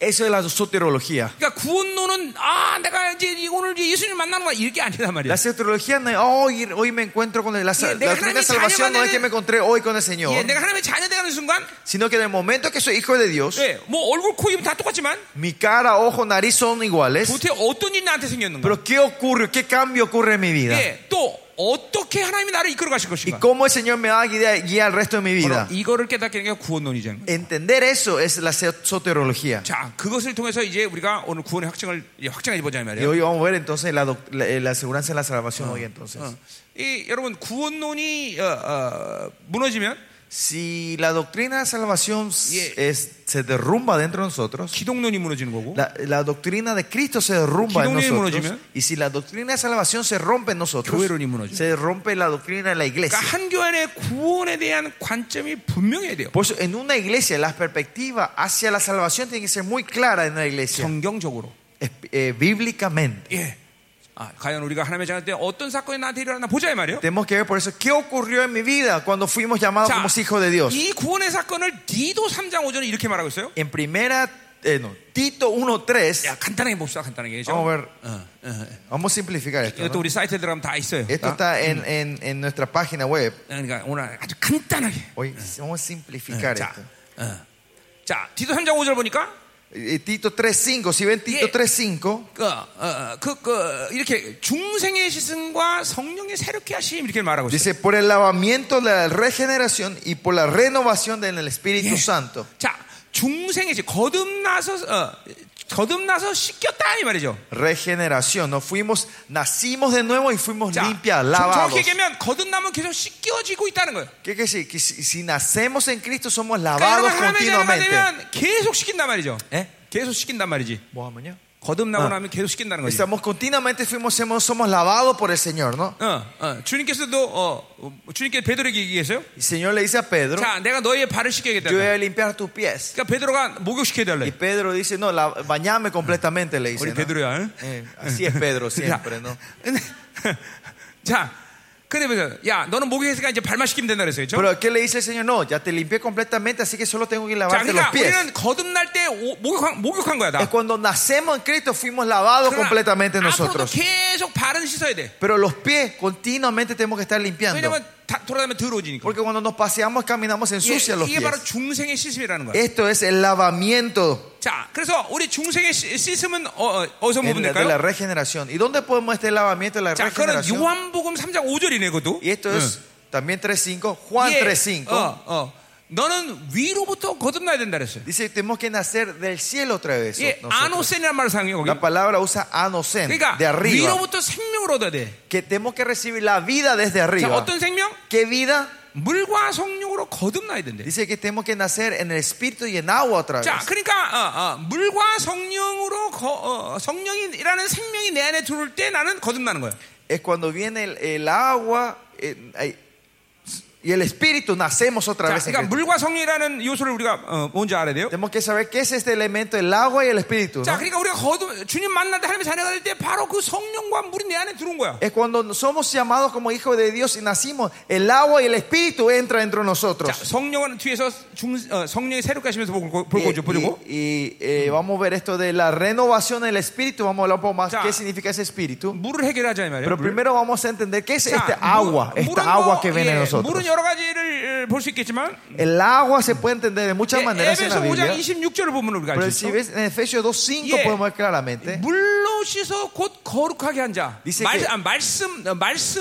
Eso es la soterología.
그러니까 구원론은 아 내가 이제 오늘 이제 예수님 만나는 거야 이게 아니란 말이야.
La soterología no es, "Oh, hoy, hoy me encuentro con el- la,
Sí,
sal-
de
la
Hanami
doctrina de salvación, no es que me encontré hoy con el
예,
Señor,
내가 하나님의 자녀되는 순간,
sino que en el momento que soy hijo de Dios,
예, 뭐 얼굴 코 입은 다 똑같지만
mi cara, ojo, nariz son iguales.
도대체 어떤 일이 나한테 생겼는가?
Pero ¿qué ocurre? ¿Qué cambio ocurre en mi vida?
예, 또 어떻게 하나님이 나를 이끌어 가실
¿Y
것인가?
cómo el Señor me va a guiar, guiar el resto de mi
바로
vida?
이거를 깨닫게 되는 게 구원론이잖아요.
Entender eso es la soterología.
자, 그것을 통해서 이제 우리가 오늘 구원의 확증을 이제 확증해 보자 이
Y
말이에요.
hoy vamos a ver entonces la, doc- la, eh, la aseguranza de la salvación hoy entonces.
어, 이 여러분 구원론이 어, 어, 무너지면
Si la doctrina de la salvación s-
Yeah.
es- se derrumba dentro de nosotros,
기독론이 무너지는 거고
la, la doctrina de Cristo se derrumba en
기독론이
nosotros,
무너지면?
y si la doctrina de salvación se rompe en nosotros,
교회론이 무너지고.
se rompe la doctrina de la iglesia.
그러니까 한 교회의 구원에 대한 관점이 분명해야 돼요.
Por eso, en una iglesia, la perspectiva hacia la salvación tiene que ser muy clara en la iglesia,
성경적으로.
es- eh, bíblicamente.
예. 아, 과연 우리가 하나님의 자녀 때 어떤 사건이 나한테 일어났나 보자 이 말이에요.
Tenemos que ver por eso qué ocurrió en mi vida cuando fuimos
아,
llamados
뭐
como hijos de Dios.
이 구원의 사건을 디도 3장 5절에 이렇게 말하고 있어요.
En primera, eh, no, Tito 1.3.
야, 간단하게 봅시다. 간단하게. 그죠?
Vamos a ver,
어, 어, 어.
vamos a simplificar esto.
이것도
¿no?
우리 사이트에 들어가면 다 있어요.
Esto
다.
está en, en- en nuestra página web.
그러니까 오늘 아주 간단하게.
Hoy vamos a simplificar
자,
esto.
어. 자, 디도 3장 5절 보니까
Eh, Tito 3.5, si ven Tito
Yeah.
3.5,
그, 어, 그, 그, 이렇게 중생의 시승과 성령의 새롭게 하심 이렇게 말하고 있어요.
dice, por el lavamiento de la regeneración y por la renovación del Espíritu
Yeah.
Santo.
자, 중생의 시 거듭나서 어, 거듭나서 씻겼다 이 말이죠.
Regeneración, ¿no? Fuimos, nacimos de nuevo y fuimos
자,
limpias, lavados.
정확히 얘기하면 거듭남은 계속 씻겨지고 있다는 거예요.
¿Qué quiere decir? Que si, si nacemos en Cristo somos
그러니까
lavados
여러분, 하나님의 자녀가
continuamente. ¿Eh?
되면 계속 씻긴단 말이죠.
예?
계속 씻긴단 말이지.
¿Vos, amaño?
거듭나고
어.
나면 계속 씻긴다는 거지.
Estamos continuamente fuimos somos, somos lavados por el Señor, ¿no?
어, 어, 주님께서도 어, 어, 주님께 서 베드로에게 얘기했어요.
El Señor le dice a Pedro,
자, 내가 너희의 발을 씻겨야겠다.
yo voy a limpiar tus pies.
그러니까 베드로가 목욕시켜야
Y
달래.
Pedro dice, no, la, bañame completamente, le dice.
우리
¿no?
베드로야. 응?
Eh, así es Pedro
자,
siempre, ¿no?
자, 그러면서 야, 너는 목욕했으니까 이제 발만 씻기면 된다 그랬어요. 그죠?
Pero ¿qué le dice el Señor? No, ya te limpié completamente, así que solo tengo que
자,
lavarte los
그러니까
pies.
우리는 거듭날 때 오- 목욕한, 목욕한 거야,
Es
다.
cuando nacemos en Cristo fuimos lavados completamente
앞으로도
nosotros.
계속 발은 씻어야 돼.
Pero los pies continuamente tenemos que estar limpiando.
왜냐면 다- 돌아다니면 더러워지니까.
Porque cuando nos paseamos, caminamos, se
이게,
ensucian los
이게
pies. 예.
바로 중생의 씻음이라는 거야.
Esto es el lavamiento
자, 그래서 우리 중생의 씻- 씻음은 어, 어, 디서
en- de
구분될까요?
la regeneración. ¿Y dónde podemos este lavamiento de la
자, 그거는
regeneración?
요한복음 3장 5절이네, 그것도.
Y esto es también 3.5, Juan
예,
3.5.
어, 어. 너는 위로부터 거듭나야 된다 그랬어요.
Dice, tenemos que nacer del cielo otra vez.
예,
nosotros.
아노센이라는 말을 사용해요, 거기.
La palabra usa anosen,
그러니까
de arriba.
위로부터 생명을 얻어야 돼.
Que tenemos que recibir la vida desde
자,
arriba.
어떤 생명?
¿Qué vida?
물과 성령으로 거듭나야 된대.
Dice que tenemos que nacer en el espíritu y en agua otra vez.
자, 그러니까 어, 어, 물과 성령으로 거- 어, 어, 성령이라는 생명이 내 안에 들어올 때 나는 거듭나는 거야.
Es cuando viene el, el agua. eh, ay, y el espíritu nacemos otra
자,
vez. en
그러니까
Cristo.
물과 성령이라는 요소를 우리가 어, 뭔지 알아야 돼요.
Tenemos que saber qué es este elemento, el agua y el espíritu. ¿no?
자, 그러니까 우리가 거듭, 주님 만날 때 하나님의 자녀가 될 때 바로 그 성령과 물이 내 안에 들어온 거야.
Es cuando somos llamados como hijos de Dios y nacimos, el agua y el espíritu entra dentro de
자,
nosotros.
성령은 뒤에서 중, 어, 성령이 새롭게 하시면서 볼 거- 볼
Y,
거죠, 보려고.
y- y, eh, vamos a ver esto de la renovación del espíritu. Vamos a hablar un poco más
Ya.
qué significa ese espíritu.
물을 해결하자 이 말이에요.
Pero
물.
primero vamos a entender qué es
자,
este
물-
agua, esta
물은
agua
뭐,
que viene
예,
de nosotros.
물은 여러 가지를 볼 수 있겠지만
El agua se puede entender de
예,
muchas maneras en la
에베소 5장 26절을
Biblia.
보면 우리가
Pero
알 수
si
있어.
ves en Efesios 2.5
Yeah.
podemos ver
네.
claramente.
물로 씻어 곧 거룩하게 한 자.
Dice
말,
que-
아, 말씀 어,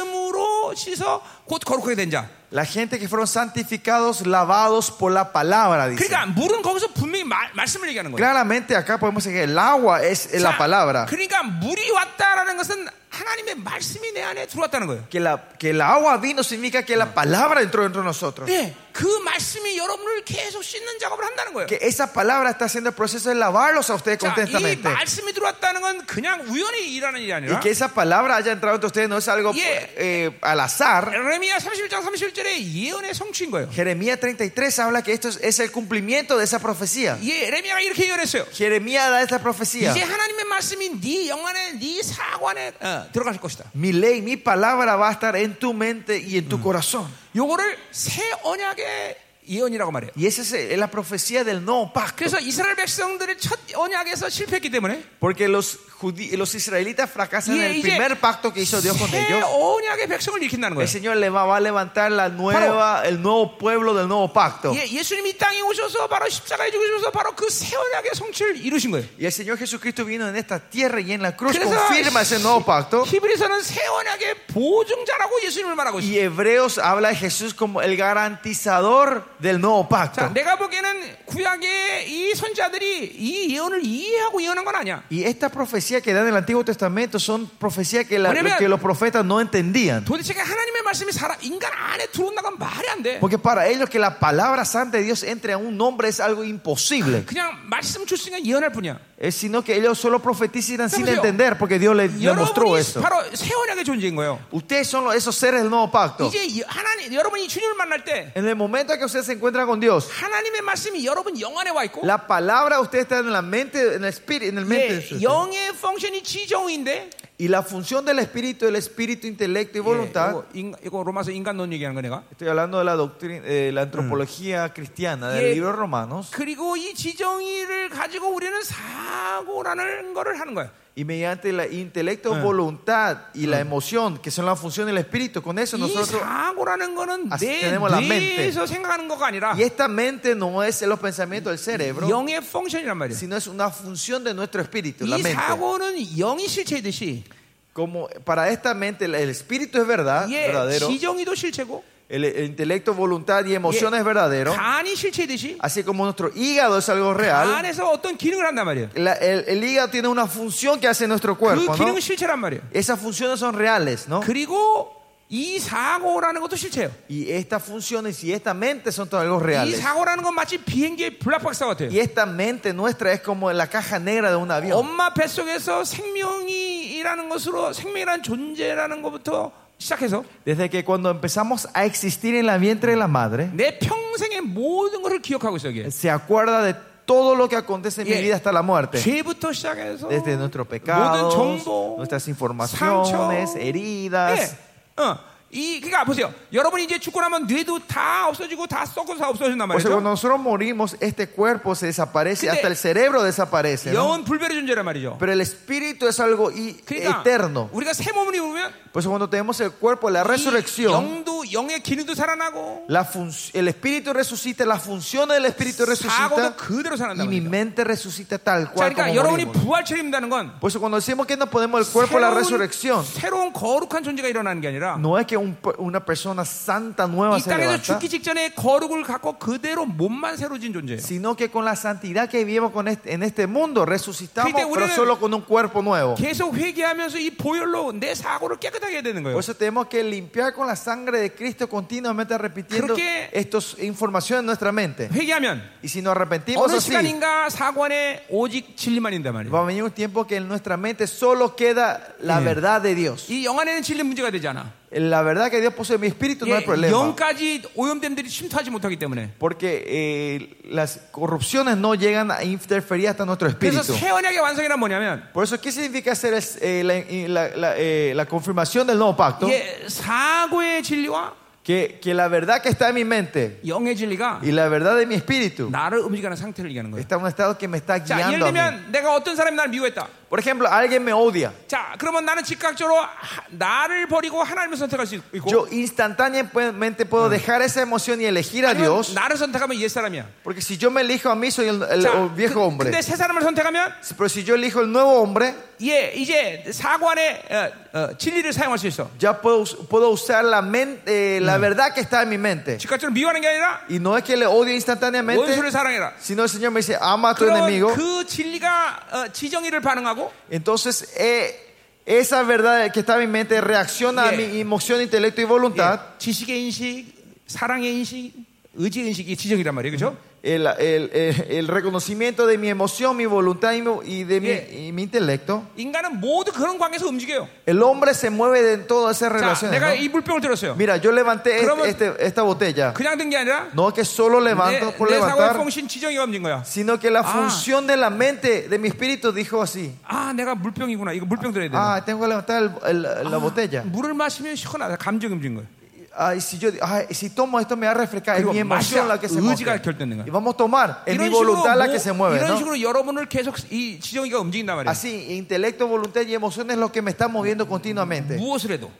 말씀으로 씻어 곧 거룩하게 된 자.
La gente que fueron santificados, lavados por la palabra, dice.
그러니까 물은 거기서 분명히 말, 말씀을 얘기하는 거예요.
Claramente acá podemos decir que el agua es la
자,
palabra.
그러니까 물이 왔다라는 것은 하나님의 말씀이 내 안에 들어왔다는 거예요.
Que, la, que el agua vino significa que la palabra entró dentro de nosotros.
네, 그 말씀이 여러분을 계속 씻는 작업을 한다는 거예요.
Que esa palabra está haciendo el proceso de lavarlos a ustedes
자, 이
constantemente.
말씀이 들어왔다는 건 그냥 우연히 일하는 일이
Y
아니라
que esa palabra haya entrado entre ustedes no es algo
Yeah.
eh, al azar.
에레미야 31장 31절에 예언의 성취인 거예요.
Jeremías 33 habla que esto es, es el cumplimiento de esa profecía.
예, 에레미야가 이렇게 예언했어요.
Jeremías da esta profecía.
이제 하나님의 말씀이 네 영안에 네 사관에 어, 들어갈 것이다.
Mi ley, mi palabra va a estar en tu mente y en tu corazón.
요거를 새 언약의 예언이라고 말해요.
Y esa es eh, la profecía del no pacto.
그래서 이스라엘 백성들이 첫 언약에서 실패했기 때문에
Porque los, judí- los israelitas fracasan en
Y-
el
y-
primer pacto que hizo Dios con
새
ellos.
언약의 백성을 일으킨다는
El
거예요.
Señor le va, va a levantar la nueva, el nuevo pueblo del nuevo pacto.
예, 예수님이 이 땅에 오셔서 바로 십자가에 죽으셔서 바로 그 새 언약의 성취를 이루신 거예요.
Y el Señor Jesucristo vino en esta tierra y en la cruz
그래서
confirma ese nuevo pacto.
히브리서는 새 언약의 보증자라고 예수님을 말하고 있어요.
Y Hebreos habla de Jesús como el garantizador del nuevo
자,
pacto.
내가 보기에는 구약의 이 선자들이 이 예언을 이해하고 예언한 건 아니야.
Y estas profecías que dan en el Antiguo Testamento son profecías que, la-
왜냐면-
que los profetas no entendían.
도대체 하나님의 말씀이 사람 인간 안에 들어온다는 건 말이 안 돼.
Porque para ellos que la palabra santa de Dios entre a un hombre es algo imposible.
그냥 말씀 줬으니까 예언할 뿐이야.
Eh, sino que ellos solo profetizan sin
Pero-
entender porque Dios les,
뭐
les mostró
여러분이
eso.
바로 새 언약의 존재인 거예요.
Ustedes son los- esos seres del nuevo pacto.
이제 이- 하나님 여러분이 주님을 만날 때
En el momento que ustedes se encuentran con Dios,
하나님의 말씀이 여러분 영 안에 와 있고
la palabra de ustedes está en la mente, en el espíritu, en el mente. de
예,
ustedes.
영의 펑션이 지정의인데
Y la función del espíritu, el espíritu, intelecto y
예,
voluntad.
이거, 인- 이거 로마서 인간론 얘기하는 거 내가.
Estoy hablando de la doctrina, eh, la antropología cristiana del
Mm. Yeah.
libro de Romanos.
그리고 이 지정의를 가지고 우리는 사고라는 거를 하는 거야.
Y mediante la
Ah.
intelecto, voluntad y la emoción, que son la función del espíritu, con eso
이
nosotros.
사고라는 거는
아,
내
tenemos la mente.
뇌에서 생각하는 거가 아니라
Y esta mente no es los pensamientos del cerebro,
영의 펑션이란 말이야.
sino es una función de nuestro espíritu, la
이
mente.
사고는 영이 실체이듯이
Como para esta mente, el- el espíritu es verdad,
예,
verdadero.
지정의도 실체고
El, el intelecto, voluntad y emoción
Yeah.
es verdadero.
간이 실체이듯이
Así como nuestro hígado es algo real.
안에서 어떤 기능을 한단 말이에요.
La- el, el hígado tiene una función que hace nuestro
그
cuerpo, ¿no?
기능은 실체란 말이에요.
Esas funciones son reales, ¿no?
그리고 이 사고라는 것도 실체예요.
Y estas funciones y esta mente son todos algo
이
reales.
사고라는 건 마치 비행기의 블락박스 같아요.
Y esta mente nuestra es como la caja negra de un avión.
엄마 뱃속에서 생명이라는 것으로 생명이라는 존재라는 것부터 시작해서
Desde que cuando empezamos a existir en la vientre de la madre,
내 평생의 모든 것을 기억하고 있어요. 이게.
se acuerda de todo lo que acontece en mi
Yeah.
vida hasta la muerte.
죄부터 시작해서
Desde nuestros
모든
pecados,
정보,
네, nuestras
상처,
informaciones, heridas.
예. 어. 이 그러니까 보세요. 여러분이 이제 죽고 나면 뇌도 다 없어지고 다 썩고 다 없어진단
O sea,
말이죠.
cuando nosotros morimos, este cuerpo se desaparece,
근데
hasta el cerebro desaparece. ¿no?
영은 불멸의 존재란 말이죠.
Pero el espíritu es algo i-
그러니까
네, eterno.
우리가 새 몸을 입으면
Por eso cuando tenemos el cuerpo, la
이
resurrección,
영도 영의 기능도 살아나고
la func- el espíritu resucita, las funciones del espíritu
사고도
resucita
그대로
y
살아난다.
mi mente resucita tal
자,
cual
그러니까
como
여러분이
morimos.
부활 체험다는 건
Por eso cuando decimos que no podemos el cuerpo, la resurrección,
새로운 거룩한 존재가 일어나는 게 아니라
no es que un pe- una persona santa nueva
이
se
땅에서
levanta,
죽기 직전에 거룩을 갖고 그대로 몸만 새로진 존재예요.
sino que con la santidad que vivimos con este- en este mundo resucitamos,
그때
pero
우리는
solo con un cuerpo nuevo.
계속 회개하면서 이 보혈로 내 사고를 깨끗하게 해야 되는 거예요.
Por eso tenemos que limpiar con la sangre de Cristo continuamente repitiendo
그렇게-
estas informaciones en nuestra mente.
회개하면
Y si nos arrepentimos
어느
así,
시간인가 사고 안에 오직 진리만 있단 말이에요.
Va a venir un tiempo que en nuestra mente solo queda la
Sí.
verdad de Dios.
이 영안에는 진리 문제가 되지 않아.
la verdad que Dios posee mi espíritu, no hay
예,
problema.
영까지 오염됨들이 침투하지 못하기 때문에.
Porque eh, las corrupciones no llegan a interferir hasta nuestro
그래서
espíritu.
새 언약의 완성이란 뭐냐면
Por eso, ¿qué significa hacer es, eh, la, y la- la, eh, la confirmación del nuevo pacto?
이게 사고의 진리와
Que, que la verdad que está en mi mente
영의 진리가
y la verdad de mi espíritu
나를 움직이는 상태를 얘기하는 거예요.
está en un estado que me está
자, 예를
guiando. a mí.
들면 내가 어떤 사람이 나를 미워했다.
Por ejemplo, alguien me odia.
자, 그러면 나는 즉각적으로 하- 나를 버리고 하나님을 선택할 수 있고
Yo instantáneamente puedo dejar esa emoción y elegir a
아니면
Dios.
나를 선택하면 옛 사람이야.
Porque si yo me elijo a mí, soy el, el- el viejo
그-
hombre.
근데 새 사람을 선택하면
Pero si yo elijo el nuevo hombre,
예, 이제 사고 안에 어, 어, 진리를 사용할 수 있어.
ya puedo, us- puedo usar la, mente, eh, la verdad que está en mi mente.
즉각적으로 미워하는 게 아니라
Y no es que le odie
원수를
instantáneamente,
사랑해라.
sino el Señor me dice, ama a tu enemigo.
그런 그 진리가 어, 지정이를 반응하고
Entonces, eh, esa verdad que está en mi mente reacciona
Yeah.
a mi emoción, intelecto y
예,
voluntad.
지식의 인식, 사랑의 인식, 의지의 인식이 지정이란 말이에요. 그죠?
El, el- el- el reconocimiento de mi emoción, mi voluntad y mi, y de mi-
Yeah.
y mi intelecto.
인간은 모두 그런 관계에서 움직여요.
El hombre se mueve de todas esas
자,
relaciones.
내가
¿no?
이 물병을 들었어요.
Mira, yo levanté este-
그러면-
este- esta botella.
그냥 든 게 아니라
No es que solo
내,
levanto por
내 사고의
levantar,
펑신 지정이 없는 거야.
sino que la
Ah.
función de la mente, de mi espíritu, dijo así:
아, 내가 물병이구나. 이거 물병 들어야 돼.
Ah, tengo que levantar el- el-
Ah.
la botella.
물을 마시면 시원하다. 감정이 움직인 거예요.
Ay, si, yo, ay, si tomo esto, me va a refrescar. Es
그리고
mi emoción la que se
마시자. 의지가
mueve.
결정된 거야.
Y vamos a tomar, es mi
이런 식으로,
voluntad la
뭐-
que se mueve.
이런
¿no?
식으로 여러분을 계속 이 지정이가 움직인단 말이에요.
Así, intelecto, voluntad y emoción es lo que me está moviendo continuamente.
무엇을 해도.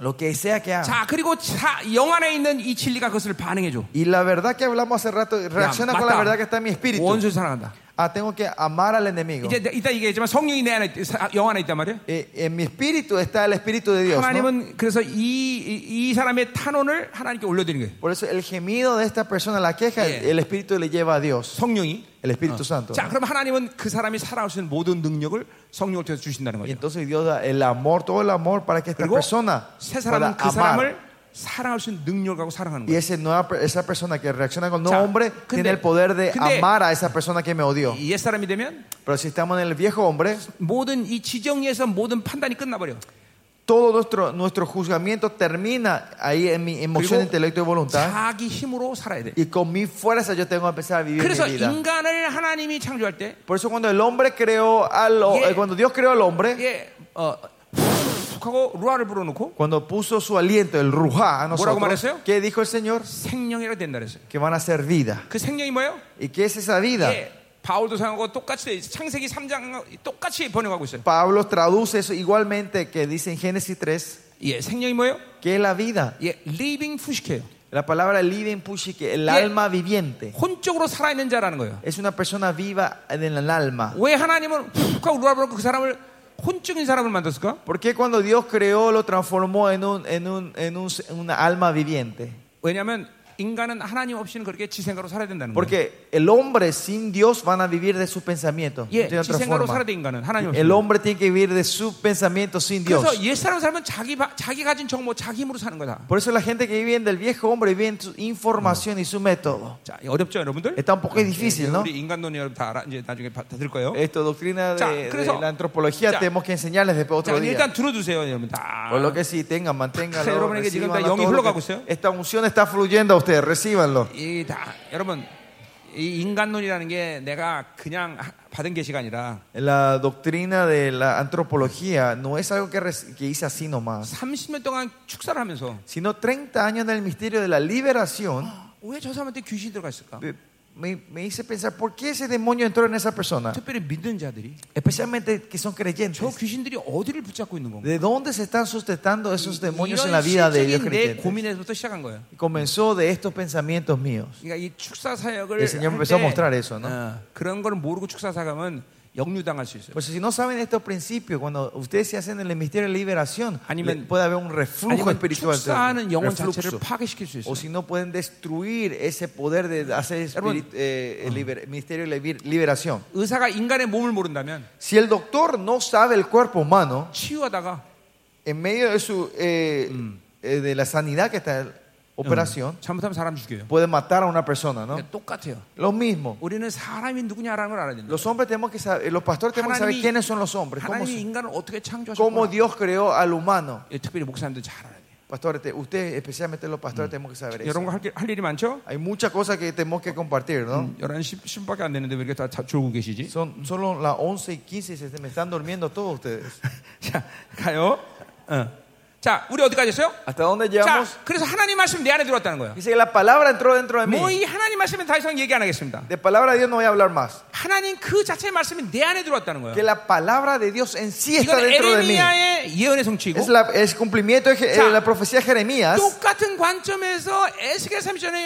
Lo que sea que haga.
자, 그리고 자, 영 안에 있는 이 진리가 그것을 반응해 줘.
Y la verdad que hablamos hace rato reacciona con la verdad que está en mi espíritu.
원수 사랑한다.
Ah, tengo que amar al enemigo.
이제 내- 이따 얘기했지만 성령이 내 안에 있- 사- 영 안에 있단 말이에요.
Eh, en mi espíritu está el espíritu
네,
de Dios. ¿no?
하나님은 그래서 이, 이, 이 사람의 탄원을 하나님께 올려드리는 거예요.
Por eso el gemido de esta persona, la queja,
Bien.
el espíritu le lleva a Dios,
성령이.
el Espíritu Santo.
자,
¿no?
그럼 하나님은 그 사람이 살아올 수 있는 모든 능력을 성령을 통해서 주신다는
Y
거죠.
entonces Dios da el amor, todo el amor para que esta
예. 그리고
persona
새
pueda
사람은 그
amar.
사람을 사랑할 수 있는 능력을 갖고 사랑하는
Y
거예요.
ese nueva, esa persona que reacciona con el nuevo
자,
hombre
근데-
tiene el poder de
근데-
amar a esa persona que me odió.
이 옛사람이 되면
Pero si estamos en el viejo hombre,
모든 이 지정에서 모든 판단이 끝나버려.
todo nuestro, nuestro juzgamiento termina ahí en mi emoción,
그리고
intelecto y voluntad.
자기 힘으로 살아야 돼.
Y con mi fuerza yo tengo que empezar a vivir
그래서
mi vida.
인간을 하나님이 창조할 때
Por eso cuando el hombre creó al ho-
Yeah.
eh, cuando Dios creó al hombre,
이게 어, 훅 하고 루아를 불어놓고
cuando puso su aliento, el ruja a
¿뭐라고
nosotros,
말했어요?
¿qué dijo el Señor?
생명이라 된다 그랬어요.
Que van a ser vida.
그 생명이 뭐예요?
¿Y qué es esa vida?
예, 바울도 사용하고 똑같이 돼 있어요. 창세기 3장 똑같이 번역하고 있어요.
Pablo traduce eso igualmente que dice en Génesis 3,
예, 생명이 뭐예요?
¿qué es la vida?
예, living fush케요.
La palabra living pushike, el
Yeah.
alma viviente.
혼적으로 살아있는 자라는 거예요.
Es una persona viva en el alma.
왜 하나님은 훅 하고 루아를 불어놓고 그 사람을 혼적인 사람을 만들었을까?
¿Por qué cuando Dios creó lo transformó en, un, en, un, en un- en una alma viviente?
왜냐하면 인간은 하나님 없이는 그렇게 지생각으로 살아야 된다는 거예요.
Porque el hombre sin Dios van a vivir de sus pensamientos.
예,
de otra
지생각으로
forma.
살아야 돼 인간은 하나님 없이.
El hombre tiene que vivir de sus pensamientos sin Dios.
그래서 옛사람 살면 자기 바- 자기 가진 정보 뭐 자기 힘으로 사는 거다.
Por eso la gente que vive del viejo hombre vive en su información y su método.
자, 어렵죠, 여러분들? 예,
Está un poco difícil, ¿no?
우리 인간론 여러분 다 알아, 이제 나중에 다 들 거예요.
Esto, doctrina
Ya,
de,
그래서-
de la antropología,
Ya.
tenemos que enseñarles después
자,
otro día.
일단 들어주세요, 여러분 다.
Por lo que sí, tengan, manténganlo.
자, 여러분에게 지금 다
recíbanlo,
영이
todo lo
흘러가고
que-
있어요?
Esta unción está fluyendo a ustedes, recíbanlo.
이 다, 여러분 이 인간론이라는 게 내가 그냥 하- 받은 게시가 아니라
La doctrina de la antropología no es algo que, reci- que hice así nomás,
30년 동안 축사를 하면서
sino 30 años en el misterio de la liberación.
왜 저 사람한테 귀신이 들어갔을까?
me, me- me hice pensar, ¿por qué ese demonio entró en esa persona?
특별히 믿는 자들이
Especialmente que son creyentes.
저 귀신들이 어디를 붙잡고 있는 건가?
¿De dónde se están sustentando esos demonios en la
이런
vida de ellos
실적인 내
creyentes?
고민에서부터 시작한 거예요.
Y Comenzó de estos pensamientos míos.
그러니까 이 축사 사역을
El Señor
할
empezó a
때,
mostrar eso, ¿no?
어, 그런 걸 모르고 축사 사역하면 역류당할 수 있어요.
Pues si no saben estos principios, cuando ustedes se hacen en el misterio de liberación,
아니면-
le- puede haber un reflujo
아니면
espiritual.
축사하는 영혼 자체를
Refluxo.
파괴시킬 수 있어요.
O si no pueden destruir ese poder de hacer
여러분,
espiri- eh, liber- misterio de liber- liberación.
의사가 인간의 몸을 모른다면
Si el doctor no sabe el cuerpo humano,
치유하다가
en medio de su eh, eh, de la sanidad que está en operación
잘못하면 사람 죽여요.
puede matar a una persona no
그러니까 똑같아요.
lo mismo
우리는 사람이 누구냐라는 걸 알아야 된다.
los hombres tenemos que saber los pastores tenemos que saber
하나님이-
quiénes son los hombres cómo,
하나님이
son-
인간을 어떻게 창조하셨고
cómo Dios creó al humano
특별히 예, 목사님들 잘 알아야 돼요.
Pastores, te- ustedes, especialmente los pastores, tenemos que saber
여러분
eso.
할, 게- 할 일이 많죠?
Hay muchas cosas que tenemos que compartir, ¿no?
11시 10분밖에 안 됐는데 왜 이렇게 다, 다 졸고 계시지?
Son solo las 11 y 15 y se me están durmiendo todos ustedes.
자, 가요. 어. 자, 우리 어디까지 했어요?
¿Hasta dónde
자,
llegamos?
그래서 하나님 말씀 내 안에 들어왔다는 거야.
Dice que la palabra entró dentro de
뭐
mí.
이 하나님 말씀은 더 이상 얘기 안 하겠습니다.
De palabra de Dios no voy a hablar más.
하나님 그 자체의 말씀이 내 안에 들어왔다는 거예요.
Que la palabra de Dios en sí está
이건
dentro de mí.
에레미야의 예언의 성취고
Es la, es cumplimiento de Je-
자,
eh, la profecía de Jeremías.
똑같은 관점에서 에스겔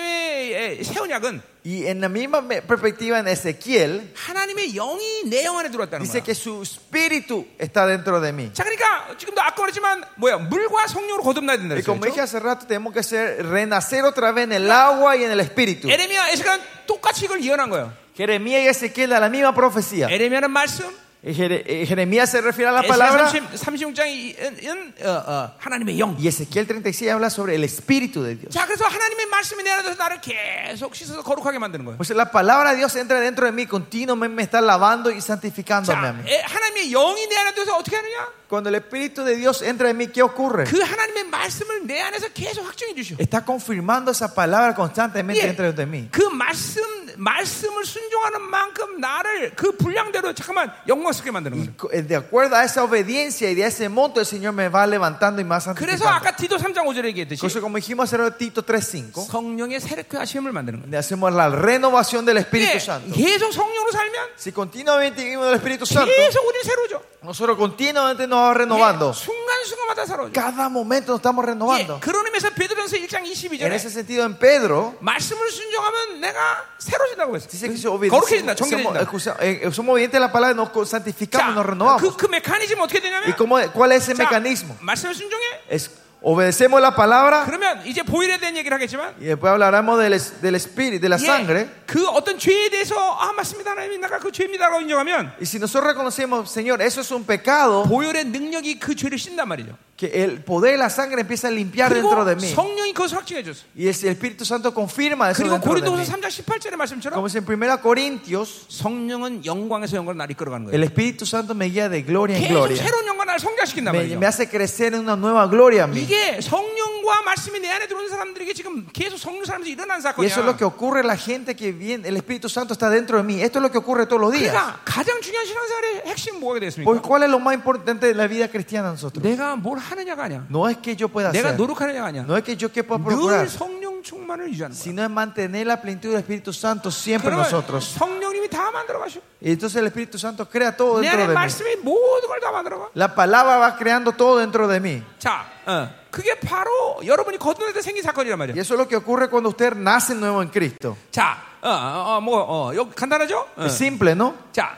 3장의 새 언약은
Y en la misma me- perspectiva en Ezequiel,
하나님의 영이 내 영 안에 들어왔다는
dice
거야.
que su espíritu está dentro de mí.
자, 그러니까 지금도 아까 말했지만 뭐야 물과 성령으로 거듭나야 된다
Y como dije
그랬죠.
hace rato, tenemos que ser, renacer otra vez en el agua y en el espíritu.
에레미야 에스겔은 똑같이 이걸 예언한 거예요.
Jeremías y Ezequiel a la misma profecía.
에레미야는 말씀,
Y Jere- eh, Jeremías se refiere a la palabra
에스겔 36장은 어, 어, 하나님의 영.
y Ezequiel 36 habla sobre el espíritu de Dios.
자, 그래서 하나님의 말씀이 내 안에 들어서 나를 계속 씻어서 거룩하게 만드는 거예요.
Pues la palabra de Dios entra dentro de mí, continuamente me está lavando y santificándome a
자,
mí.
에, 하나님의 영이 내 안에 들어서 어떻게 하느냐?
Cuando el espíritu de Dios entra en mí, ¿qué ocurre?
그 하나님의 말씀을 내 안에서 계속 확증해 주시오.
Está confirmando esa palabra constantemente
예,
dentro de mí.
그 말씀 말씀을 순종하는 만큼 나를 그 분량대로 잠깐만 영광스럽게 만드는
Y
거예요.
co- eh, de acuerdo a esa obediencia y de ese monto, el Señor me va levantando y más
그래서
santificando.
아까 디도 3장 5절에 얘기했듯이
Por eso, como dijimos hace rato, Tito 3.5,
성령의 세력화 하심을 만드는 거예요.
le hacemos la renovación del Espíritu
예,
Santo.
계속 성령으로 살면
Si continuamente vivimos del Espíritu Santo,
계속 우리 새로져.
nosotros continuamente nos vamos renovando.
순간순간마다 새로져.
Cada momento nos estamos
예,
renovando.
그런 의미에서 베드로전서 1장
En ese
22절에
sentido, en Pedro,
말씀을 순종하면 내가 새로진다고 했어.
dice que si
거룩해진다,
obedecemos, somos,
정결해진다.
excusa- eh, somos obedientes a la palabra, nos santificamos, nos renovamos.
뭐, 그, 그 메커니즘 어떻게 되냐면
¿Y cómo, cuál es ese
자,
mecanismo?
말씀을 순종해.
Es, obedecemos la palabra
그러면 이제 보일에 대한 얘기를 하겠지만
y después hablaremos del, es- del espíritu, de la
예,
sangre.
그 어떤 죄에 대해서 아 맞습니다 하나님 나가 그 죄입니다라고 인정하면
Y si nosotros reconocemos, Señor, eso es un pecado,
보혈의 능력이 그 죄를 씻는단 말이죠.
que el poder de la sangre empieza a limpiar dentro de
그리고
mí.
성령이 그것을 확증해 줬어.
Y el Espíritu Santo confirma eso
그리고
dentro de mí.
고린도후서 3장 18절의 말씀처럼
Como dice en 1 Corintios,
성령은 영광에서 영광을 날 이끌어가는 거예요.
el Espíritu Santo me guía de gloria en
계속
gloria.
새로운 영광을 날 성장시킨단
Me,
말이죠.
me hace crecer en una nueva gloria a mí.
이게 성령과 말씀이 내 안에 들어온 사람들에게 지금 계속 성령 사람들이 일어난
Y eso es lo
사건이야.
que ocurre a la gente que viene, el Espíritu Santo está dentro de mí. Esto es lo que ocurre todos los días.
그러니까 가장 중요한 신앙생활의 핵심 뭐가
Pues,
되겠습니까?
¿Cuál es lo más importante de la vida cristiana de nosotros?
내가 뭘 하느냐가 아니야.
No es que yo pueda
내가
hacer,
노력하느냐가 아니야.
no es que yo que pueda procurar,
늘 성령 충만을 유지하는 거야.
sino es mantener la plenitud del Espíritu Santo siempre en
그러면
nosotros.
성령님이 다 만들어 가셔.
Y entonces el Espíritu Santo crea todo
내
dentro
안에
de mí.
말씀이 모든 걸 다 만들어 가.
La palabra va creando todo dentro de mí.
자, 어, 그게 바로 여러분이 거듭날 때 생긴 사건이란
Y
말이야.
eso es lo que ocurre cuando usted nace nuevo en Cristo.
자, 어, 어, 어, 뭐, 어, 여기 간단하죠? 어.
Es simple, ¿no?
자,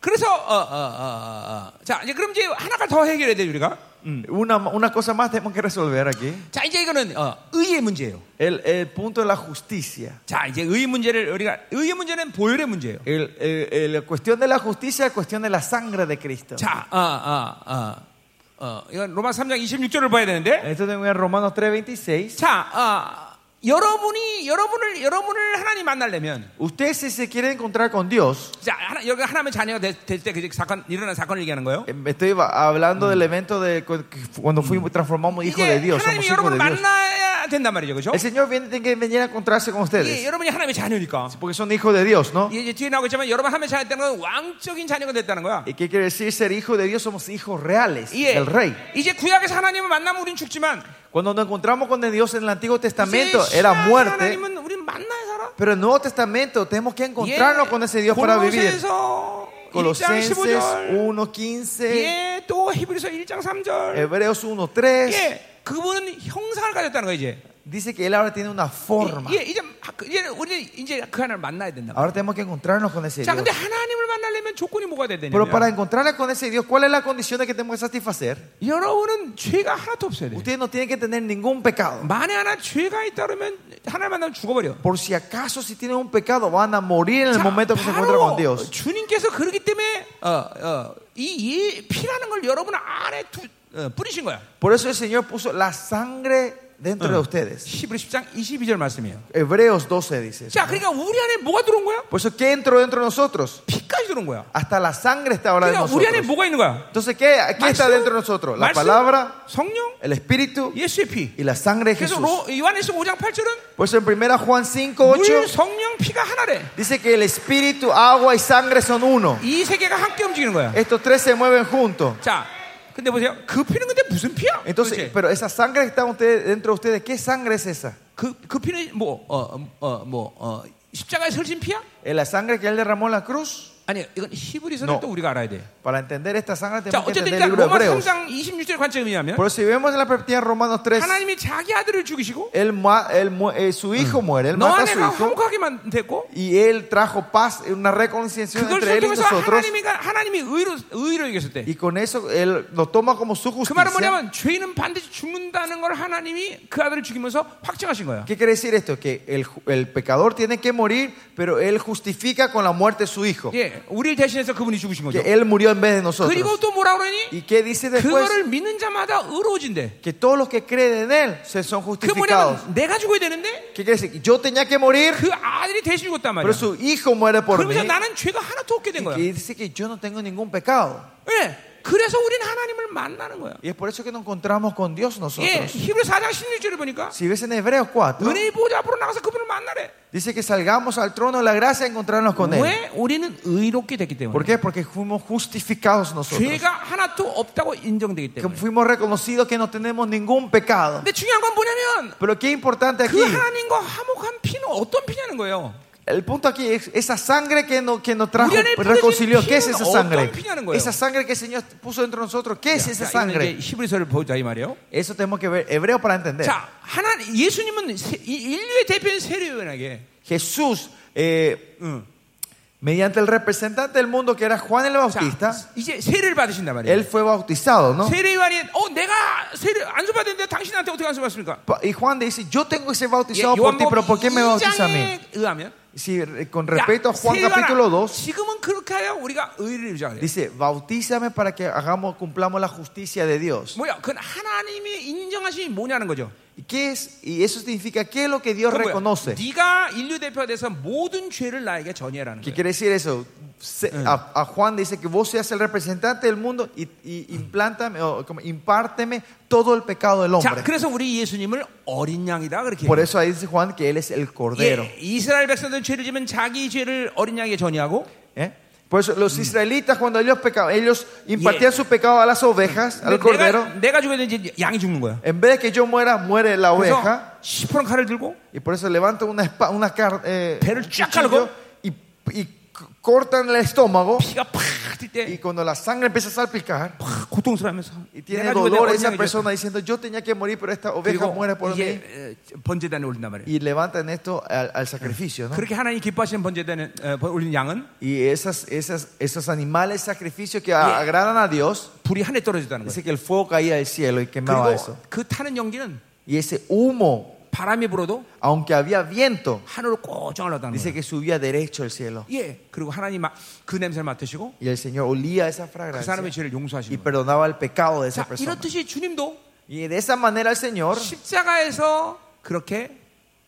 그래서 어, 어, 어, 어, 어. 자, 이제 그럼 이제 하나가 더 해결해야 돼 우리가.
Una, una cosa más tenemos que resolver aquí.
자, 이제 이거는 어, 의의 문제예요.
El, el punto de la justicia.
자, 이제 의의 문제를 우리가 의의 문제는 보혈의 문제예요.
El- el- el- la cuestión de la justicia es cuestión de la sangre de Cristo.
자, 어, 어, 어, 어, 이건 로마 3장 26절을 봐야 되는데.
Esto tengo en Romanos 3:26.
자, 어, 여러분이 여러분을 여러분을 하나님 만나려면
Usted si se quiere encontrar con Dios,
자, 하나, 여기 하나님의 자녀가 될때그 사건 일어난 사건을 얘기하는 거예요.
eh, me estoy va- hablando del evento de cu- que fu- cuando fuimos transformamos hijo
이제
de Dios,
하나님이
somos hijos
여러분을
de Dios.
만나야 된단 말이죠, 그렇죠?
El Señor viene, tiene que venir a encontrarse con
예,
ustedes,
여러분이 하나님의 자녀니까.
porque son hijos de Dios, ¿no?
예, 이제 뒤에 나오겠지만 여러분 하나님의 자녀 되는 건 왕적인 자녀가 됐다는 거야.
¿Y qué quiere decir ser hijo de Dios? Somos hijos reales
예,
del rey.
이제 구약에서 하나님을 만나면 우린 죽지만
Cuando nos encontramos con el Dios en el Antiguo
이제
Testamento era
신앙의
muerte,
하나님은 우린 만나야 살아.
pero en el Nuevo Testamento tenemos que
예,
encontrarnos con ese Dios para vivir.
골로새서 1장
Colosenses
15절.
1.15,
예, 또 히브리서 1장 3절.
Hebreos 1.3,
예, 그분은 형상을 가졌다는 거야, 이제.
dice que él ahora tiene una forma.
예, 예, 이제 이제 우리 이제 그 하나님을 만나야 된다.
Ahora tenemos que encontrarnos con ese
자,
Dios.
근데 하나님을 만나려면 조건이 뭐가 돼야 되냐?
Pero para encontrarnos con ese Dios, ¿cuál es la condición que tenemos que satisfacer?
여러분은 죄가 하나도 없어야 돼.
Ustedes no tienen que tener ningún pecado.
만에 하나 죄가 있다면 하나님 만나면 죽어버려.
Por si acaso, si tienen un pecado, van a morir en el
자,
momento que se encuentran
바로
con Dios.
주님께서 그러기 때문에 어, 어, 이, 이 피라는 걸 여러분 안에 두, 어, 뿌리신 거야.
Por eso el Señor puso la sangre dentro de ustedes.
히브리 10장 22절 말씀이에요.
Hebreos 12 dice. eso.
자, 그러니까 우리 안에 뭐가 들어온 거야?
Por eso, ¿qué entró dentro de nosotros?
피까지 들어온 거야.
Hasta la sangre está ahora de
그러니까 우리 안에
nosotros.
뭐가 있는 거야?
Entonces, ¿qué, qué está
말씀,
dentro de nosotros? La
말씀,
palabra,
성령,
el espíritu
예수의 피.
y la sangre de
그래서
Jesús.
로, 요한에서 5장 8절은
Por eso en 1 Juan 5, 8
물, 성령, 피가 하나래.
dice que el espíritu, agua y sangre son uno.
이 세 개가 함께 움직이는 거야.
Estos tres se mueven juntos.
자, 근데 보세요. 그 피는 근데 무슨 피야?
Entonces,
도대체?
pero esa sangre que está ustedes, dentro de ustedes, ¿qué sangre es esa?
그, 그 피는 뭐, 어, 어, 뭐, 어, 십자가에 설신 피야?
¿Es la sangre que él derramó en la cruz?
아니, 이건 히브리서를
No.
또 우리가 알아야 돼.
Para entender esta sangre
자,
tenemos que
어쨌든
entender
일단
el libro de
로마
Hebreos.
3장 26절의 관점이 뭐냐면
Pero si vemos en la perspectiva de Romanos 3,
하나님이 자기 아들을 죽이시고
él ma- él mu- eh, su hijo muere, él
너와
mata a su
내가
hijo
화목하게만 됐고
y él trajo paz, una reconciliación
그걸
entre él y
통해서
nosotros.
하나님이 하나님이 의로 의로 네, 이겼을 때.
Y con eso él lo toma como su
그 말은
justicia.
뭐냐면 죄인은 반드시 죽는다는 걸 하나님이 그 아들을 죽이면서 확증하신 거야.
¿Qué quiere decir esto? Que el, ju- el pecador tiene que morir, pero él justifica con la muerte de su hijo.
예, 우리를 대신해서 그분이 죽으신 거죠.
Que él murió en vez de
그리고
nosotros.
또 뭐라 그러니?
¿Y qué dice después?
네, 그거를 믿는 자마다 의로워진대.
Que todos los que creen en él se son
그
justificados.
뭐냐면 내가 죽어야 되는데
¿Qué quiere decir? Yo tenía que morir,
그 아들이 대신 죽었단
pero
말이야.
su hijo muere por mí.
그러면서 나는 죄가 하나도 없게 된
Y
거야.
que dice que yo no tengo ningún pecado.
예, 그래서 우리는 하나님을 만나는 거야.
Y es por eso que nos encontramos con Dios
예,
nosotros.
히브리 4장 16절을 보니까
Si ves en Hebreos 4,
은혜의 보좌 앞으로 나가서 그분을 만나래.
dice que salgamos al trono de la gracia a encontrarnos con Él.
왜 우리는 의롭게 됐기
¿Por
때문에
qué? Porque fuimos justificados nosotros.
죄가 하나도 없다고 인정되기
Que
때문에.
fuimos reconocidos que no tenemos ningún pecado.
근데 중요한 건 뭐냐면
Pero qué importante aquí.
그 하나님과 화목한 피는 어떤 피냐는 거예요.
El punto aquí es esa sangre que nos, que nos trajo,
Murió en el
reconcilió. ¿Qué es
piel,
esa
¿o
sangre?
tan piñaron, güey?
Esa sangre que el Señor puso dentro de nosotros. ¿Qué es esa
자, 이거는
sangre?
이제 히브리서를 보자 이 말이에요.
Eso tenemos que ver hebreo para entender.
자, 하나 예수님은 세- 이- 인류의 대표인 세례요한에게
Jesús, eh, mediante el representante del mundo que era Juan el
자,
Bautista,
이제 세례를 받으신단 말이에요.
él fue bautizado, ¿no?
세례요한이 어 내가 세례 안수 받았는데 당신한테 어떻게 안수 받습니까?
Pa- Y Juan dice, yo tengo que ser
예,
bautizado por ti,
요한복음
pero ¿por qué me bautiza a mí?
2장에 의하면
Si, eh, con
야,
respecto a Juan
세례요한아,
capítulo 2,
지금은 그렇게 하여 우리가 의를 유지하래.
dice, bautízame para que hagamos, cumplamos la justicia de Dios.
뭐야? 그건 하나님이 인정하심이 뭐냐는 거죠.
¿Y, qué es? y eso significa, ¿qué es lo que Dios
그건 뭐야?
reconoce?
네가 인류 대표가 돼서 모든 죄를 나에게 전해라는
¿Qué
거예요.
quiere decir eso? Se-
Eh.
a, a Juan dice que vos seas el representante del mundo y, y implántame, o como impárteme todo el pecado del
자,
hombre.
그래서 우리 예수님을 어린 양이다 그렇게.
Por eso ahí dice Juan que él es el cordero.
예, 이스라엘 백성들 죄를 지면 자기 죄를 어린 양에게 전이하고
¿eh? Por eso los israelitas cuando ellos pecaban, ellos impartían su pecado a las ovejas, al cordero.
내가, 내가 죽어야 되는지 양이 죽는 거야.
En vez de que yo muera, muere
어,
la oveja.
그래서 10% 칼을 들고
Y por eso levantan una espada, una car- eh,
Pero
un
ya
cuchillo
cargó.
y, y c- cortan el estómago.
피가 팍튈때
Y cuando la sangre empieza a salpicar
고통스러워하면서 네
y tiene
내가 죽어야 되는
dolor
어린
esa
양이
persona diciendo yo tenía que morir, pero esta oveja
그리고
muere por mí.
이게 어, 번제단에 올린단 말이에요.
Y levantan esto al, al sacrificio, ¿no?
그렇게 하나님 기뻐하시는 번제단에 어, 올린 양은
Y esas, esas, esos animales sacrificios que a- agradan a Dios,
불이 하늘에 떨어졌다는 거예요.
dice que el fuego caía del cielo y quemaba
그리고
eso.
그 타는 연기는
Y ese humo,
바람이 불어도
aunque había viento,
하늘로 꼬정을 났다는
dice
거예요.
que subía derecho al cielo.
예, 그리고 하나님 마- 그 냄새를 맡으시고
Y el Señor olía esa
그
fragancia
사람의 죄를
y
용서하시는 거예요.
perdonaba el pecado de esa
자,
persona.
이렇듯이 주님도
Y de esa manera el Señor,
십자가에서 그렇게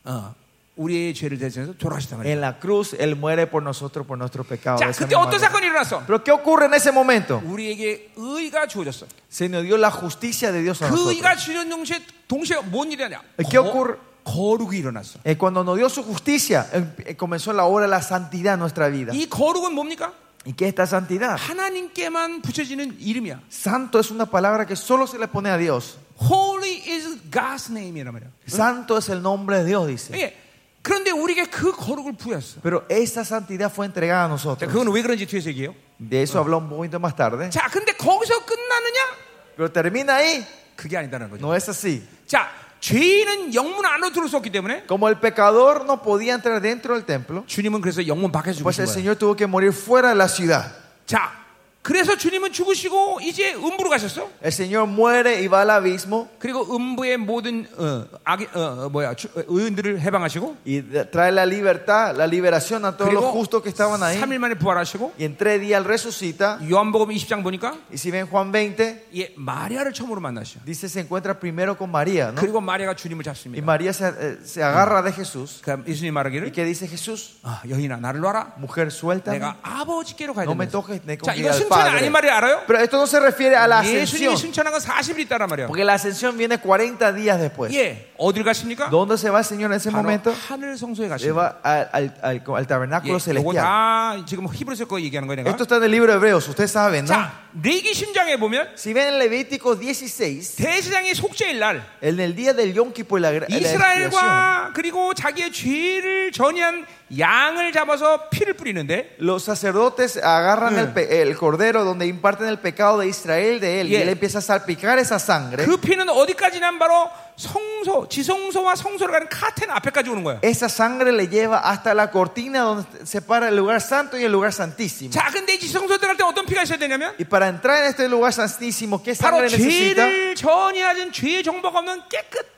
어, 우리의 죄를 대신해서 돌아가셨단 말이에요.
en la cruz, Él muere por nosotros, por nuestros pecados.
자,
de esa
그때
misma
어떤
manera.
사건이 일어났어?
Pero ¿qué ocurre en ese momento?
우리에게 의가 주어졌어.
Se nos dio la justicia de Dios a
그
nosotros.
의가 주는 동시에 동시에 뭔 일이냐?
이게 ocurre-
거룩이 일어났어.
Eh, cuando nos dio su justicia, eh, eh, comenzó la obra de la santidad en nuestra vida.
이 거룩은 뭡니까?
¿Y qué es esta santidad?
하나님께만 붙여지는 이름이야.
Santo es una palabra que solo se le pone a Dios.
Holy is God's name이란 말이야.
Santo es el nombre de Dios, dice.
예. 그런데 우리에게 그 거룩을 부여했어.
Pero esa santidad fue entregada a
자,
nosotros.
그건 왜 그런지 뒤에서 얘기해요.
De eso habló un poquito más tarde.
자, 근데 거기서 끝나느냐?
Pero termina ahí.
그게 아니다는 거죠.
No es así.
자, 죄인은 영문 안으로 들어올 수 없기 때문에
Como el pecador no podía entrar dentro del templo,
주님은 그래서 영문 밖에서
pues
죽으신
el
거예요.
Señor tuvo que morir fuera de la ciudad.
자, 그래서 주님은 죽으시고 이제 음부로 가셨어.
El Señor muere y va al abismo
그리고 음부의 모든 어, 악, 어, 어, 뭐야 주- 어, 의인들을 해방하시고
y de- trae la libertad, la liberación a todos los
그리고
justos que estaban ahí.
3일 만에 부활하시고
Y en tres días resucita.
요한복음 20장 보니까
Y si ven Juan 20,
예, 마리아를 처음으로 만나시죠.
dice se encuentra primero con María, ¿no?
그리고 어? 마리아가 주님을
Y
잡습니다.
María se, eh, se agarra de Jesús.
그럼 예수님
¿Y
말하기를
qué dice Jesús?
아, 여인아 나를 놔라.
Mujer, suelta.
내가 아버지께로 가야
No me
된다.
toques, me
자,
conviene
이거
al
승천 아닌
Padre.
말이 알아요?
Pero esto no se refiere a la
예수님이
ascensión.
승천한 건 40일 있다란 말이야.
Porque la ascensión viene 40 días después.
예, 어딜 가십니까?
¿Dónde se va el Señor en ese
바로
momento?
하늘 성소에 가십니다.
Se va al, al- al- al tabernáculo
예, 이거
celestial.
다 지금 히브리서 거 얘기하는 거예요, 내가.
Esto está en el libro de Hebreos, ustedes saben, ¿no?
자, 내기 심장에 보면
Si ven en Levítico 16,
대제장이 속죄일 날
en el día del Yom Kippur, la, gra- la expiación,
이스라엘과 네, 그리고 자기의 죄를 전이한 양을 잡아서 피를 뿌리는데
los sacerdotes agarran el, pe- el cordero donde imparten el pecado de Israel de él y
Yeah.
él empieza a salpicar esa sangre.
그 피는 어디까지냐면 바로 성소, 지성소와 성소를 가는 카텐 앞에까지 오는 거야.
Esa sangre le lleva hasta la cortina donde separa el lugar santo y el lugar santísimo.
자, 근데 이 지성소 들어갈 때 어떤 피가 있어야 되냐면
Y para entrar en este lugar santísimo, ¿qué
바로
sangre necesita?
죄를 전이하진 죄의 정보가 없는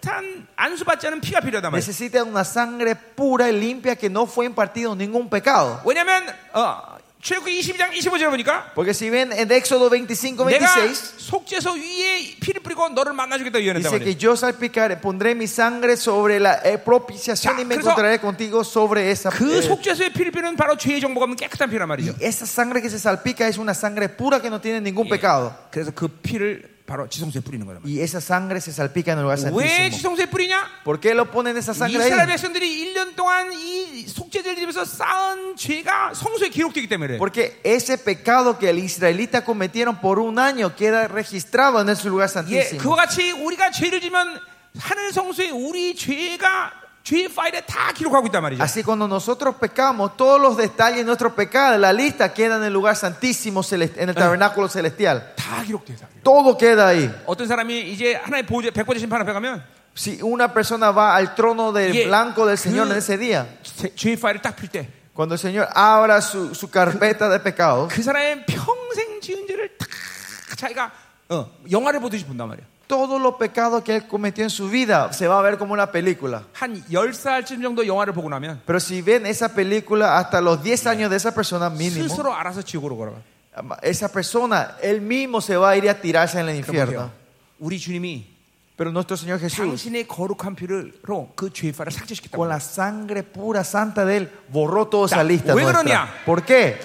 깨끗한 네, 안수받지 않은 피가 필요하단 말이야.
Necesita una sangre pura y limpia que no fue impartido ningún pecado.
왜냐면 어, 출애굽기 22장 25절을 보니까
Porque si ven en Éxodo 25,
내가
26.
속죄소 위에 피를 뿌리고 너를 만나주겠다 유언했단
Dice
말이야. 네.
que yo salpicaré, pondré mi sangre sobre la eh, propiciación
Ya,
y me
그래서
encontraré contigo sobre esa.
그
eh,
속죄소의 피를 뿌리는 바로 죄의 정보가 없는 깨끗한 피란 말이죠.
y esa sangre que se salpica es una sangre pura que no tiene ningún pecado.
그래서 그 피를 바로 지성소에 뿌리는 거란 말이야.
Y esa sangre se salpica en el lugar
왜
santísimo.
지성소에 뿌리냐?
¿Por qué lo ponen esa sangre
이스라엘
ahí?
백성들이 1년 동안 이 속죄제를 드리면서 쌓은 죄가 성소에 기록되기 때문에 그래.
Porque ese pecado que el israelita cometieron por un año queda registrado en ese
예,
lugar santísimo.
그와 같이 우리가 죄를 지면 하늘 성소에 우리 죄가 죄 파일에 다 기록하고 있단 말이죠.
Así cuando nosotros pecamos, todos los detalles de nuestro pecado, la lista queda en el lugar santísimo, celest- en el tabernáculo celestial.
다 기록돼요. 다 기록.
Todo queda ahí.
어떤 사람이 이제 하나의 보호 백보제 심판 앞에 가면
Si una persona va al trono del
Yeah.
blanco del Señor
Mm.
en ese día,
제- 죄 파일을 딱 필 때 그
cuando el Señor abra su, su carpeta de pecados,
사람의 평생 지은 죄를 다 자기가 어, 영화를 보듯이 본단 말이야.
todos los pecados que él cometió en su vida se va a ver como una película.
한 10살쯤 정도 영화를 보고 나면
Pero si ven esa película hasta los 10 años de esa persona mínimo,
스스로 알아서 지옥으로 걸어가.
esa persona él mismo se va a ir a tirarse en el infierno.
그러니까 우리 주님이
Pero nuestro Señor
그
Jesús,
당신의 거룩한 피로 그 죄의 파를 삭제시켰다.
con la sangre pura santa de él, borró toda esa
Ya,
lista.
¿por qué
nuestra.
그러냐?
¿Por qué?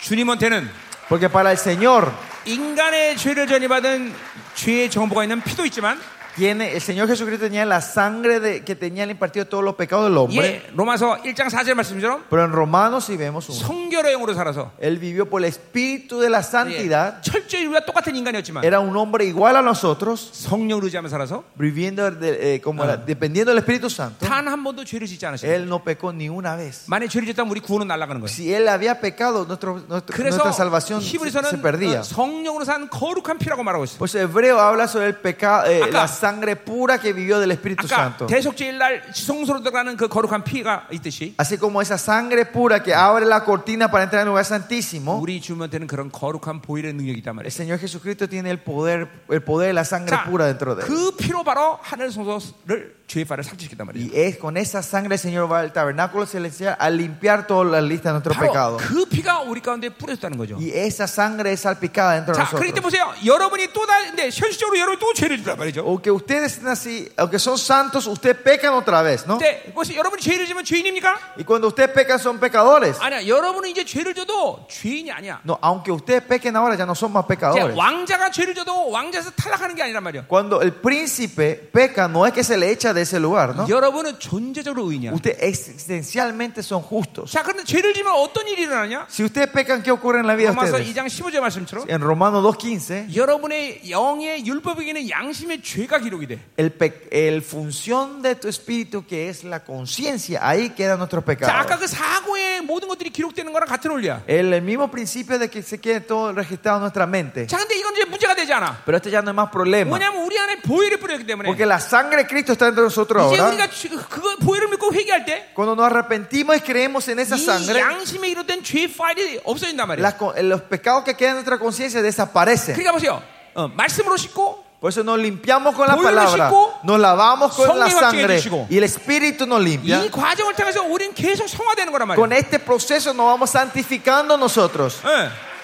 주님한테는
Porque para el Señor,
인간의 죄를 전이받은 죄의 정보가 있는 피도 있지만
tiene, el Señor Jesucristo tenía la sangre de, que tenía el impartido de todos los pecados del hombre.
예, 로마서 1장 4절 말씀처럼
Pero en Romanos si vemos uno.
성결의 영으로 살아서
Él vivió por el espíritu de la
예,
santidad.
철저히 우리가 똑같은 인간이었지만
Era un hombre igual a nosotros,
성령을 의지하며 살아서
viviendo de- eh, como era, dependiendo del Espíritu Santo.
단 한 번도 죄를 짓지 않으셨어요.
Él no pecó ni una vez.
만약 죄를 짓다면 우리 구원은 날아가는 거예요.
Si él había pecado, nuestro- nuestro-
그래서
nuestra salvación se, se
히브리서는
perdía.
어, 성령으로 산 거룩한 피라고 말하고 있어요.
Pues hebreo habla sobre el pecado, eh,
Acá.
la sangre pura que vivió del Espíritu
아까
Santo.
대속죄일 날 지성소로 들어가는 그 거룩한 피가 있듯이
Así como esa sangre pura que abre la cortina para entrar en el lugar santísimo,
우리 주님한테는 그런 거룩한 보일의 능력이 있단
el
말이에요.
Señor Jesucristo tiene el poder, el poder de la sangre
자,
pura dentro de él.
그 피로 바로 하늘 성소를 죄의 발을 삭제시켰단 말이에요.
Y es con esa sangre el Señor va al tabernáculo celestial a limpiar todas las listas de nuestros
바로
pecados.
그 피가 우리 가운데 뿌려졌다는 거죠.
Y esa sangre es salpicada dentro de
자, 그렇기 때문에
nosotros.
보세요. 여러분이 또 다, 근데 현실적으로 여러분 또 죄를 짓단 말이죠.
Aunque ustedes estén así, aunque son santos, ustedes pecan otra vez, ¿no?
근데 혹시 여러분이 죄를 지면 죄인입니까?
Y cuando ustedes pecan son pecadores.
아니야. 여러분은 이제 죄를 져도 죄인이 아니야.
No, aunque ustedes pequen ahora ya no son más
이제
pecadores.
왕자가 죄를 져도 왕자에서 탈락하는 게 아니란 말이야.
Cuando el príncipe peca, no es que se le echa de ese lugar,
어?
¿no?
여러분은 존재적으로 의인이야.
Ustedes existencialmente son justos.
자, 그런데 죄를 지면 어떤 일이 일어나냐?
Si ustedes pecan, ¿qué ocurre en la vida de
로마서
ustedes?
2장 15절 말씀처럼
En Romanos 2.15.
여러분의 영의 율법에게는 양심의 죄가 기록이 돼.
El, pe- el función de tu espíritu que es la conciencia, ahí queda nuestro
자,
pecado.
아까 그 사고의 모든 것들이 기록되는 거랑 같은 원리야.
El, el mismo principio de que se quede todo registrado en nuestra mente.
자, 근데 이건 이제 문제가 되지 않아.
Pero este ya no es más problema.
뭐냐면 우리 안에 보혈이 뿌려졌기 때문에
Porque la sangre de Cristo está dentro de nosotros
이제
ahora.
우리가 주- 그거 보혈을 믿고 회개할 때 이
Cuando nos arrepentimos y creemos en esa sangre,
양심에 이루된 죄 파일이 없어진단 말이야.
las co- los pecados que quedan en nuestra conciencia desaparecen.
그러니까 보세요. 어, 말씀으로 씻고
Por eso nos limpiamos con la
Pueblo
palabra,
chico,
nos lavamos con la
성령을
sangre
chico.
y el Espíritu nos limpia.
이 과정을 통해서 우리는 계속 성화되는 거란 말이야.
Con este proceso nos vamos santificando nosotros.
예.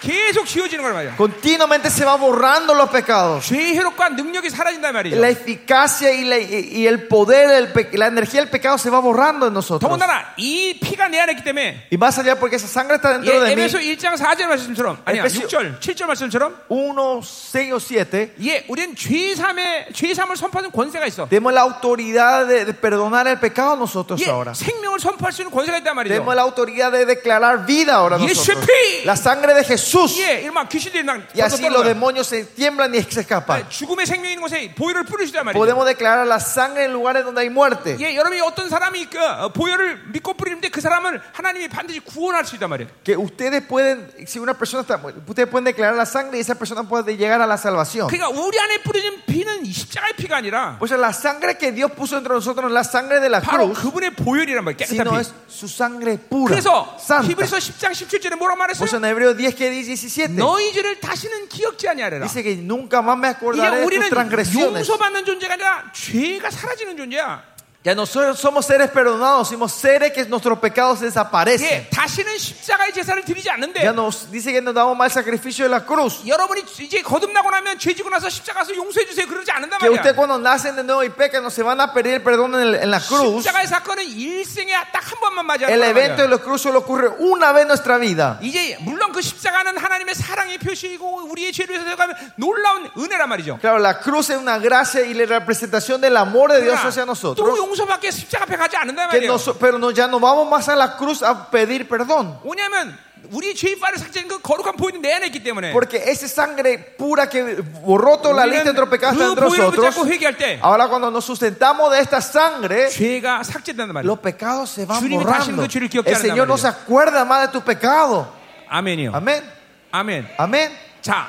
계속 지워지는 거란 말이야.
Continuamente se van borrando los pecados.
죄의 효력과 능력이 사라진단 말이죠.
La eficacia y, la- y- y el poder, del pe- la energía del pecado se va borrando en nosotros.
더군다나 이 피가 내 안에 있기 때문에
Y más allá, porque esa sangre
예,
está dentro de mí.
에베소 1장 4절 말씀처럼 아니야
에베소-
6절 7절 말씀처럼
1, 6 o 7.
예, 우리는 죄삼의 죄삼을 선포하는 권세가 있어.
Tenemos la autoridad de, de perdonar el pecado nosotros ahora.
예, 생명을 선포할 수 있는 권세가 있단 말이죠.
Tenemos la autoridad de declarar vida ahora
예수의
nosotros.
피!
La sangre de Jesús.
예, 이막 귀신들이 막
Y
벌써
así los
떨어져요.
demonios se tiemblan y se escapan.
예, 죽음의 생명 있는 곳에 보혈을 뿌리시단 말이죠.
Podemos declarar la sangre en lugares donde hay muerte.
예, 여러분이 어떤 사람이 그 어, 보혈을 믿고 뿌리는데 그 사람을 하나님이 반드시 구원할 수 있단 말이에요.
Que ustedes pueden, si una persona está, mu- ustedes pueden declarar la sangre y esa persona puede llegar a la salvación.
그러니까 우리 안에 뿌려진 피는 이 십자가의 피가 아니라
O sea, la sangre que Dios puso entre nosotros no es la sangre de la
바로
cruz,
그분의 보혈이란 말이에요.
sino
깨끗한
es
피.
su sangre pura,
그래서
santa.
히브리서 10장 17절에 뭐라고
Por eso
말했어요?
en Hebreos 10, que 17,
너희 죄를 다시는 기억지 아니하리라.
dice que nunca más me
이게
acordaré de
우리는
tus transgresiones.
용서받는 존재가 아니라 죄가 사라지는 존재야.
Ya nosotros somos seres perdonados, somos seres que nuestros pecados desaparecen.
예, 다시는 십자가의 제사를 드리지 않는데
Ya nos dice que nos damos mal sacrificio de la cruz.
여러분이 이제 거듭나고 나면 죄지고 나서 십자가 가서 용서해 주세요 그러지 않는단
Que usted
말이야
cuando nacen de nuevo y pecan, no se van a pedir el perdón en, el- en la cruz.
십자가의 사건은 일생에 딱 한 번만 맞이하는
El
거란
evento de
말이야
la cruz solo ocurre una vez en nuestra vida.
이제 물론 그 십자가는 하나님의 사랑의 표시이고 우리의 죄를 위해서 가면 놀라운 은혜란 말이죠
Claro, la cruz es una gracia y la representación del amor de Dios hacia
그러나 또
nosotros.
용서밖에 십자가 앞에 가지 않는단
Que
말이에요
nos- pero no, ya no vamos más a la cruz a pedir perdón.
왜냐하면 우리의 죄의 파를 삭제한 그 거룩한 보이는 내 안에 있기 때문에
Porque esa sangre pura que borró toda la lista de
우리는
nuestros pecados está
그
entre
보혈을
nosotros.
붙잡고 회개할 때
Ahora cuando nos sustentamos de esta sangre,
죄가 삭제된단 말이에요
los pecados se van
주님이
borrando.
다시는 그 죄를 기억지
El
않는단
Señor no se
말이죠.
acuerda más de tus pecados.
아멘이요
Amén.
아멘
Amén.
자,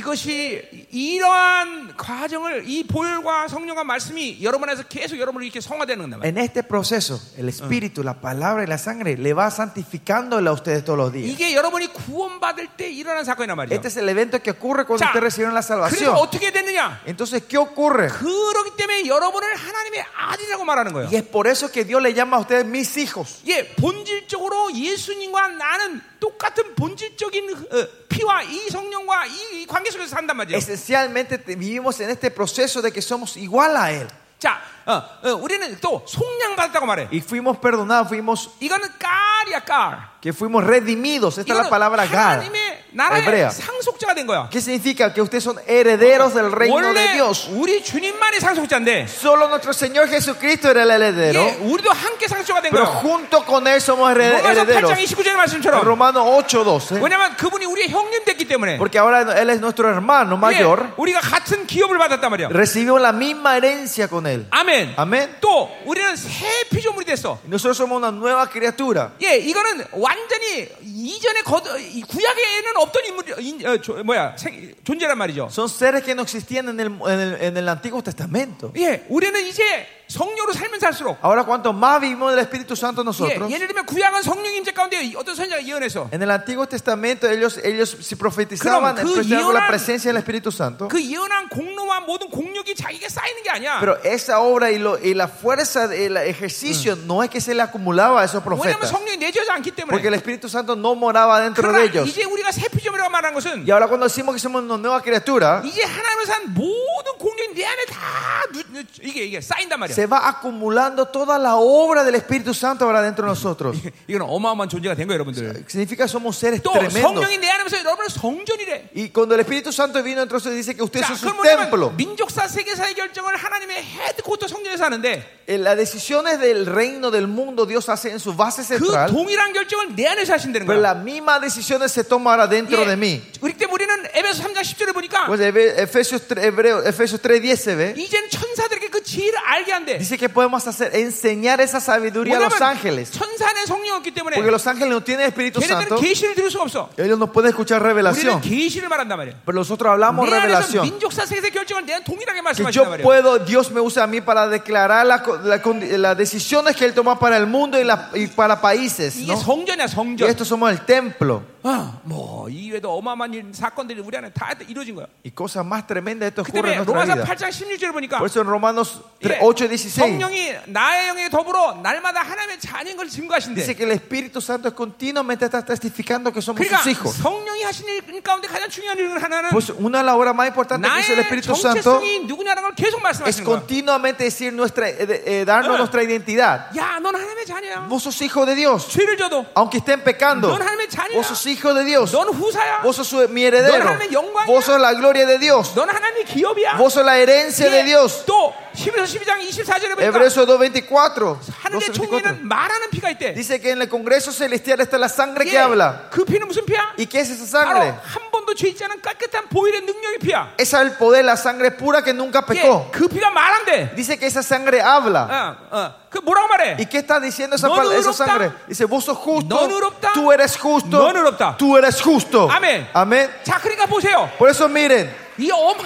이것이 이러한 과정을 이 보혈과 성령과 말씀이 여러분 안에서 계속 여러분을 이렇게 성화되는 겁니다.
En este proceso, el Espíritu, la palabra y la sangre le va santificándola a ustedes todos los días.
이게 여러분이 구원받을 때 일어난 사건이란 예. 말이에요.
Este es el evento que ocurre cuando
자,
ustedes recibieron la
그래서
salvación.
어떻게 됐느냐?
Entonces, ¿qué ocurre?
그렇기 때문에 여러분을 하나님의 아들이라고 말하는 거예요.
Y es por eso que Dios le llama a ustedes mis hijos.
예, 본질적으로 예수님과 나는 똑같은 본질적인 어, 피와 이 성령과 이, 이 관계 속에서 산단 말이에요.
Esencialmente te- vivimos en este proceso de que somos igual a Él.
자, 어, 어, 우리는 또 속량 받았다고 말해.
Y fuimos perdonados, fuimos,
이거는 깔이야, 깔.
que fuimos redimidos. Esta es la palabra Gad,
하나님의 나라의
hebrea.
상속자가 된 거야.
¿Qué significa? Que ustedes son herederos del reino de
원래
Dios.
우리 주님만이 상속자인데
Solo nuestro Señor Jesucristo era el heredero,
예, 우리도 함께 상속자가 된
pero
거예요.
junto con Él somos hered-
로마서 8장
herederos.
29절의 말씀처럼
Romanos 8:12.
왜냐면 그분이 우리의 형님 됐기 때문에
Porque ahora Él es nuestro hermano
예,
mayor.
우리가 같은 기업을 받았단 말이야.
Recibimos la misma herencia con Él.
아멘.
아멘.
또 우리는 새 피조물이 됐어.
Nosotros somos una nueva criatura.
예, 이거는 완전히 이전에 거드- 이 구약에는 없던 인물 인, 어, 조- 뭐야 생- 존재란 말이죠.
Son seres que no existían en el, en el- en el Antiguo Testamento.
예, 우리는 이제 성령으로 살면 살수록
Ahora, cuanto más vivimos del Espíritu Santo
예,
nosotros,
예를 들면 구약은 성령 임재 가운데 어떤 선자가 예언해서
en el Antiguo Testamento ellos, ellos si profetizaban,
Claro, 그
profetizaban con la
예언한-
presencia del Espíritu Santo.
그 예언한 공로와 모든 공력이 자기가 쌓이는 게 아니야.
Pero esa obra y, lo- y la fuerza del ejercicio no es que se le acumulaba a esos
왜냐하면
profetas.
성령이 내주지 않기 때문에.
Porque el Espíritu Santo no moraba dentro de
그러나
ellos.
이제 우리가 새 피조물이라고 말한 것은
Y ahora cuando decimos que somos una nueva criatura,
이제 하나님을 산 모든 공력이 내 안에 다 누- 누- 이게 이게 쌓인단 말이야.
se va acumulando toda la obra del Espíritu Santo ahora dentro de nosotros.
이건 어마어마한 존재가 된 거예요, 여러분들.
Significa que somos seres
또
tremendos.
성령이 내 안에서 여러분을 성전이래.
Y cuando el Espíritu Santo vino, entonces dice que usted
자,
es su
그럼
templo.
뭐냐면 민족사 세계사의 결정을 하나님의 헤드코터 성전에서 하는데
Eh, Las decisiones del reino del mundo Dios hace en su base
그
central,
동일한 결정을 내 안에서 하신다는
pero
거야.
las mismas decisiones se toman ahora dentro de mí. eh,
예, 우리 때 우리는 에베소 3장 10절에 보니까
Pues Ebe- Efesios 3, Hebreo- Efesios 3.10 se ve
이젠 천사들에게 그 그 지혜를 알게 한대.
Dice que podemos hacer enseñar esa sabiduría a los
왜냐면
ángeles.
천사는 성령 없기 때문에
Porque los ángeles no tienen Espíritu
걔네들은
Santo.
계시를 들을 수가 없어.
Ellos no pueden escuchar
우리는
revelación.
계시를 말한단 말이야.
Pero nosotros hablamos
내 안에서
revelación.
민족사 세계 결정을 내가 동일하게
Que
말씀하신단
yo
말이야.
puedo, Dios me usa a mí para declarar la co- la condi- las decisiones que Él toma para el mundo y, la- y para países.
이게
¿no?
성전이야
Y
성전.
esto somos el templo.
아, 뭐 이외에도 어마어마한 일, 사건들이 우리 안에 다 이루어진 거야.
Y cosas más tremendas esto
그 때문에
ocurre en
로마서
nuestra vida.
8장 16절을 보니까
Por eso en Romanos 3,
예,
8 y 16
성령이 나의 영에 더불어 날마다 하나님의 자녀인 걸 증거하신대.
dice que el Espíritu Santo es continuamente está testificando que somos sus
그러니까
hijos.
성령이 하신 일 가운데 가장 중요한 일 하나는
Pues una de las obras más importantes que hizo el
나의
Espíritu Santo
정체성이 누구냐는 걸 계속
es
말씀하시는 거야.
continuamente decir nuestra, eh, de- eh, darnos
Ah.
nuestra identidad.
야, 넌 하나님의 자녀야.
Vos sos hijo de Dios,
뭐 죄를 져도
aunque estén pecando.
넌 하나님의 자녀야.
Vos sos hijo de Dios.
뭐 넌 후사야.
Vos sos su- mi heredero.
ha나님의 영광이야.
Vos sos la gloria de Dios.
넌 하나님의 기업이야.
Vos sos la herencia de
예,
Dios.
또 11서 12장 24절에 보니까
Hebreos 2.24.
하늘의
12:24.
총리는 말하는 피가 있대.
Dice que en el Congreso Celestial está la sangre
예,
que habla.
그 피는 무슨 피야?
¿Y qué es esa
바로
sangre?
한 번도 죄 있지 않은 깨끗한 보일의 능력의 피야.
Esa es el poder, la sangre pura que nunca
예,
pecó.
그 피가 말한대.
Dice que esa sangre habla.
어, 어, 그 뭐라고 말해?
¿Y qué está diciendo esa,
No
pal- esa
nurupta.
sangre? Dice, vos sos
No
justo,
nurupta.
tú eres
No
justo,
nurupta.
tú eres justo.
Amén.
Amén.
자, 그러니까 보세요.
Por eso miren,
이 어마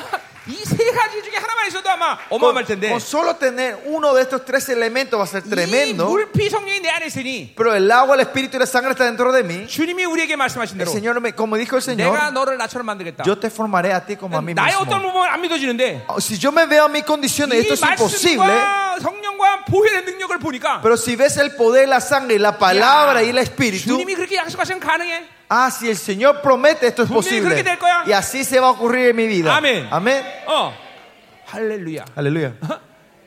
이 세 가지 중에 하나만 있어도 아마 어마어마할 텐데.
con solo tener uno de estos tres elementos va a ser
이
tremendo.
물피 성령이 내 안에 있으니
Pero el agua, el espíritu y la sangre está dentro de mí.
주님이 우리에게 말씀하신
El
대로
Señor, me, como dijo el Señor,
내가 그 너를 나처럼 만들겠다.
yo te formaré a ti como a mí
나의 어떤
mismo.
부분은 안 믿어지는데
Si yo me veo a mis condiciones, esto
이
es imposible.
말씀과 성령과 보혈의 능력을 보니까
Pero si ves el poder, la sangre, la palabra y el espíritu,
주님이 그렇게 약속하시면 가능해.
Ah, si el Señor promete, esto es
분명히
posible.
그렇게 될 거야.
Y así se va a ocurrir en mi vida.
Amén.
Amén.
어 할렐루야.
Aleluya.
어?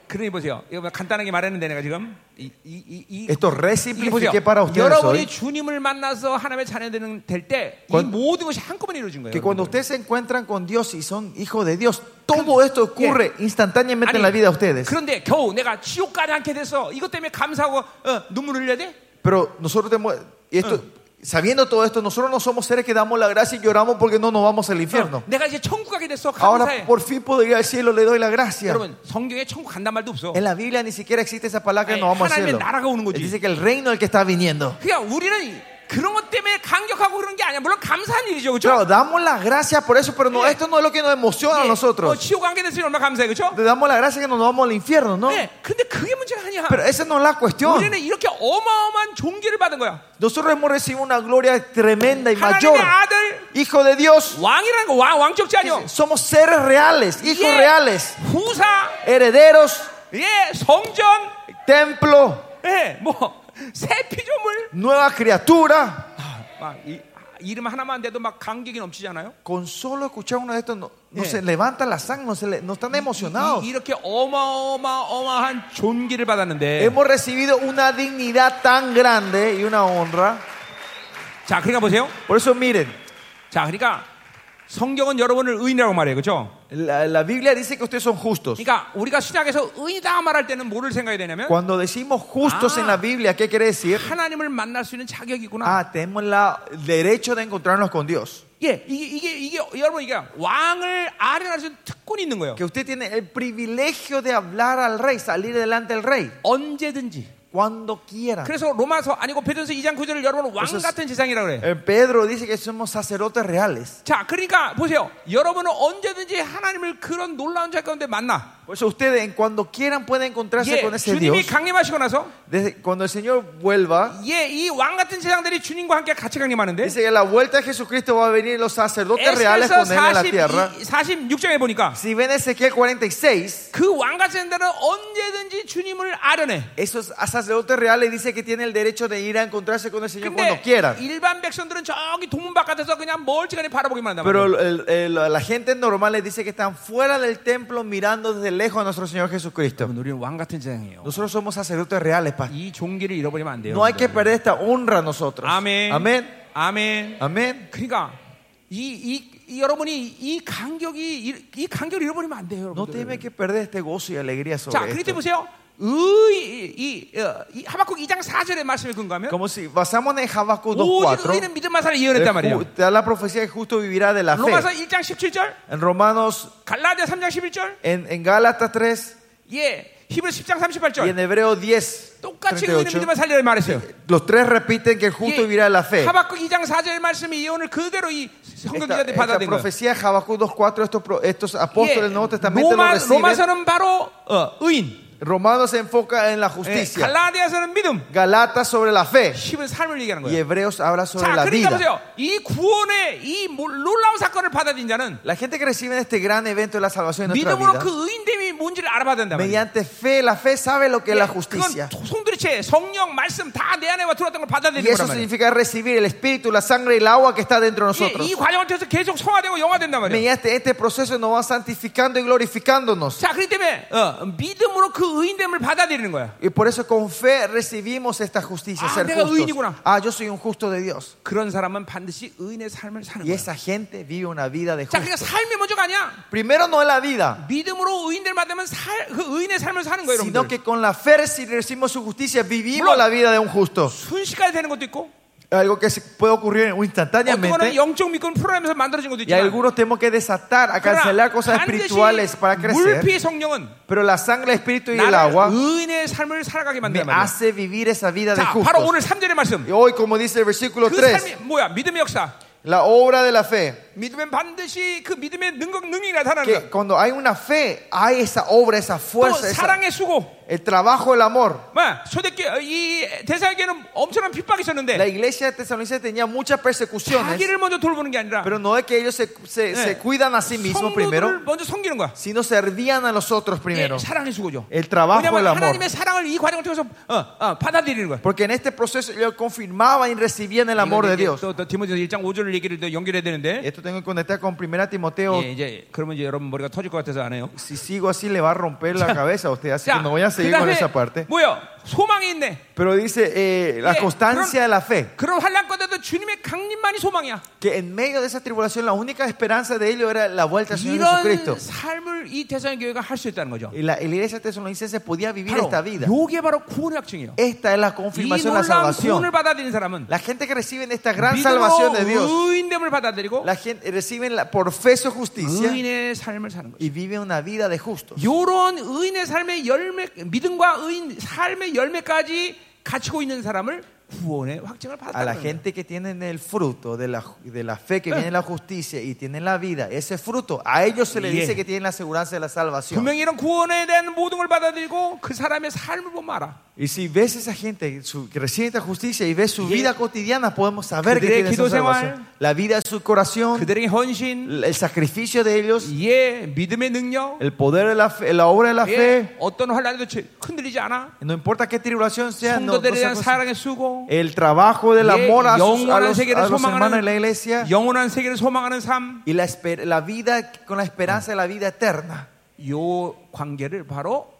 그러니 보세요. 이거 뭐 간단하게 말했는데 내가 지금 이 이이
Esto re simplifique para ustedes
여러분이
hoy.
주님을 만나서 하나님의 자녀되는 될때 이
Cuando-
모든 것이 한꺼번에 이루어진 거예요.
Que
여러분들.
cuando ustedes se encuentran con Dios y son hijos de Dios, todo esto ocurre instantáneamente en la vida de ustedes.
그런데 겨우 내가 지옥까지 않게 돼서 이것 때문에 감사하고 어, 눈물을 흘려야 돼?
Pero nosotros tenemos, y esto, sabiendo todo esto, nosotros no somos seres que damos la gracia y lloramos porque no nos vamos al infierno.
어, 내가 이제 천국 가게 됐어 감사해.
Ahora por fin puedo ir al cielo, le doy la gracia.
여러분 성경에 천국 간단 말도 없어.
En la Biblia ni siquiera existe esa palabra que
Ay,
nos vamos al
하나님의
cielo.
나라가 오는 거지.
Dice que el reino es el que está viniendo.
그러니까 우리는 그런 것 때문에 감격하고 그런 게 아니야. 물론 감사한 일이죠,
Claro,
그렇죠?
damos las gracias por eso, pero no,
Sí.
esto no es lo que nos emociona a
Eh.
nosotros.
뭐 지옥 가게 됐으니 얼마나 감사해, 그렇죠?
Le damos las gracias que nos vamos al infierno, ¿no?
네. 근데 그게 문제가 아니야.
Pero esa no es la cuestión.
우리는 이렇게 어마어마한 종기를 받은 거야.
Nosotros hemos recibido una gloria tremenda y mayor.
하나님의 아들
Hijo de Dios,
왕이라는 거, 왕 왕족지 아니요.
somos seres reales, hijos
예,
reales,
후사,
herederos,
예, 성전,
templo,
예, 뭐새 피조물.
nueva criatura.
막 이, 이름 하나만 돼도 막 감격이 넘치잖아요.
Con solo escuchar uno de estos, no, no
Sí.
se levanta la sangre, no, se le- no están emocionados.
이, 렇게 어마어마어마한 존귀를 받았는데.
Hemos recibido una dignidad tan grande y una honra.
자, 그러니까 보세요.
Por eso, miren.
자, 그러니까 성경은 여러분을 의인이라고 말해요. 그렇죠?
La, la Biblia dice que ustedes son justos.
그러니까 우리가 신약에서 의인이다 말할 때는 뭐를 생각해야 되냐면
Cuando decimos justos
Ah.
en la Biblia, ¿qué quiere decir?
하나님을 만날 수 있는 자격이구나.
Ah, tenemos la- el derecho de encontrarnos con Dios.
예, 이게 이게 이게 여러분 이게 왕을 아련할 수 있는 특권이 있는 거예요.
Que usted tiene el privilegio de hablar al rey, salir delante del rey,
언제든지.
cuando quiera.
그래서 로마서 아니고 베드로서 2장 9절을 여러분 왕
그래서-
같은 세상이라고 그래.
Eh, Pedro dice que somos sacerdotes reales.
자, 그러니까 보세요. 여러분은 언제든지 하나님을 그런 놀라운 자 가운데 만나.
Por eso ustedes en cuando quieran pueden encontrarse
예,
con ese
주님이
Dios.
강림하시고 나서
Desde- cuando el Señor vuelva,
예, 이 왕 같은 세상들이 주님과 함께 같이 강림하는데
dice que a la vuelta de Jesucristo va a venir los sacerdotes reales
에스겔서
con él en la tierra.
46장에 보니까
Si ven Ezequiel 46,
그 왕 같은 세상들은 언제든지 주님을 아련해.
Esos sacerdotes reales dice que tiene el derecho de ir a encontrarse con el Señor cuando
근데
quieran.
일반 백성들은 저기 동문 바깥에서 그냥 멀찌간히 바라보기만 한다.
Pero el- el- la gente normal les dice que están fuera del templo mirando desde lejos a nuestro Señor Jesucristo.
우리는 왕 같은 세상이에요.
Nosotros somos sacerdotes reales, pastor.
이 종기를 잃어버리면 안 돼요.
No hay que perder esta honra a nosotros.
아멘.
Amén.
아멘.
Amén.
그러니까 이, 이, 이 여러분이 이 간격이 이, 이 간격을 잃어버리면 안 돼요,
No
여러분들.
tiene que perder este gozo y alegría
자,
sobre
그럴
esto.
때 보세요. 의, 이, 이, 어, 이 하박국 2장 4절의 말씀에 근거하면
Como si basamos en Habacuc
오직
2.4.
의는 믿음만 살아 예언했단
el
말이에요.
ju- Te da la profecía que justo vivirá de la fe.
로마서 1장 17절,
En Romanos,
갈라디아 3장 11절,
en, en Gálatas 3,
예, 히브리서 10장
Y en
38절.
Hebreo 10,
똑같이 의인의
38,
믿음만 살리라 말했어요.
los tres repiten que el justo vivirá de la fe.
하박국 2장 4절 말씀이 예언을 그대로 이 성경
Esta,
기자들
esta
받아들인 거예요.
profecía de Habacuc 2.4, estos, pro- estos apóstoles del Nuevo Testamento lo
로마,
reciben.
로마서는 바로 어, 의인,
Romanos se enfoca en la
예,
justicia.
갈라디아서는 믿음,
Galatas sobre la fe.
히브리 삶을 얘기하는
Y
거예요.
Hebreos habla sobre
자,
la
그러니까
vida.
보세요. 이 구원의 이 몰- 놀라운 사건을 받아들인 자는
La gente que recibe este gran evento de la salvación en nuestra
믿음으로
vida,
그 의인됨이 뭔지를 알아봐야 된다 말이에요. 예,
mediante fe, la fe sabe lo que es la
그건
justicia.
도- 송두리째 성령 말씀 다 내 안에 와 들어왔던 걸
Y
받아들이는
eso
거란 말이에요.
significa recibir el espíritu, la sangre y el agua que está dentro de
이게
nosotros.
이 과정을 통해서 계속 성화되고 영화된단 말이에요.
Mediante este proceso nos va santificando y glorificándonos.
자, 그렇기 때문에 어, 믿음으로 그 의인됨을 받아들이는 거야.
Y por eso con fe recibimos esta justicia,
Ah,
ser
내가
justos.
의인이구나.
Ah, yo soy un justo de Dios.
그런 사람은 반드시 의인의 삶을 사는
Y
거야.
esa gente vive una vida de
자,
justo.
그러니까 삶이 먼저가 아니야.
Primero no es la vida,
믿음으로 의인들 받으면 살, 그 의인의 삶을 사는 거예요,
sino
여러분들.
que con la fe reci- recibimos su justicia, vivimos
Bueno.
la vida de un justo.
순식간에 되는 것도 있고,
Algo que se puede ocurrir
어떤 거는
instantáneamente.
영적 믿음 프로그램에서 만들어진 것도
Y
있지만,
algunos tenemos que desatar a cancelar cosas espirituales para crecer.
물피의 성령은
Pero la sangre, el espíritu y el agua
나를 의인의 삶을 살아가게
me
만드는 말이야.
hace vivir esa vida de
자, 바로
justo.
오늘 3절의 말씀.
Y hoy, como dice el versículo
그
3,
삶이 뭐야? 믿음의 역사.
la obra de la fe.
믿음엔 반드시 그 믿음의 능력, 능력이 나타나는
Que
거야.
cuando hay una fe, hay esa obra, esa
또
fuerza, esa-
사랑의 수고.
el trabajo, el amor.
뭐야? 소대교 어, 이 대사에게는 엄청난 핍박이
La
있었는데
iglesia de Tesalonicenses tenía muchas persecuciones,
자기를 먼저 돌보는 게 아니라
pero no es que ellos se, se- se
Ah, Eh.
cuidan a sí mismos
성도들을
primero,
먼저 섬기는 거야.
sino servían a los otros primero.
예, 사랑의 수고죠.
El trabajo,
왜냐하면
el amor.
하나님의 사랑을 이 과정을 통해서 어, 어, 받아들이는 거야.
Porque en este proceso ellos confirmaban y recibían el amor de
이거 이제
Dios.
또, 또 디모데서 1장 5절을 얘기를 또 연결해야 되는데
Esto tengo que conectar con 1 Timoteo.
예, 이제 그러면 이제 여러분 머리가 터질 것 같아서 안 해요.
Si sigo así, le va a romper la cabeza a usted. Así que
자,
no voy a seguir con
그다음에
esa parte.
뭐요? 소망이 있네.
Pero dice eh, la
예,
constancia de la fe.
그런 환란 가운데도 주님의 강림만이 소망이야.
Que en medio de esa tribulación, la única esperanza de ellos era la vuelta al Señor Jesucristo.
이런 삶을 이 대상의 교회가 할 수 있다는 거죠.
Y la, y la iglesia tesalonicense podía vivir
바로
esta vida.
요게 바로 구원의 확증이에요.
Esta es la
이
confirmación de
놀라운
la
구원을
salvación.
받아들이는 사람은
La gente que recibe esta gran salvación de Dios,
믿음으로 의인됨을 받아들이고
la gente recibe la, por fe su justicia
의인의 삶을 사는 거죠.
y vive una vida de justos.
요런 의인의 삶의 열매 믿음과 의인 삶의 열매까지 갖추고 있는 사람을 구원의 확증을
A la
받았다는 거예요.
gente que tiene el fruto de la, de la fe que viene en la justicia y tiene la vida, ese fruto, a ellos se les
Yeah.
dice que tienen la aseguranza de la salvación.
분명히 이런 구원에 대한 모든 걸 받아들이고 그 사람의 삶을 보면 알아.
Y si ves esa gente su- que recibe esta justicia y ves su
Yeah.
vida cotidiana, podemos saber que
그들의
tienen esa
기도 생활,
salvación. La vida de su corazón,
그들의 헌신,
el sacrificio de ellos,
예, 믿음의 능력,
el poder de la fe, la obra de la fe.
예, 어떤 환란에도 제- 흔들리지 않아.
No importa qué tribulación sea, no- no
성도들에
se
대한
acosa-
사랑의 수고,
el trabajo del
예,
amor a, sus- a
영원한
los,
세계를
a los hermanos en la
소망하는
iglesia
영원한 세계를 소망하는 삶,
y la, esper- la vida con la esperanza de la vida eterna.
요 관계를 바로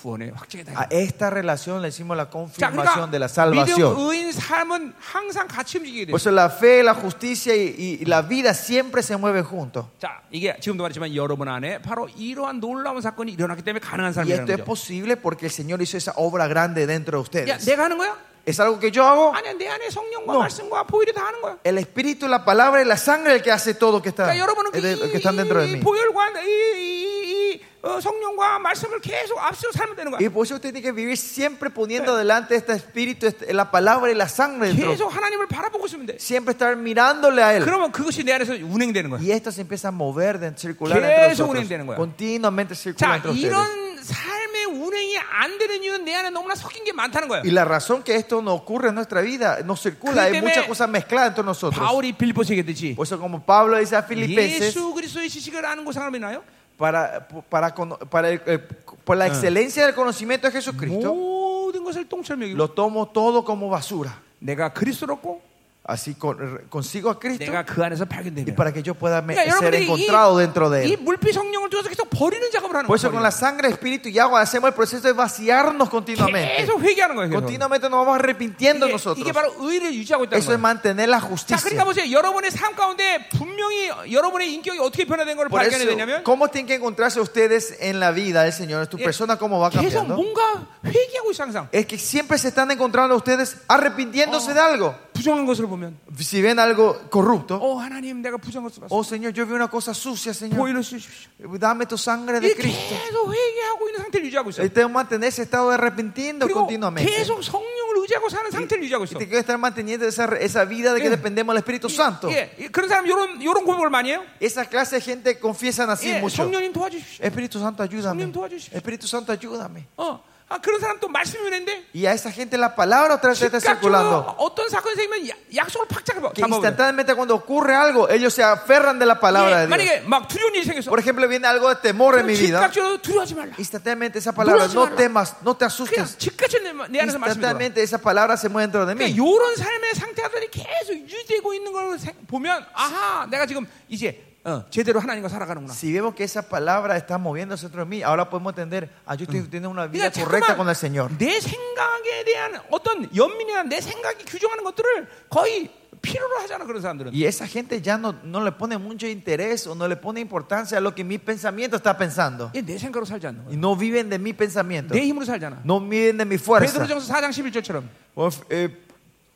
구원의 확증이다.
A esta relación le decimos la
자,
confirmación de la
그러니까 믿음
salvación.
의인 삶은 항상 같이 움직이게 돼.
Por eso la fe, la justicia y, y- y la vida siempre se mueven juntos.
자, 이게 지금도 말했지만 여러분 안에 바로 이러한 놀라운 사건이 일어났기 때문에 가능한
Y esto
삶이라는
es
거죠.
posible porque el Señor hizo esa obra grande
야, 뭐.
dentro de ustedes.
내가 하는 거야?
¿Es algo que yo hago?
아니야, 내 안에 성령과
No.
말씀과 보혈이 다 하는 거야.
El Espíritu, la palabra y la sangre el que hace todo que está,
그러니까 여러분은 그
el que están dentro de
이, 이
mí.
보혈과 이, 이, 이 어, 성령과 말씀을 계속 앞서 살면 되는 거야.
Y por eso usted tiene que vivir siempre poniendo delante este espíritu, este- la palabra y la sangre dentro.
계속 하나님을 바라보고 있으면 돼.
Siempre estar mirándole a él.
그러면 그것이 내 안에서 운행되는 거야.
Y esto se empieza a mover, de- circular entre
Jesús unen되는
nosotros.
거야.
Continuamente circula
자,
entre ustedes.
이런 삶의 운행이 안 되는 이유는 내 안에 너무나 섞인 게 많다는 거야.
Y la razón que esto no ocurre en nuestra vida, no circula, hay
그렇기 때문에
muchas cosas mezcladas entre nosotros.
바울이 빌보스에게 되지.
Por eso como Pablo dice a Filipenses,
예수 그리스도의 지식을 아는 것상람이나요
para, para, cono- para el- eh, por la excelencia del conocimiento de Jesucristo,
모든 것을 똥처럼 여기고
lo tomo todo como basura.
내가 그리스도롭고
Así con- consigo a Cristo
내가 그 안에서
y
발견되면
para que yo pueda me-
그러니까
ser
여러분들이
encontrado dentro de él.
이, 이 물피 성령을 통해서 계속 버리는 작업을 하는
Por eso con
거예요.
la sangre, espíritu y agua hacemos el proceso de vaciarnos
버리는.
continuamente.
계속 회개하는 거예요. 계속.
Continuamente nos vamos arrepintiendo
이게,
nosotros.
이게 바로 의를 유지하고 있다는
Eso es
거예요.
mantener la
자, 그러니까
justicia.
보세요. 여러분의 삶 가운데 분명히 여러분의 인격이 어떻게 변화된 걸
Por
발견해야
eso,
되냐면
¿cómo tienen que encontrarse ustedes en la vida del Señor? ¿Tu
예,
persona Eh, cómo va
계속
cambiando?
뭔가 회개하고 있어 항상.
Oh. Es que siempre se están encontrando ustedes arrepintiéndose de algo.
부정한 것을 보면
Si ven algo corrupto,
어 하나님 내가 부정한 것을 봤어.
oh Señor, yo veo una cosa sucia, Señor,
보일러 쓰십시오.
dame tu sangre de
이렇게
Cristo.
계속 회개하고 있는 상태를 유지하고 있어.
Y te mantener ese estado de arrepintiendo
그리고
continuamente.
계속 성령을 의지하고 사는 상태를 유지하고
Y
있어.
te que estar manteniendo esa, esa vida de que
예.
dependemos del Espíritu Santo.
예, 예, 그런 사람 이런 이런 고백을 많이 해요.
Esa clase de gente confiesan así
예,
mucho.
성령님 도와주십시오.
Espíritu Santo, ayúdame.
성령 도와주십시오.
Espíritu Santo, ayúdame.
어, 아 그런 사람 또 말씀이는데
Y a esa gente la palabra otra vez está circulando.
즉각적으로 어떤 사건이 생기면 야- 약속을 뭐, 팍 잡아.
Que
잡아버려.
instantáneamente cuando ocurre algo, ellos se aferran de la
예,
palabra de
만약에
Dios.
막 두려운 일이 생겼어.
Por ejemplo, viene algo de temor
그럼
en mi vida.
즉각적으로 두려워하지 말라.
Instantáneamente esa palabra,
Dulce
no
palabra.
temas, no te
그냥
asustes.
즉각적으로 내- 내 안에서 말씀이 돌아.
Instantáneamente esa palabra se mueve dentro de
그러니까
mí.
이런 삶의 상태들이 계속 유지되고 있는 걸 생- 보면 아하 내가 지금 이제 어, 제대로 하나님과 살아가는구나.
Si vemos que esa palabra está moviéndose dentro de mí, ahora podemos entender, ah, yo estoy teniendo una vida
그러니까
correcta con el Señor.
자꾸만 내 생각에 대한 어떤 연민이나 내 생각이 규정하는 것들을 거의 필요로 하잖아 그런 사람들은.
Y esa gente ya no, no le pone mucho interés o no le pone importancia a lo que mi pensamiento está pensando.
얘내 생각으로 살지 않는 거야.
Y no viven de mi pensamiento.
내 힘으로 살잖아.
No viven de mi fuerza.
베드로전서 4장 11절처럼.
O, eh,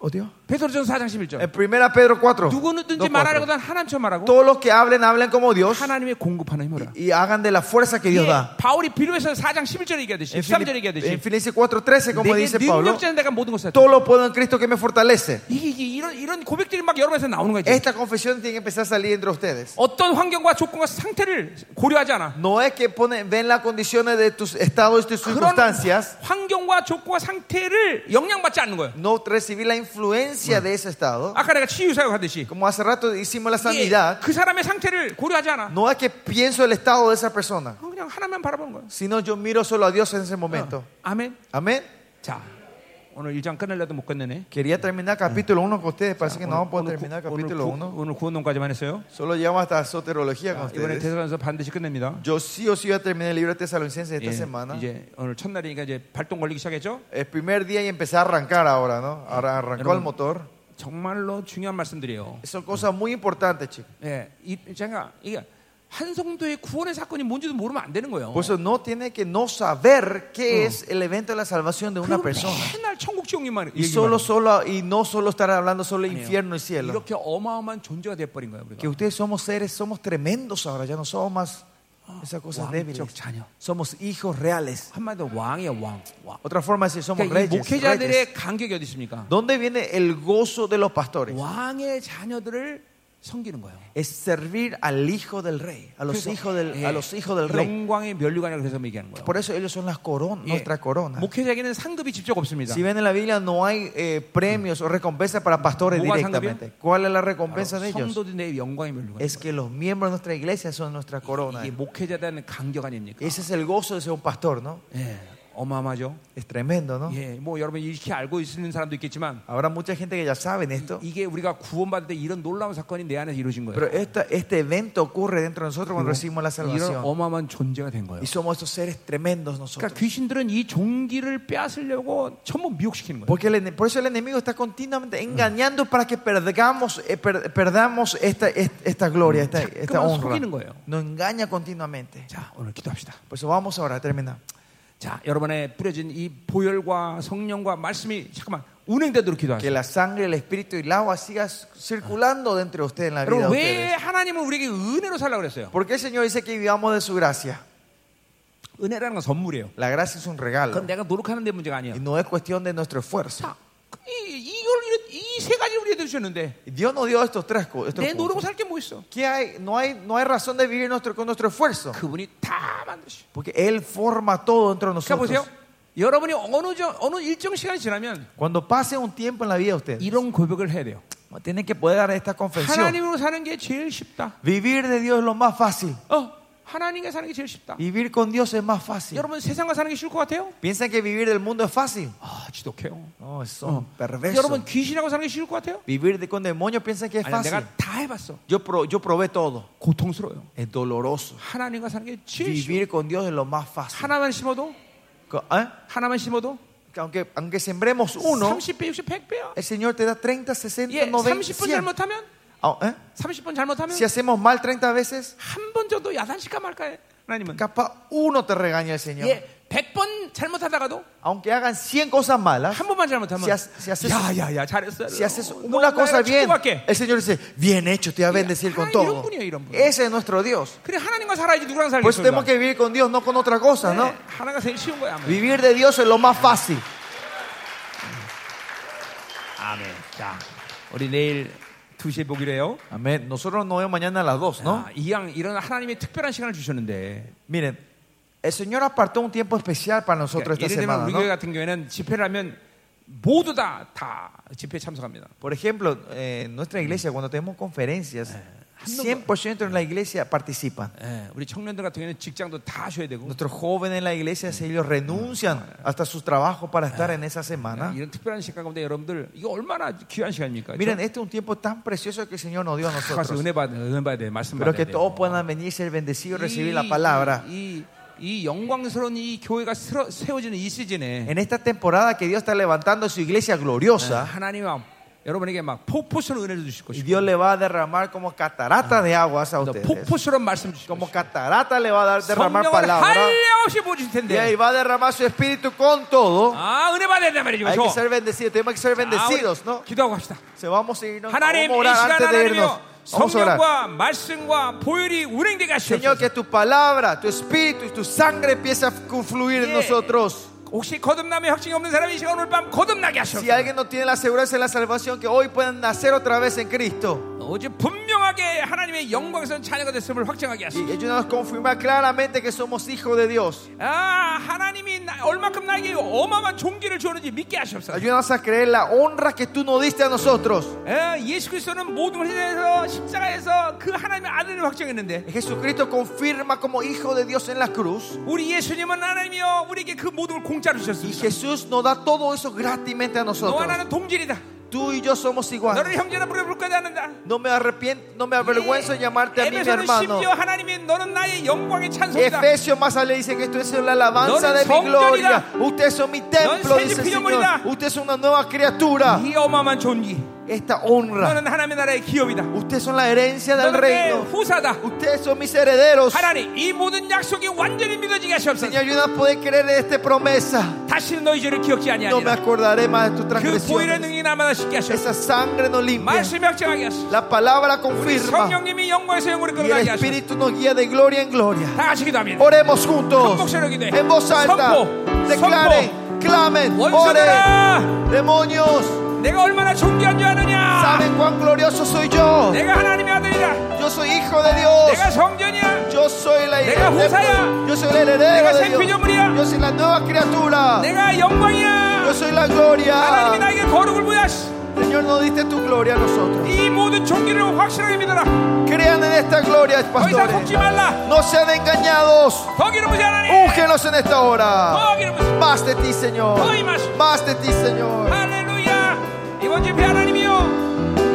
oh, Dios.
베드로전서 4장
En
11절.
primera Pedro 4.
누구든지
dos, cuatro.
말하려거든 하나님처럼 말하고
Todos los que hablen, hablen como Dios
하나님의 공급하는 힘으로. 예,
y hagan de la fuerza que Dios da.
바울이 빌립보서 4장 11절 얘기하듯이
En
13절
Filip-
얘기하듯이
en Filipenses 4.13, como
내게
dice Pablo,
능력자는 내가 모든 것을
todo lo puedo en Cristo que me fortalece.
이게, 이게 이런 이런 고백들이 막 여러분에서 나오는 거지.
Esta confesión tiene que empezar a salir entre ustedes.
어떤 환경과 조건과 상태를 고려하지 않아.
No es que ponen, ven las condiciones de tus estados y tus
그런
circunstancias,
환경과 조건과 상태를 영향받지 않는 거예요.
no recibir la influencia de ese estado.
아까 내가 치유사역 하듯이
Como hace rato hicimos la
이게
sanidad,
그 사람의 상태를 고려하지 않아.
no es que pienso el estado de esa persona,
그냥 하나만 바라보는 거예요.
sino yo miro solo a Dios en ese momento.
아멘.
Amén.
자, 오늘 일장 끝낼래도 못 끝내네.
Quería terminar capítulo 1 con ustedes, parece que no vamos a poder
오늘,
terminar
구- 오늘,
capítulo
구-
1.
오늘 구원론까지만 했어요.
Solo llegamos hasta soterología con
이번에
ustedes.
대사관서 반드시 끝냅니다.
Yo sí o sí voy a terminar el libro de Tesalonicenses
예,
esta semana.
이제 오늘 첫날이니까 이제 발동 걸리기 시작했죠.
El primer día y empecé a arrancar ahora, ¿no? Ahora arrancó el motor.
정말로 중요한 말씀들이에요.
Son cosas muy importantes, chicos.
예, 이 제가 이게 한성도의 구원의 사건이 뭔지도 모르면 안 되는 거예요.
Por eso no tiene que no 사ber qué es el evento de la salvación de una
그리고
persona.
맨날 천국 지옥만
Y, solo, solo, y no solo estar hablando solo de infierno y cielo.
이렇게 어마어마한 존재가 돼버린 거예요.
Que
우리가
ustedes somos seres, somos tremendos ahora, ya no somos más esas cosas débiles.
왕적 자녀.
Somos hijos reales.
한마디로 왕이야 왕. 왕.
Otra forma de decir, somos
그러니까 이
reyes. reyes.
목회자들의 간격이 어디 있습니까?
¿Dónde viene el gozo de los pastores?
왕의 자녀들을 섬기는 거예요.
Es servir al hijo del rey, a los,
그래서,
hijos del,
예,
a los hijos del rey.
영광의 면류관이라고 해서 얘기하는 거예요.
Por eso ellos son las coronas,
예,
nuestra corona.
목회자에게는 상급이 직접 없습니다.
Si ven en la Biblia, no hay eh, premios o recompensas para pastores
¿Buga
directamente. ¿Cuál es la recompensa de ellos?
성도들의 영광의 면류관.
Es que los miembros de nuestra iglesia son nuestra corona.
이게 목회자라는 간격 아닙니까?
Ese es el gozo de ser un pastor, ¿no?
예, 어마어마죠.
Es tremendo, ¿no?
예, 뭐 여러분 이렇게 알고 있는 사람도 있겠지만
Habrá mucha gente que ya saben esto,
이게 우리가 구원받을 때 이런 놀라운 사건이 내 안에서 이루어진 거예요.
pero esta- este evento ocurre dentro de nosotros cuando recibimos la
이런
salvación.
어마어마한 존재가 된 거예요.
Y somos estos seres tremendos
그러니까
nosotros.
귀신들은 이 종기를 빼앗으려고 전부 미혹시키는 거예요.
Porque el ene- por eso el enemigo está continuamente engañando para que perdamos, eh, per- perdamos esta, est- esta gloria, esta, esta
자꾸만
honra.
속이는 거예요.
Nos engaña continuamente.
자, 오늘 기도합시다.
Por eso vamos ahora a terminar.
자, 여러분의 뿌려진 이 보혈과 성령과 말씀이 잠깐만 운행되도록
Que
기도하세요.
la sangre, el espíritu y el agua siga circulando dentro de ustedes en la vida.
여러분
de
왜
ustedes.
하나님은 우리에게 은혜로 살라고 그랬어요?
¿Por qué el Señor dice que vivamos de su gracia?
은혜라는 건 선물이에요.
La gracia es un
그건
regalo
내가 노력하는 데 문제가
y
아니에요.
no es cuestión de nuestro esfuerzo.
자, 이, 이걸 이세 가지 우리에게 주셨는데
Dios nos dio estos tres co- estos
내 노력으로
puntos.
살 게 뭐 있어?
¿Qué hay? No, hay, no hay razón de vivir nuestro, con nuestro esfuerzo
그분이 다 만드시.
porque Él forma todo dentro de
그러니까 보세요.
nosotros.
여러분이 어느 저, 어느 일정 시간이 지나면
Cuando pase un tiempo en la vida de ustedes,
이런 고백을 해야 돼요.
tienen que poder dar esta confesión.
하나님으로 사는 게 제일 쉽다.
Vivir de Dios es lo más fácil.
어, 하나님과 사는 게 제일 쉽다.
Vivir con Dios es más fácil.
여러분 세상과 사는 게 쉬울 것 같아요?
¿Piensan que vivir del mundo es fácil?
아, 지독해요.
No, son perversos.
여러분 귀신하고 사는 게 쉬울 것 같아요?
Vivir de- con demonios piensan que es
아니,
fácil.
내가 다 해봤어.
Yo, pro- yo probé todo.
고통스러워요.
Es doloroso.
하나님과 사는 게 제일 쉬워.
Vivir con Dios es lo más fácil.
하나만 심어도
Co- ¿eh?
하나만 심어도
Que Aunque, aunque sembremos
뭐?
uno,
30배, 60배, 100배야.
el Señor te da 30, 60,
예,
90,
30분
100.
잘못하면
Ah, ¿eh?
30분 잘못하면
Si hacemos mal 30 veces,
한 번 정도 야단실까 말까 해. 하나님은
capaz uno te regaña el Señor.
예, 100번 잘못하다가도
Aunque hagan 100 cosas malas,
한 번만 잘못하면
Si haces- si haces-
야, 야, 야, 잘했어.
si haces
너
una cosa
나를
bien,
축복할게.
el Señor dice, bien hecho, te va a
Mira,
bendecir
ay,
con todo.
이런 분이야, 이런 분.
Ese es nuestro Dios.
그래 하나님과 살아야지 누구랑
Por eso
살겠어.
tenemos que vivir con Dios, no con otra cosa,
Eh.
¿no?
하나가 제일 쉬운 거야. 아마.
Vivir de Dios es lo más fácil.
아멘. 자, 우리 내일 2시에 보기로 해요.
Amén. Nosotros nos vemos mañana a las 2, ¿no?
아, 이양 이런 하나님의 특별한 시간을 주셨는데
Miren, el Señor apartó un tiempo especial para nosotros
예를
esta
들면
semana,
우리
¿no?
교회 같은 경우에는 집회를 하면 모두 다 다 집회 에 참석합니다.
Por ejemplo, eh, en nuestra iglesia, cuando tenemos conferencias, 100% de la iglesia participan.
예, 우리 청년들 같은 경우에는 직장도 다 쉬어야 되고
Nuestros jóvenes en la iglesia, si ellos renuncian hasta sus trabajos para estar en esa semana.
이런 특별한 시간 가운데 여러분들 이거 얼마나 귀한 시간입니까? 그렇죠?
Miren, este es un tiempo tan precioso que el Señor nos dio a
가서
nosotros.
은혜 받 은혜 받아야 돼 말씀
Pero
받아야
que
돼.
todos puedan venir, ser bendecidos y recibir la palabra.
이, 이, 이 영광스러운 이 교회가 쓸어- 세워지는 이 시즌에
En esta temporada que Dios está levantando su iglesia gloriosa,
하나님 여러분에게 막 폭포처럼 은혜를 주실
y
것이고
Dios le va a derramar como catarata de aguas a
또
ustedes.
폭포처럼 말씀 주실
Como
것이고
catarata le va a dar derramar
성령을
palabra.
한량없이 보여주실
Y ahí
텐데
va a derramar su espíritu con todo.
아 은혜 받아야 된단 말이죠
Hay que
그렇죠?
ser bendecidos, tenemos que ser
아, 우리
bendecidos, ¿no?
기도하고 갑시다
Se vamos a irnos,
하나님
vamos a
이
orar
시간
antes de irnos.
하나님이여
Vamos a orar.
성령과 말씀과 보혈이 운행되게
Señor,
하시옵소서
que tu palabra, tu espíritu y tu sangre empiece a fluir en
Yeah.
nosotros.
혹시 거듭남의 확증이 없는 사람이 이 시간 오늘 밤 거듭나게
Si
하시옵소서
alguien no tiene la seguridad de la salvación, que hoy puedan nacer otra vez en Cristo.
어제 분명하게 하나님의 영광스러운 자녀가 des음을 확증하게 하소서
Y ayúdanos a confirmar claramente que somos hijos de Dios.
아 하나님이 나, 얼마큼 나에게 어마어마한 종기를 주었는지 믿게 하시옵소서
Ayúdanos a creer la honra que tú nos diste a nosotros.
예, 예수 그리스도는 모든 걸 희생해서 십자가에서 그 하나님의 아들을 확정했는데
Jesucristo confirma como hijo de Dios en la cruz.
우리 예수님은 하나님이여 우리에게 그 모든 걸 공짜로
Y
주셨습니다
Jesús nos da todo eso gratis a
너와
nosotros.
나는 동질이다
Tú y yo somos
너를
iguales.
형제나 부를 거지 않는다
No me arrepiento, no me avergüenzo de llamarte a mí mi
에베소는
hermano.
심지어 haná님이 너는 나의 영광의 찬송이다
Efesios más le dice que esto es la alabanza
No는
de mi
성전이다.
gloria. Ustedes son mi templo,
새
dice el
피조물이다.
Señor. Usted es una nueva criatura.
이 어마어마한 존귀
Esta honra.
너는 하나님의 나라의 기업이다
Ustedes son la herencia del
너는 내
reino.
후사다
Ustedes son mis herederos.
하나님 이 모든 약속이 완전히 믿어지게
Señor,
하시옵소서
ayúdanos a poder creer en esta promesa.
다시는 너희 죄를 기억지
No me
아니하리라
acordaré más de tus
그 보일의
transgresiones.
능이 나마다 쉽게 하시옵소서
Esa sangre nos limpia.
말씀이 확정하게 하소서
La palabra
우리
confirma.
성령님이 영광에서 영으로
Y el
끌어가게 하소서
Espíritu nos guía de gloria en gloria.
다 같이 기도합니다
Oremos
한
juntos.
목소리로 기도해
En voz alta.
선포 선포
Declaren, clamen, oren.
원수들아
Demonios,
내가 얼마나 존귀한 줄 아느냐
¿saben cuán glorioso soy yo?
내가 하나님의 아들이라
Yo soy hijo de Dios.
내가 성전이야
Yo soy la
Nega Hosea.
Yo soy el heredero
Nega
de Dios.
Senpillomuria.
Yo soy la nueva criatura.
내가
Yo
영광이야
soy la
하나님이
gloria.
나에게 거룩을 부여하시
Señor, nos diste tu gloria a nosotros.
이 모든 종기를 확실하게 믿어라
Crean en esta gloria,
더 이상
pastores.
속지 말라
No sean engañados.
더 기름 부지 하나님
Úngenos en esta hora.
더 기름 부지
Más de ti,
더
Señor.
임하시
Más de ti, Señor.
할렐루야 이번 집회 하나님이여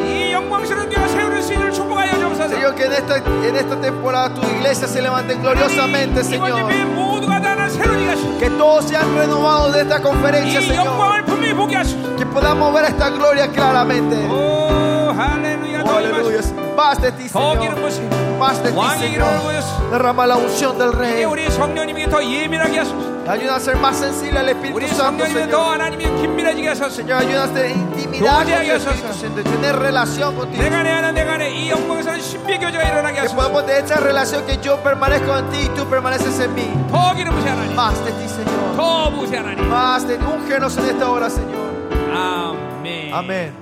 이 영광스러운 교회 세우는 시를 축복하여 주옵소서
Señor, que en esta, en esta temporada tu iglesia se levante gloriosamente,
이번
Señor.
집회 모두가 다 하나 새로운 이가 시옵소서
Que todos sean renovados de esta conferencia,
이
Señor.
영광을 분명히 보게 하시옵소서
Que podamos ver esta gloria claramente.
오 할렐루야 더
Aleluya.
임하시
Más de ti,
더 기름
Señor.
부시
Más de ti,
왕의 기름을
Señor.
보여서
Derrama la unción del
이제
Rey.
우리 성령님에게 더 예민하게 하소서
Ayuda a ser más sensible al Espíritu
우리
Santo,
성령님을 더
Señor.
하나님의 긴밀해지게 하소서
Señor, ayuda a ser intimidad con
Gloria a
el
Dios,
Espíritu
Señor.
Santo. Tener relación contigo.
내가 내 안에 내가 내이 영광스러운 신비의 교제가 일어나게
Que
하소서
podamos de esta relación que yo permanezco en ti y tú permaneces en mí.
더 기름 부시 하나님
Más de ti, Señor.
더 부세 하나님
Más de ti. Úngenos en esta hora, Señor.
아멘
Amén.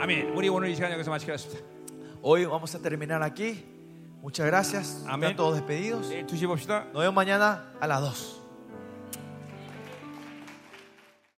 아멘. 우리 오늘 이 시간 여기서 마치겠습니다.
Hoy vamos a terminar aquí. Muchas gracias.
Amén.
Están todos despedidos.
내일 2시에 봅시다.
Nos vemos mañana a las 2.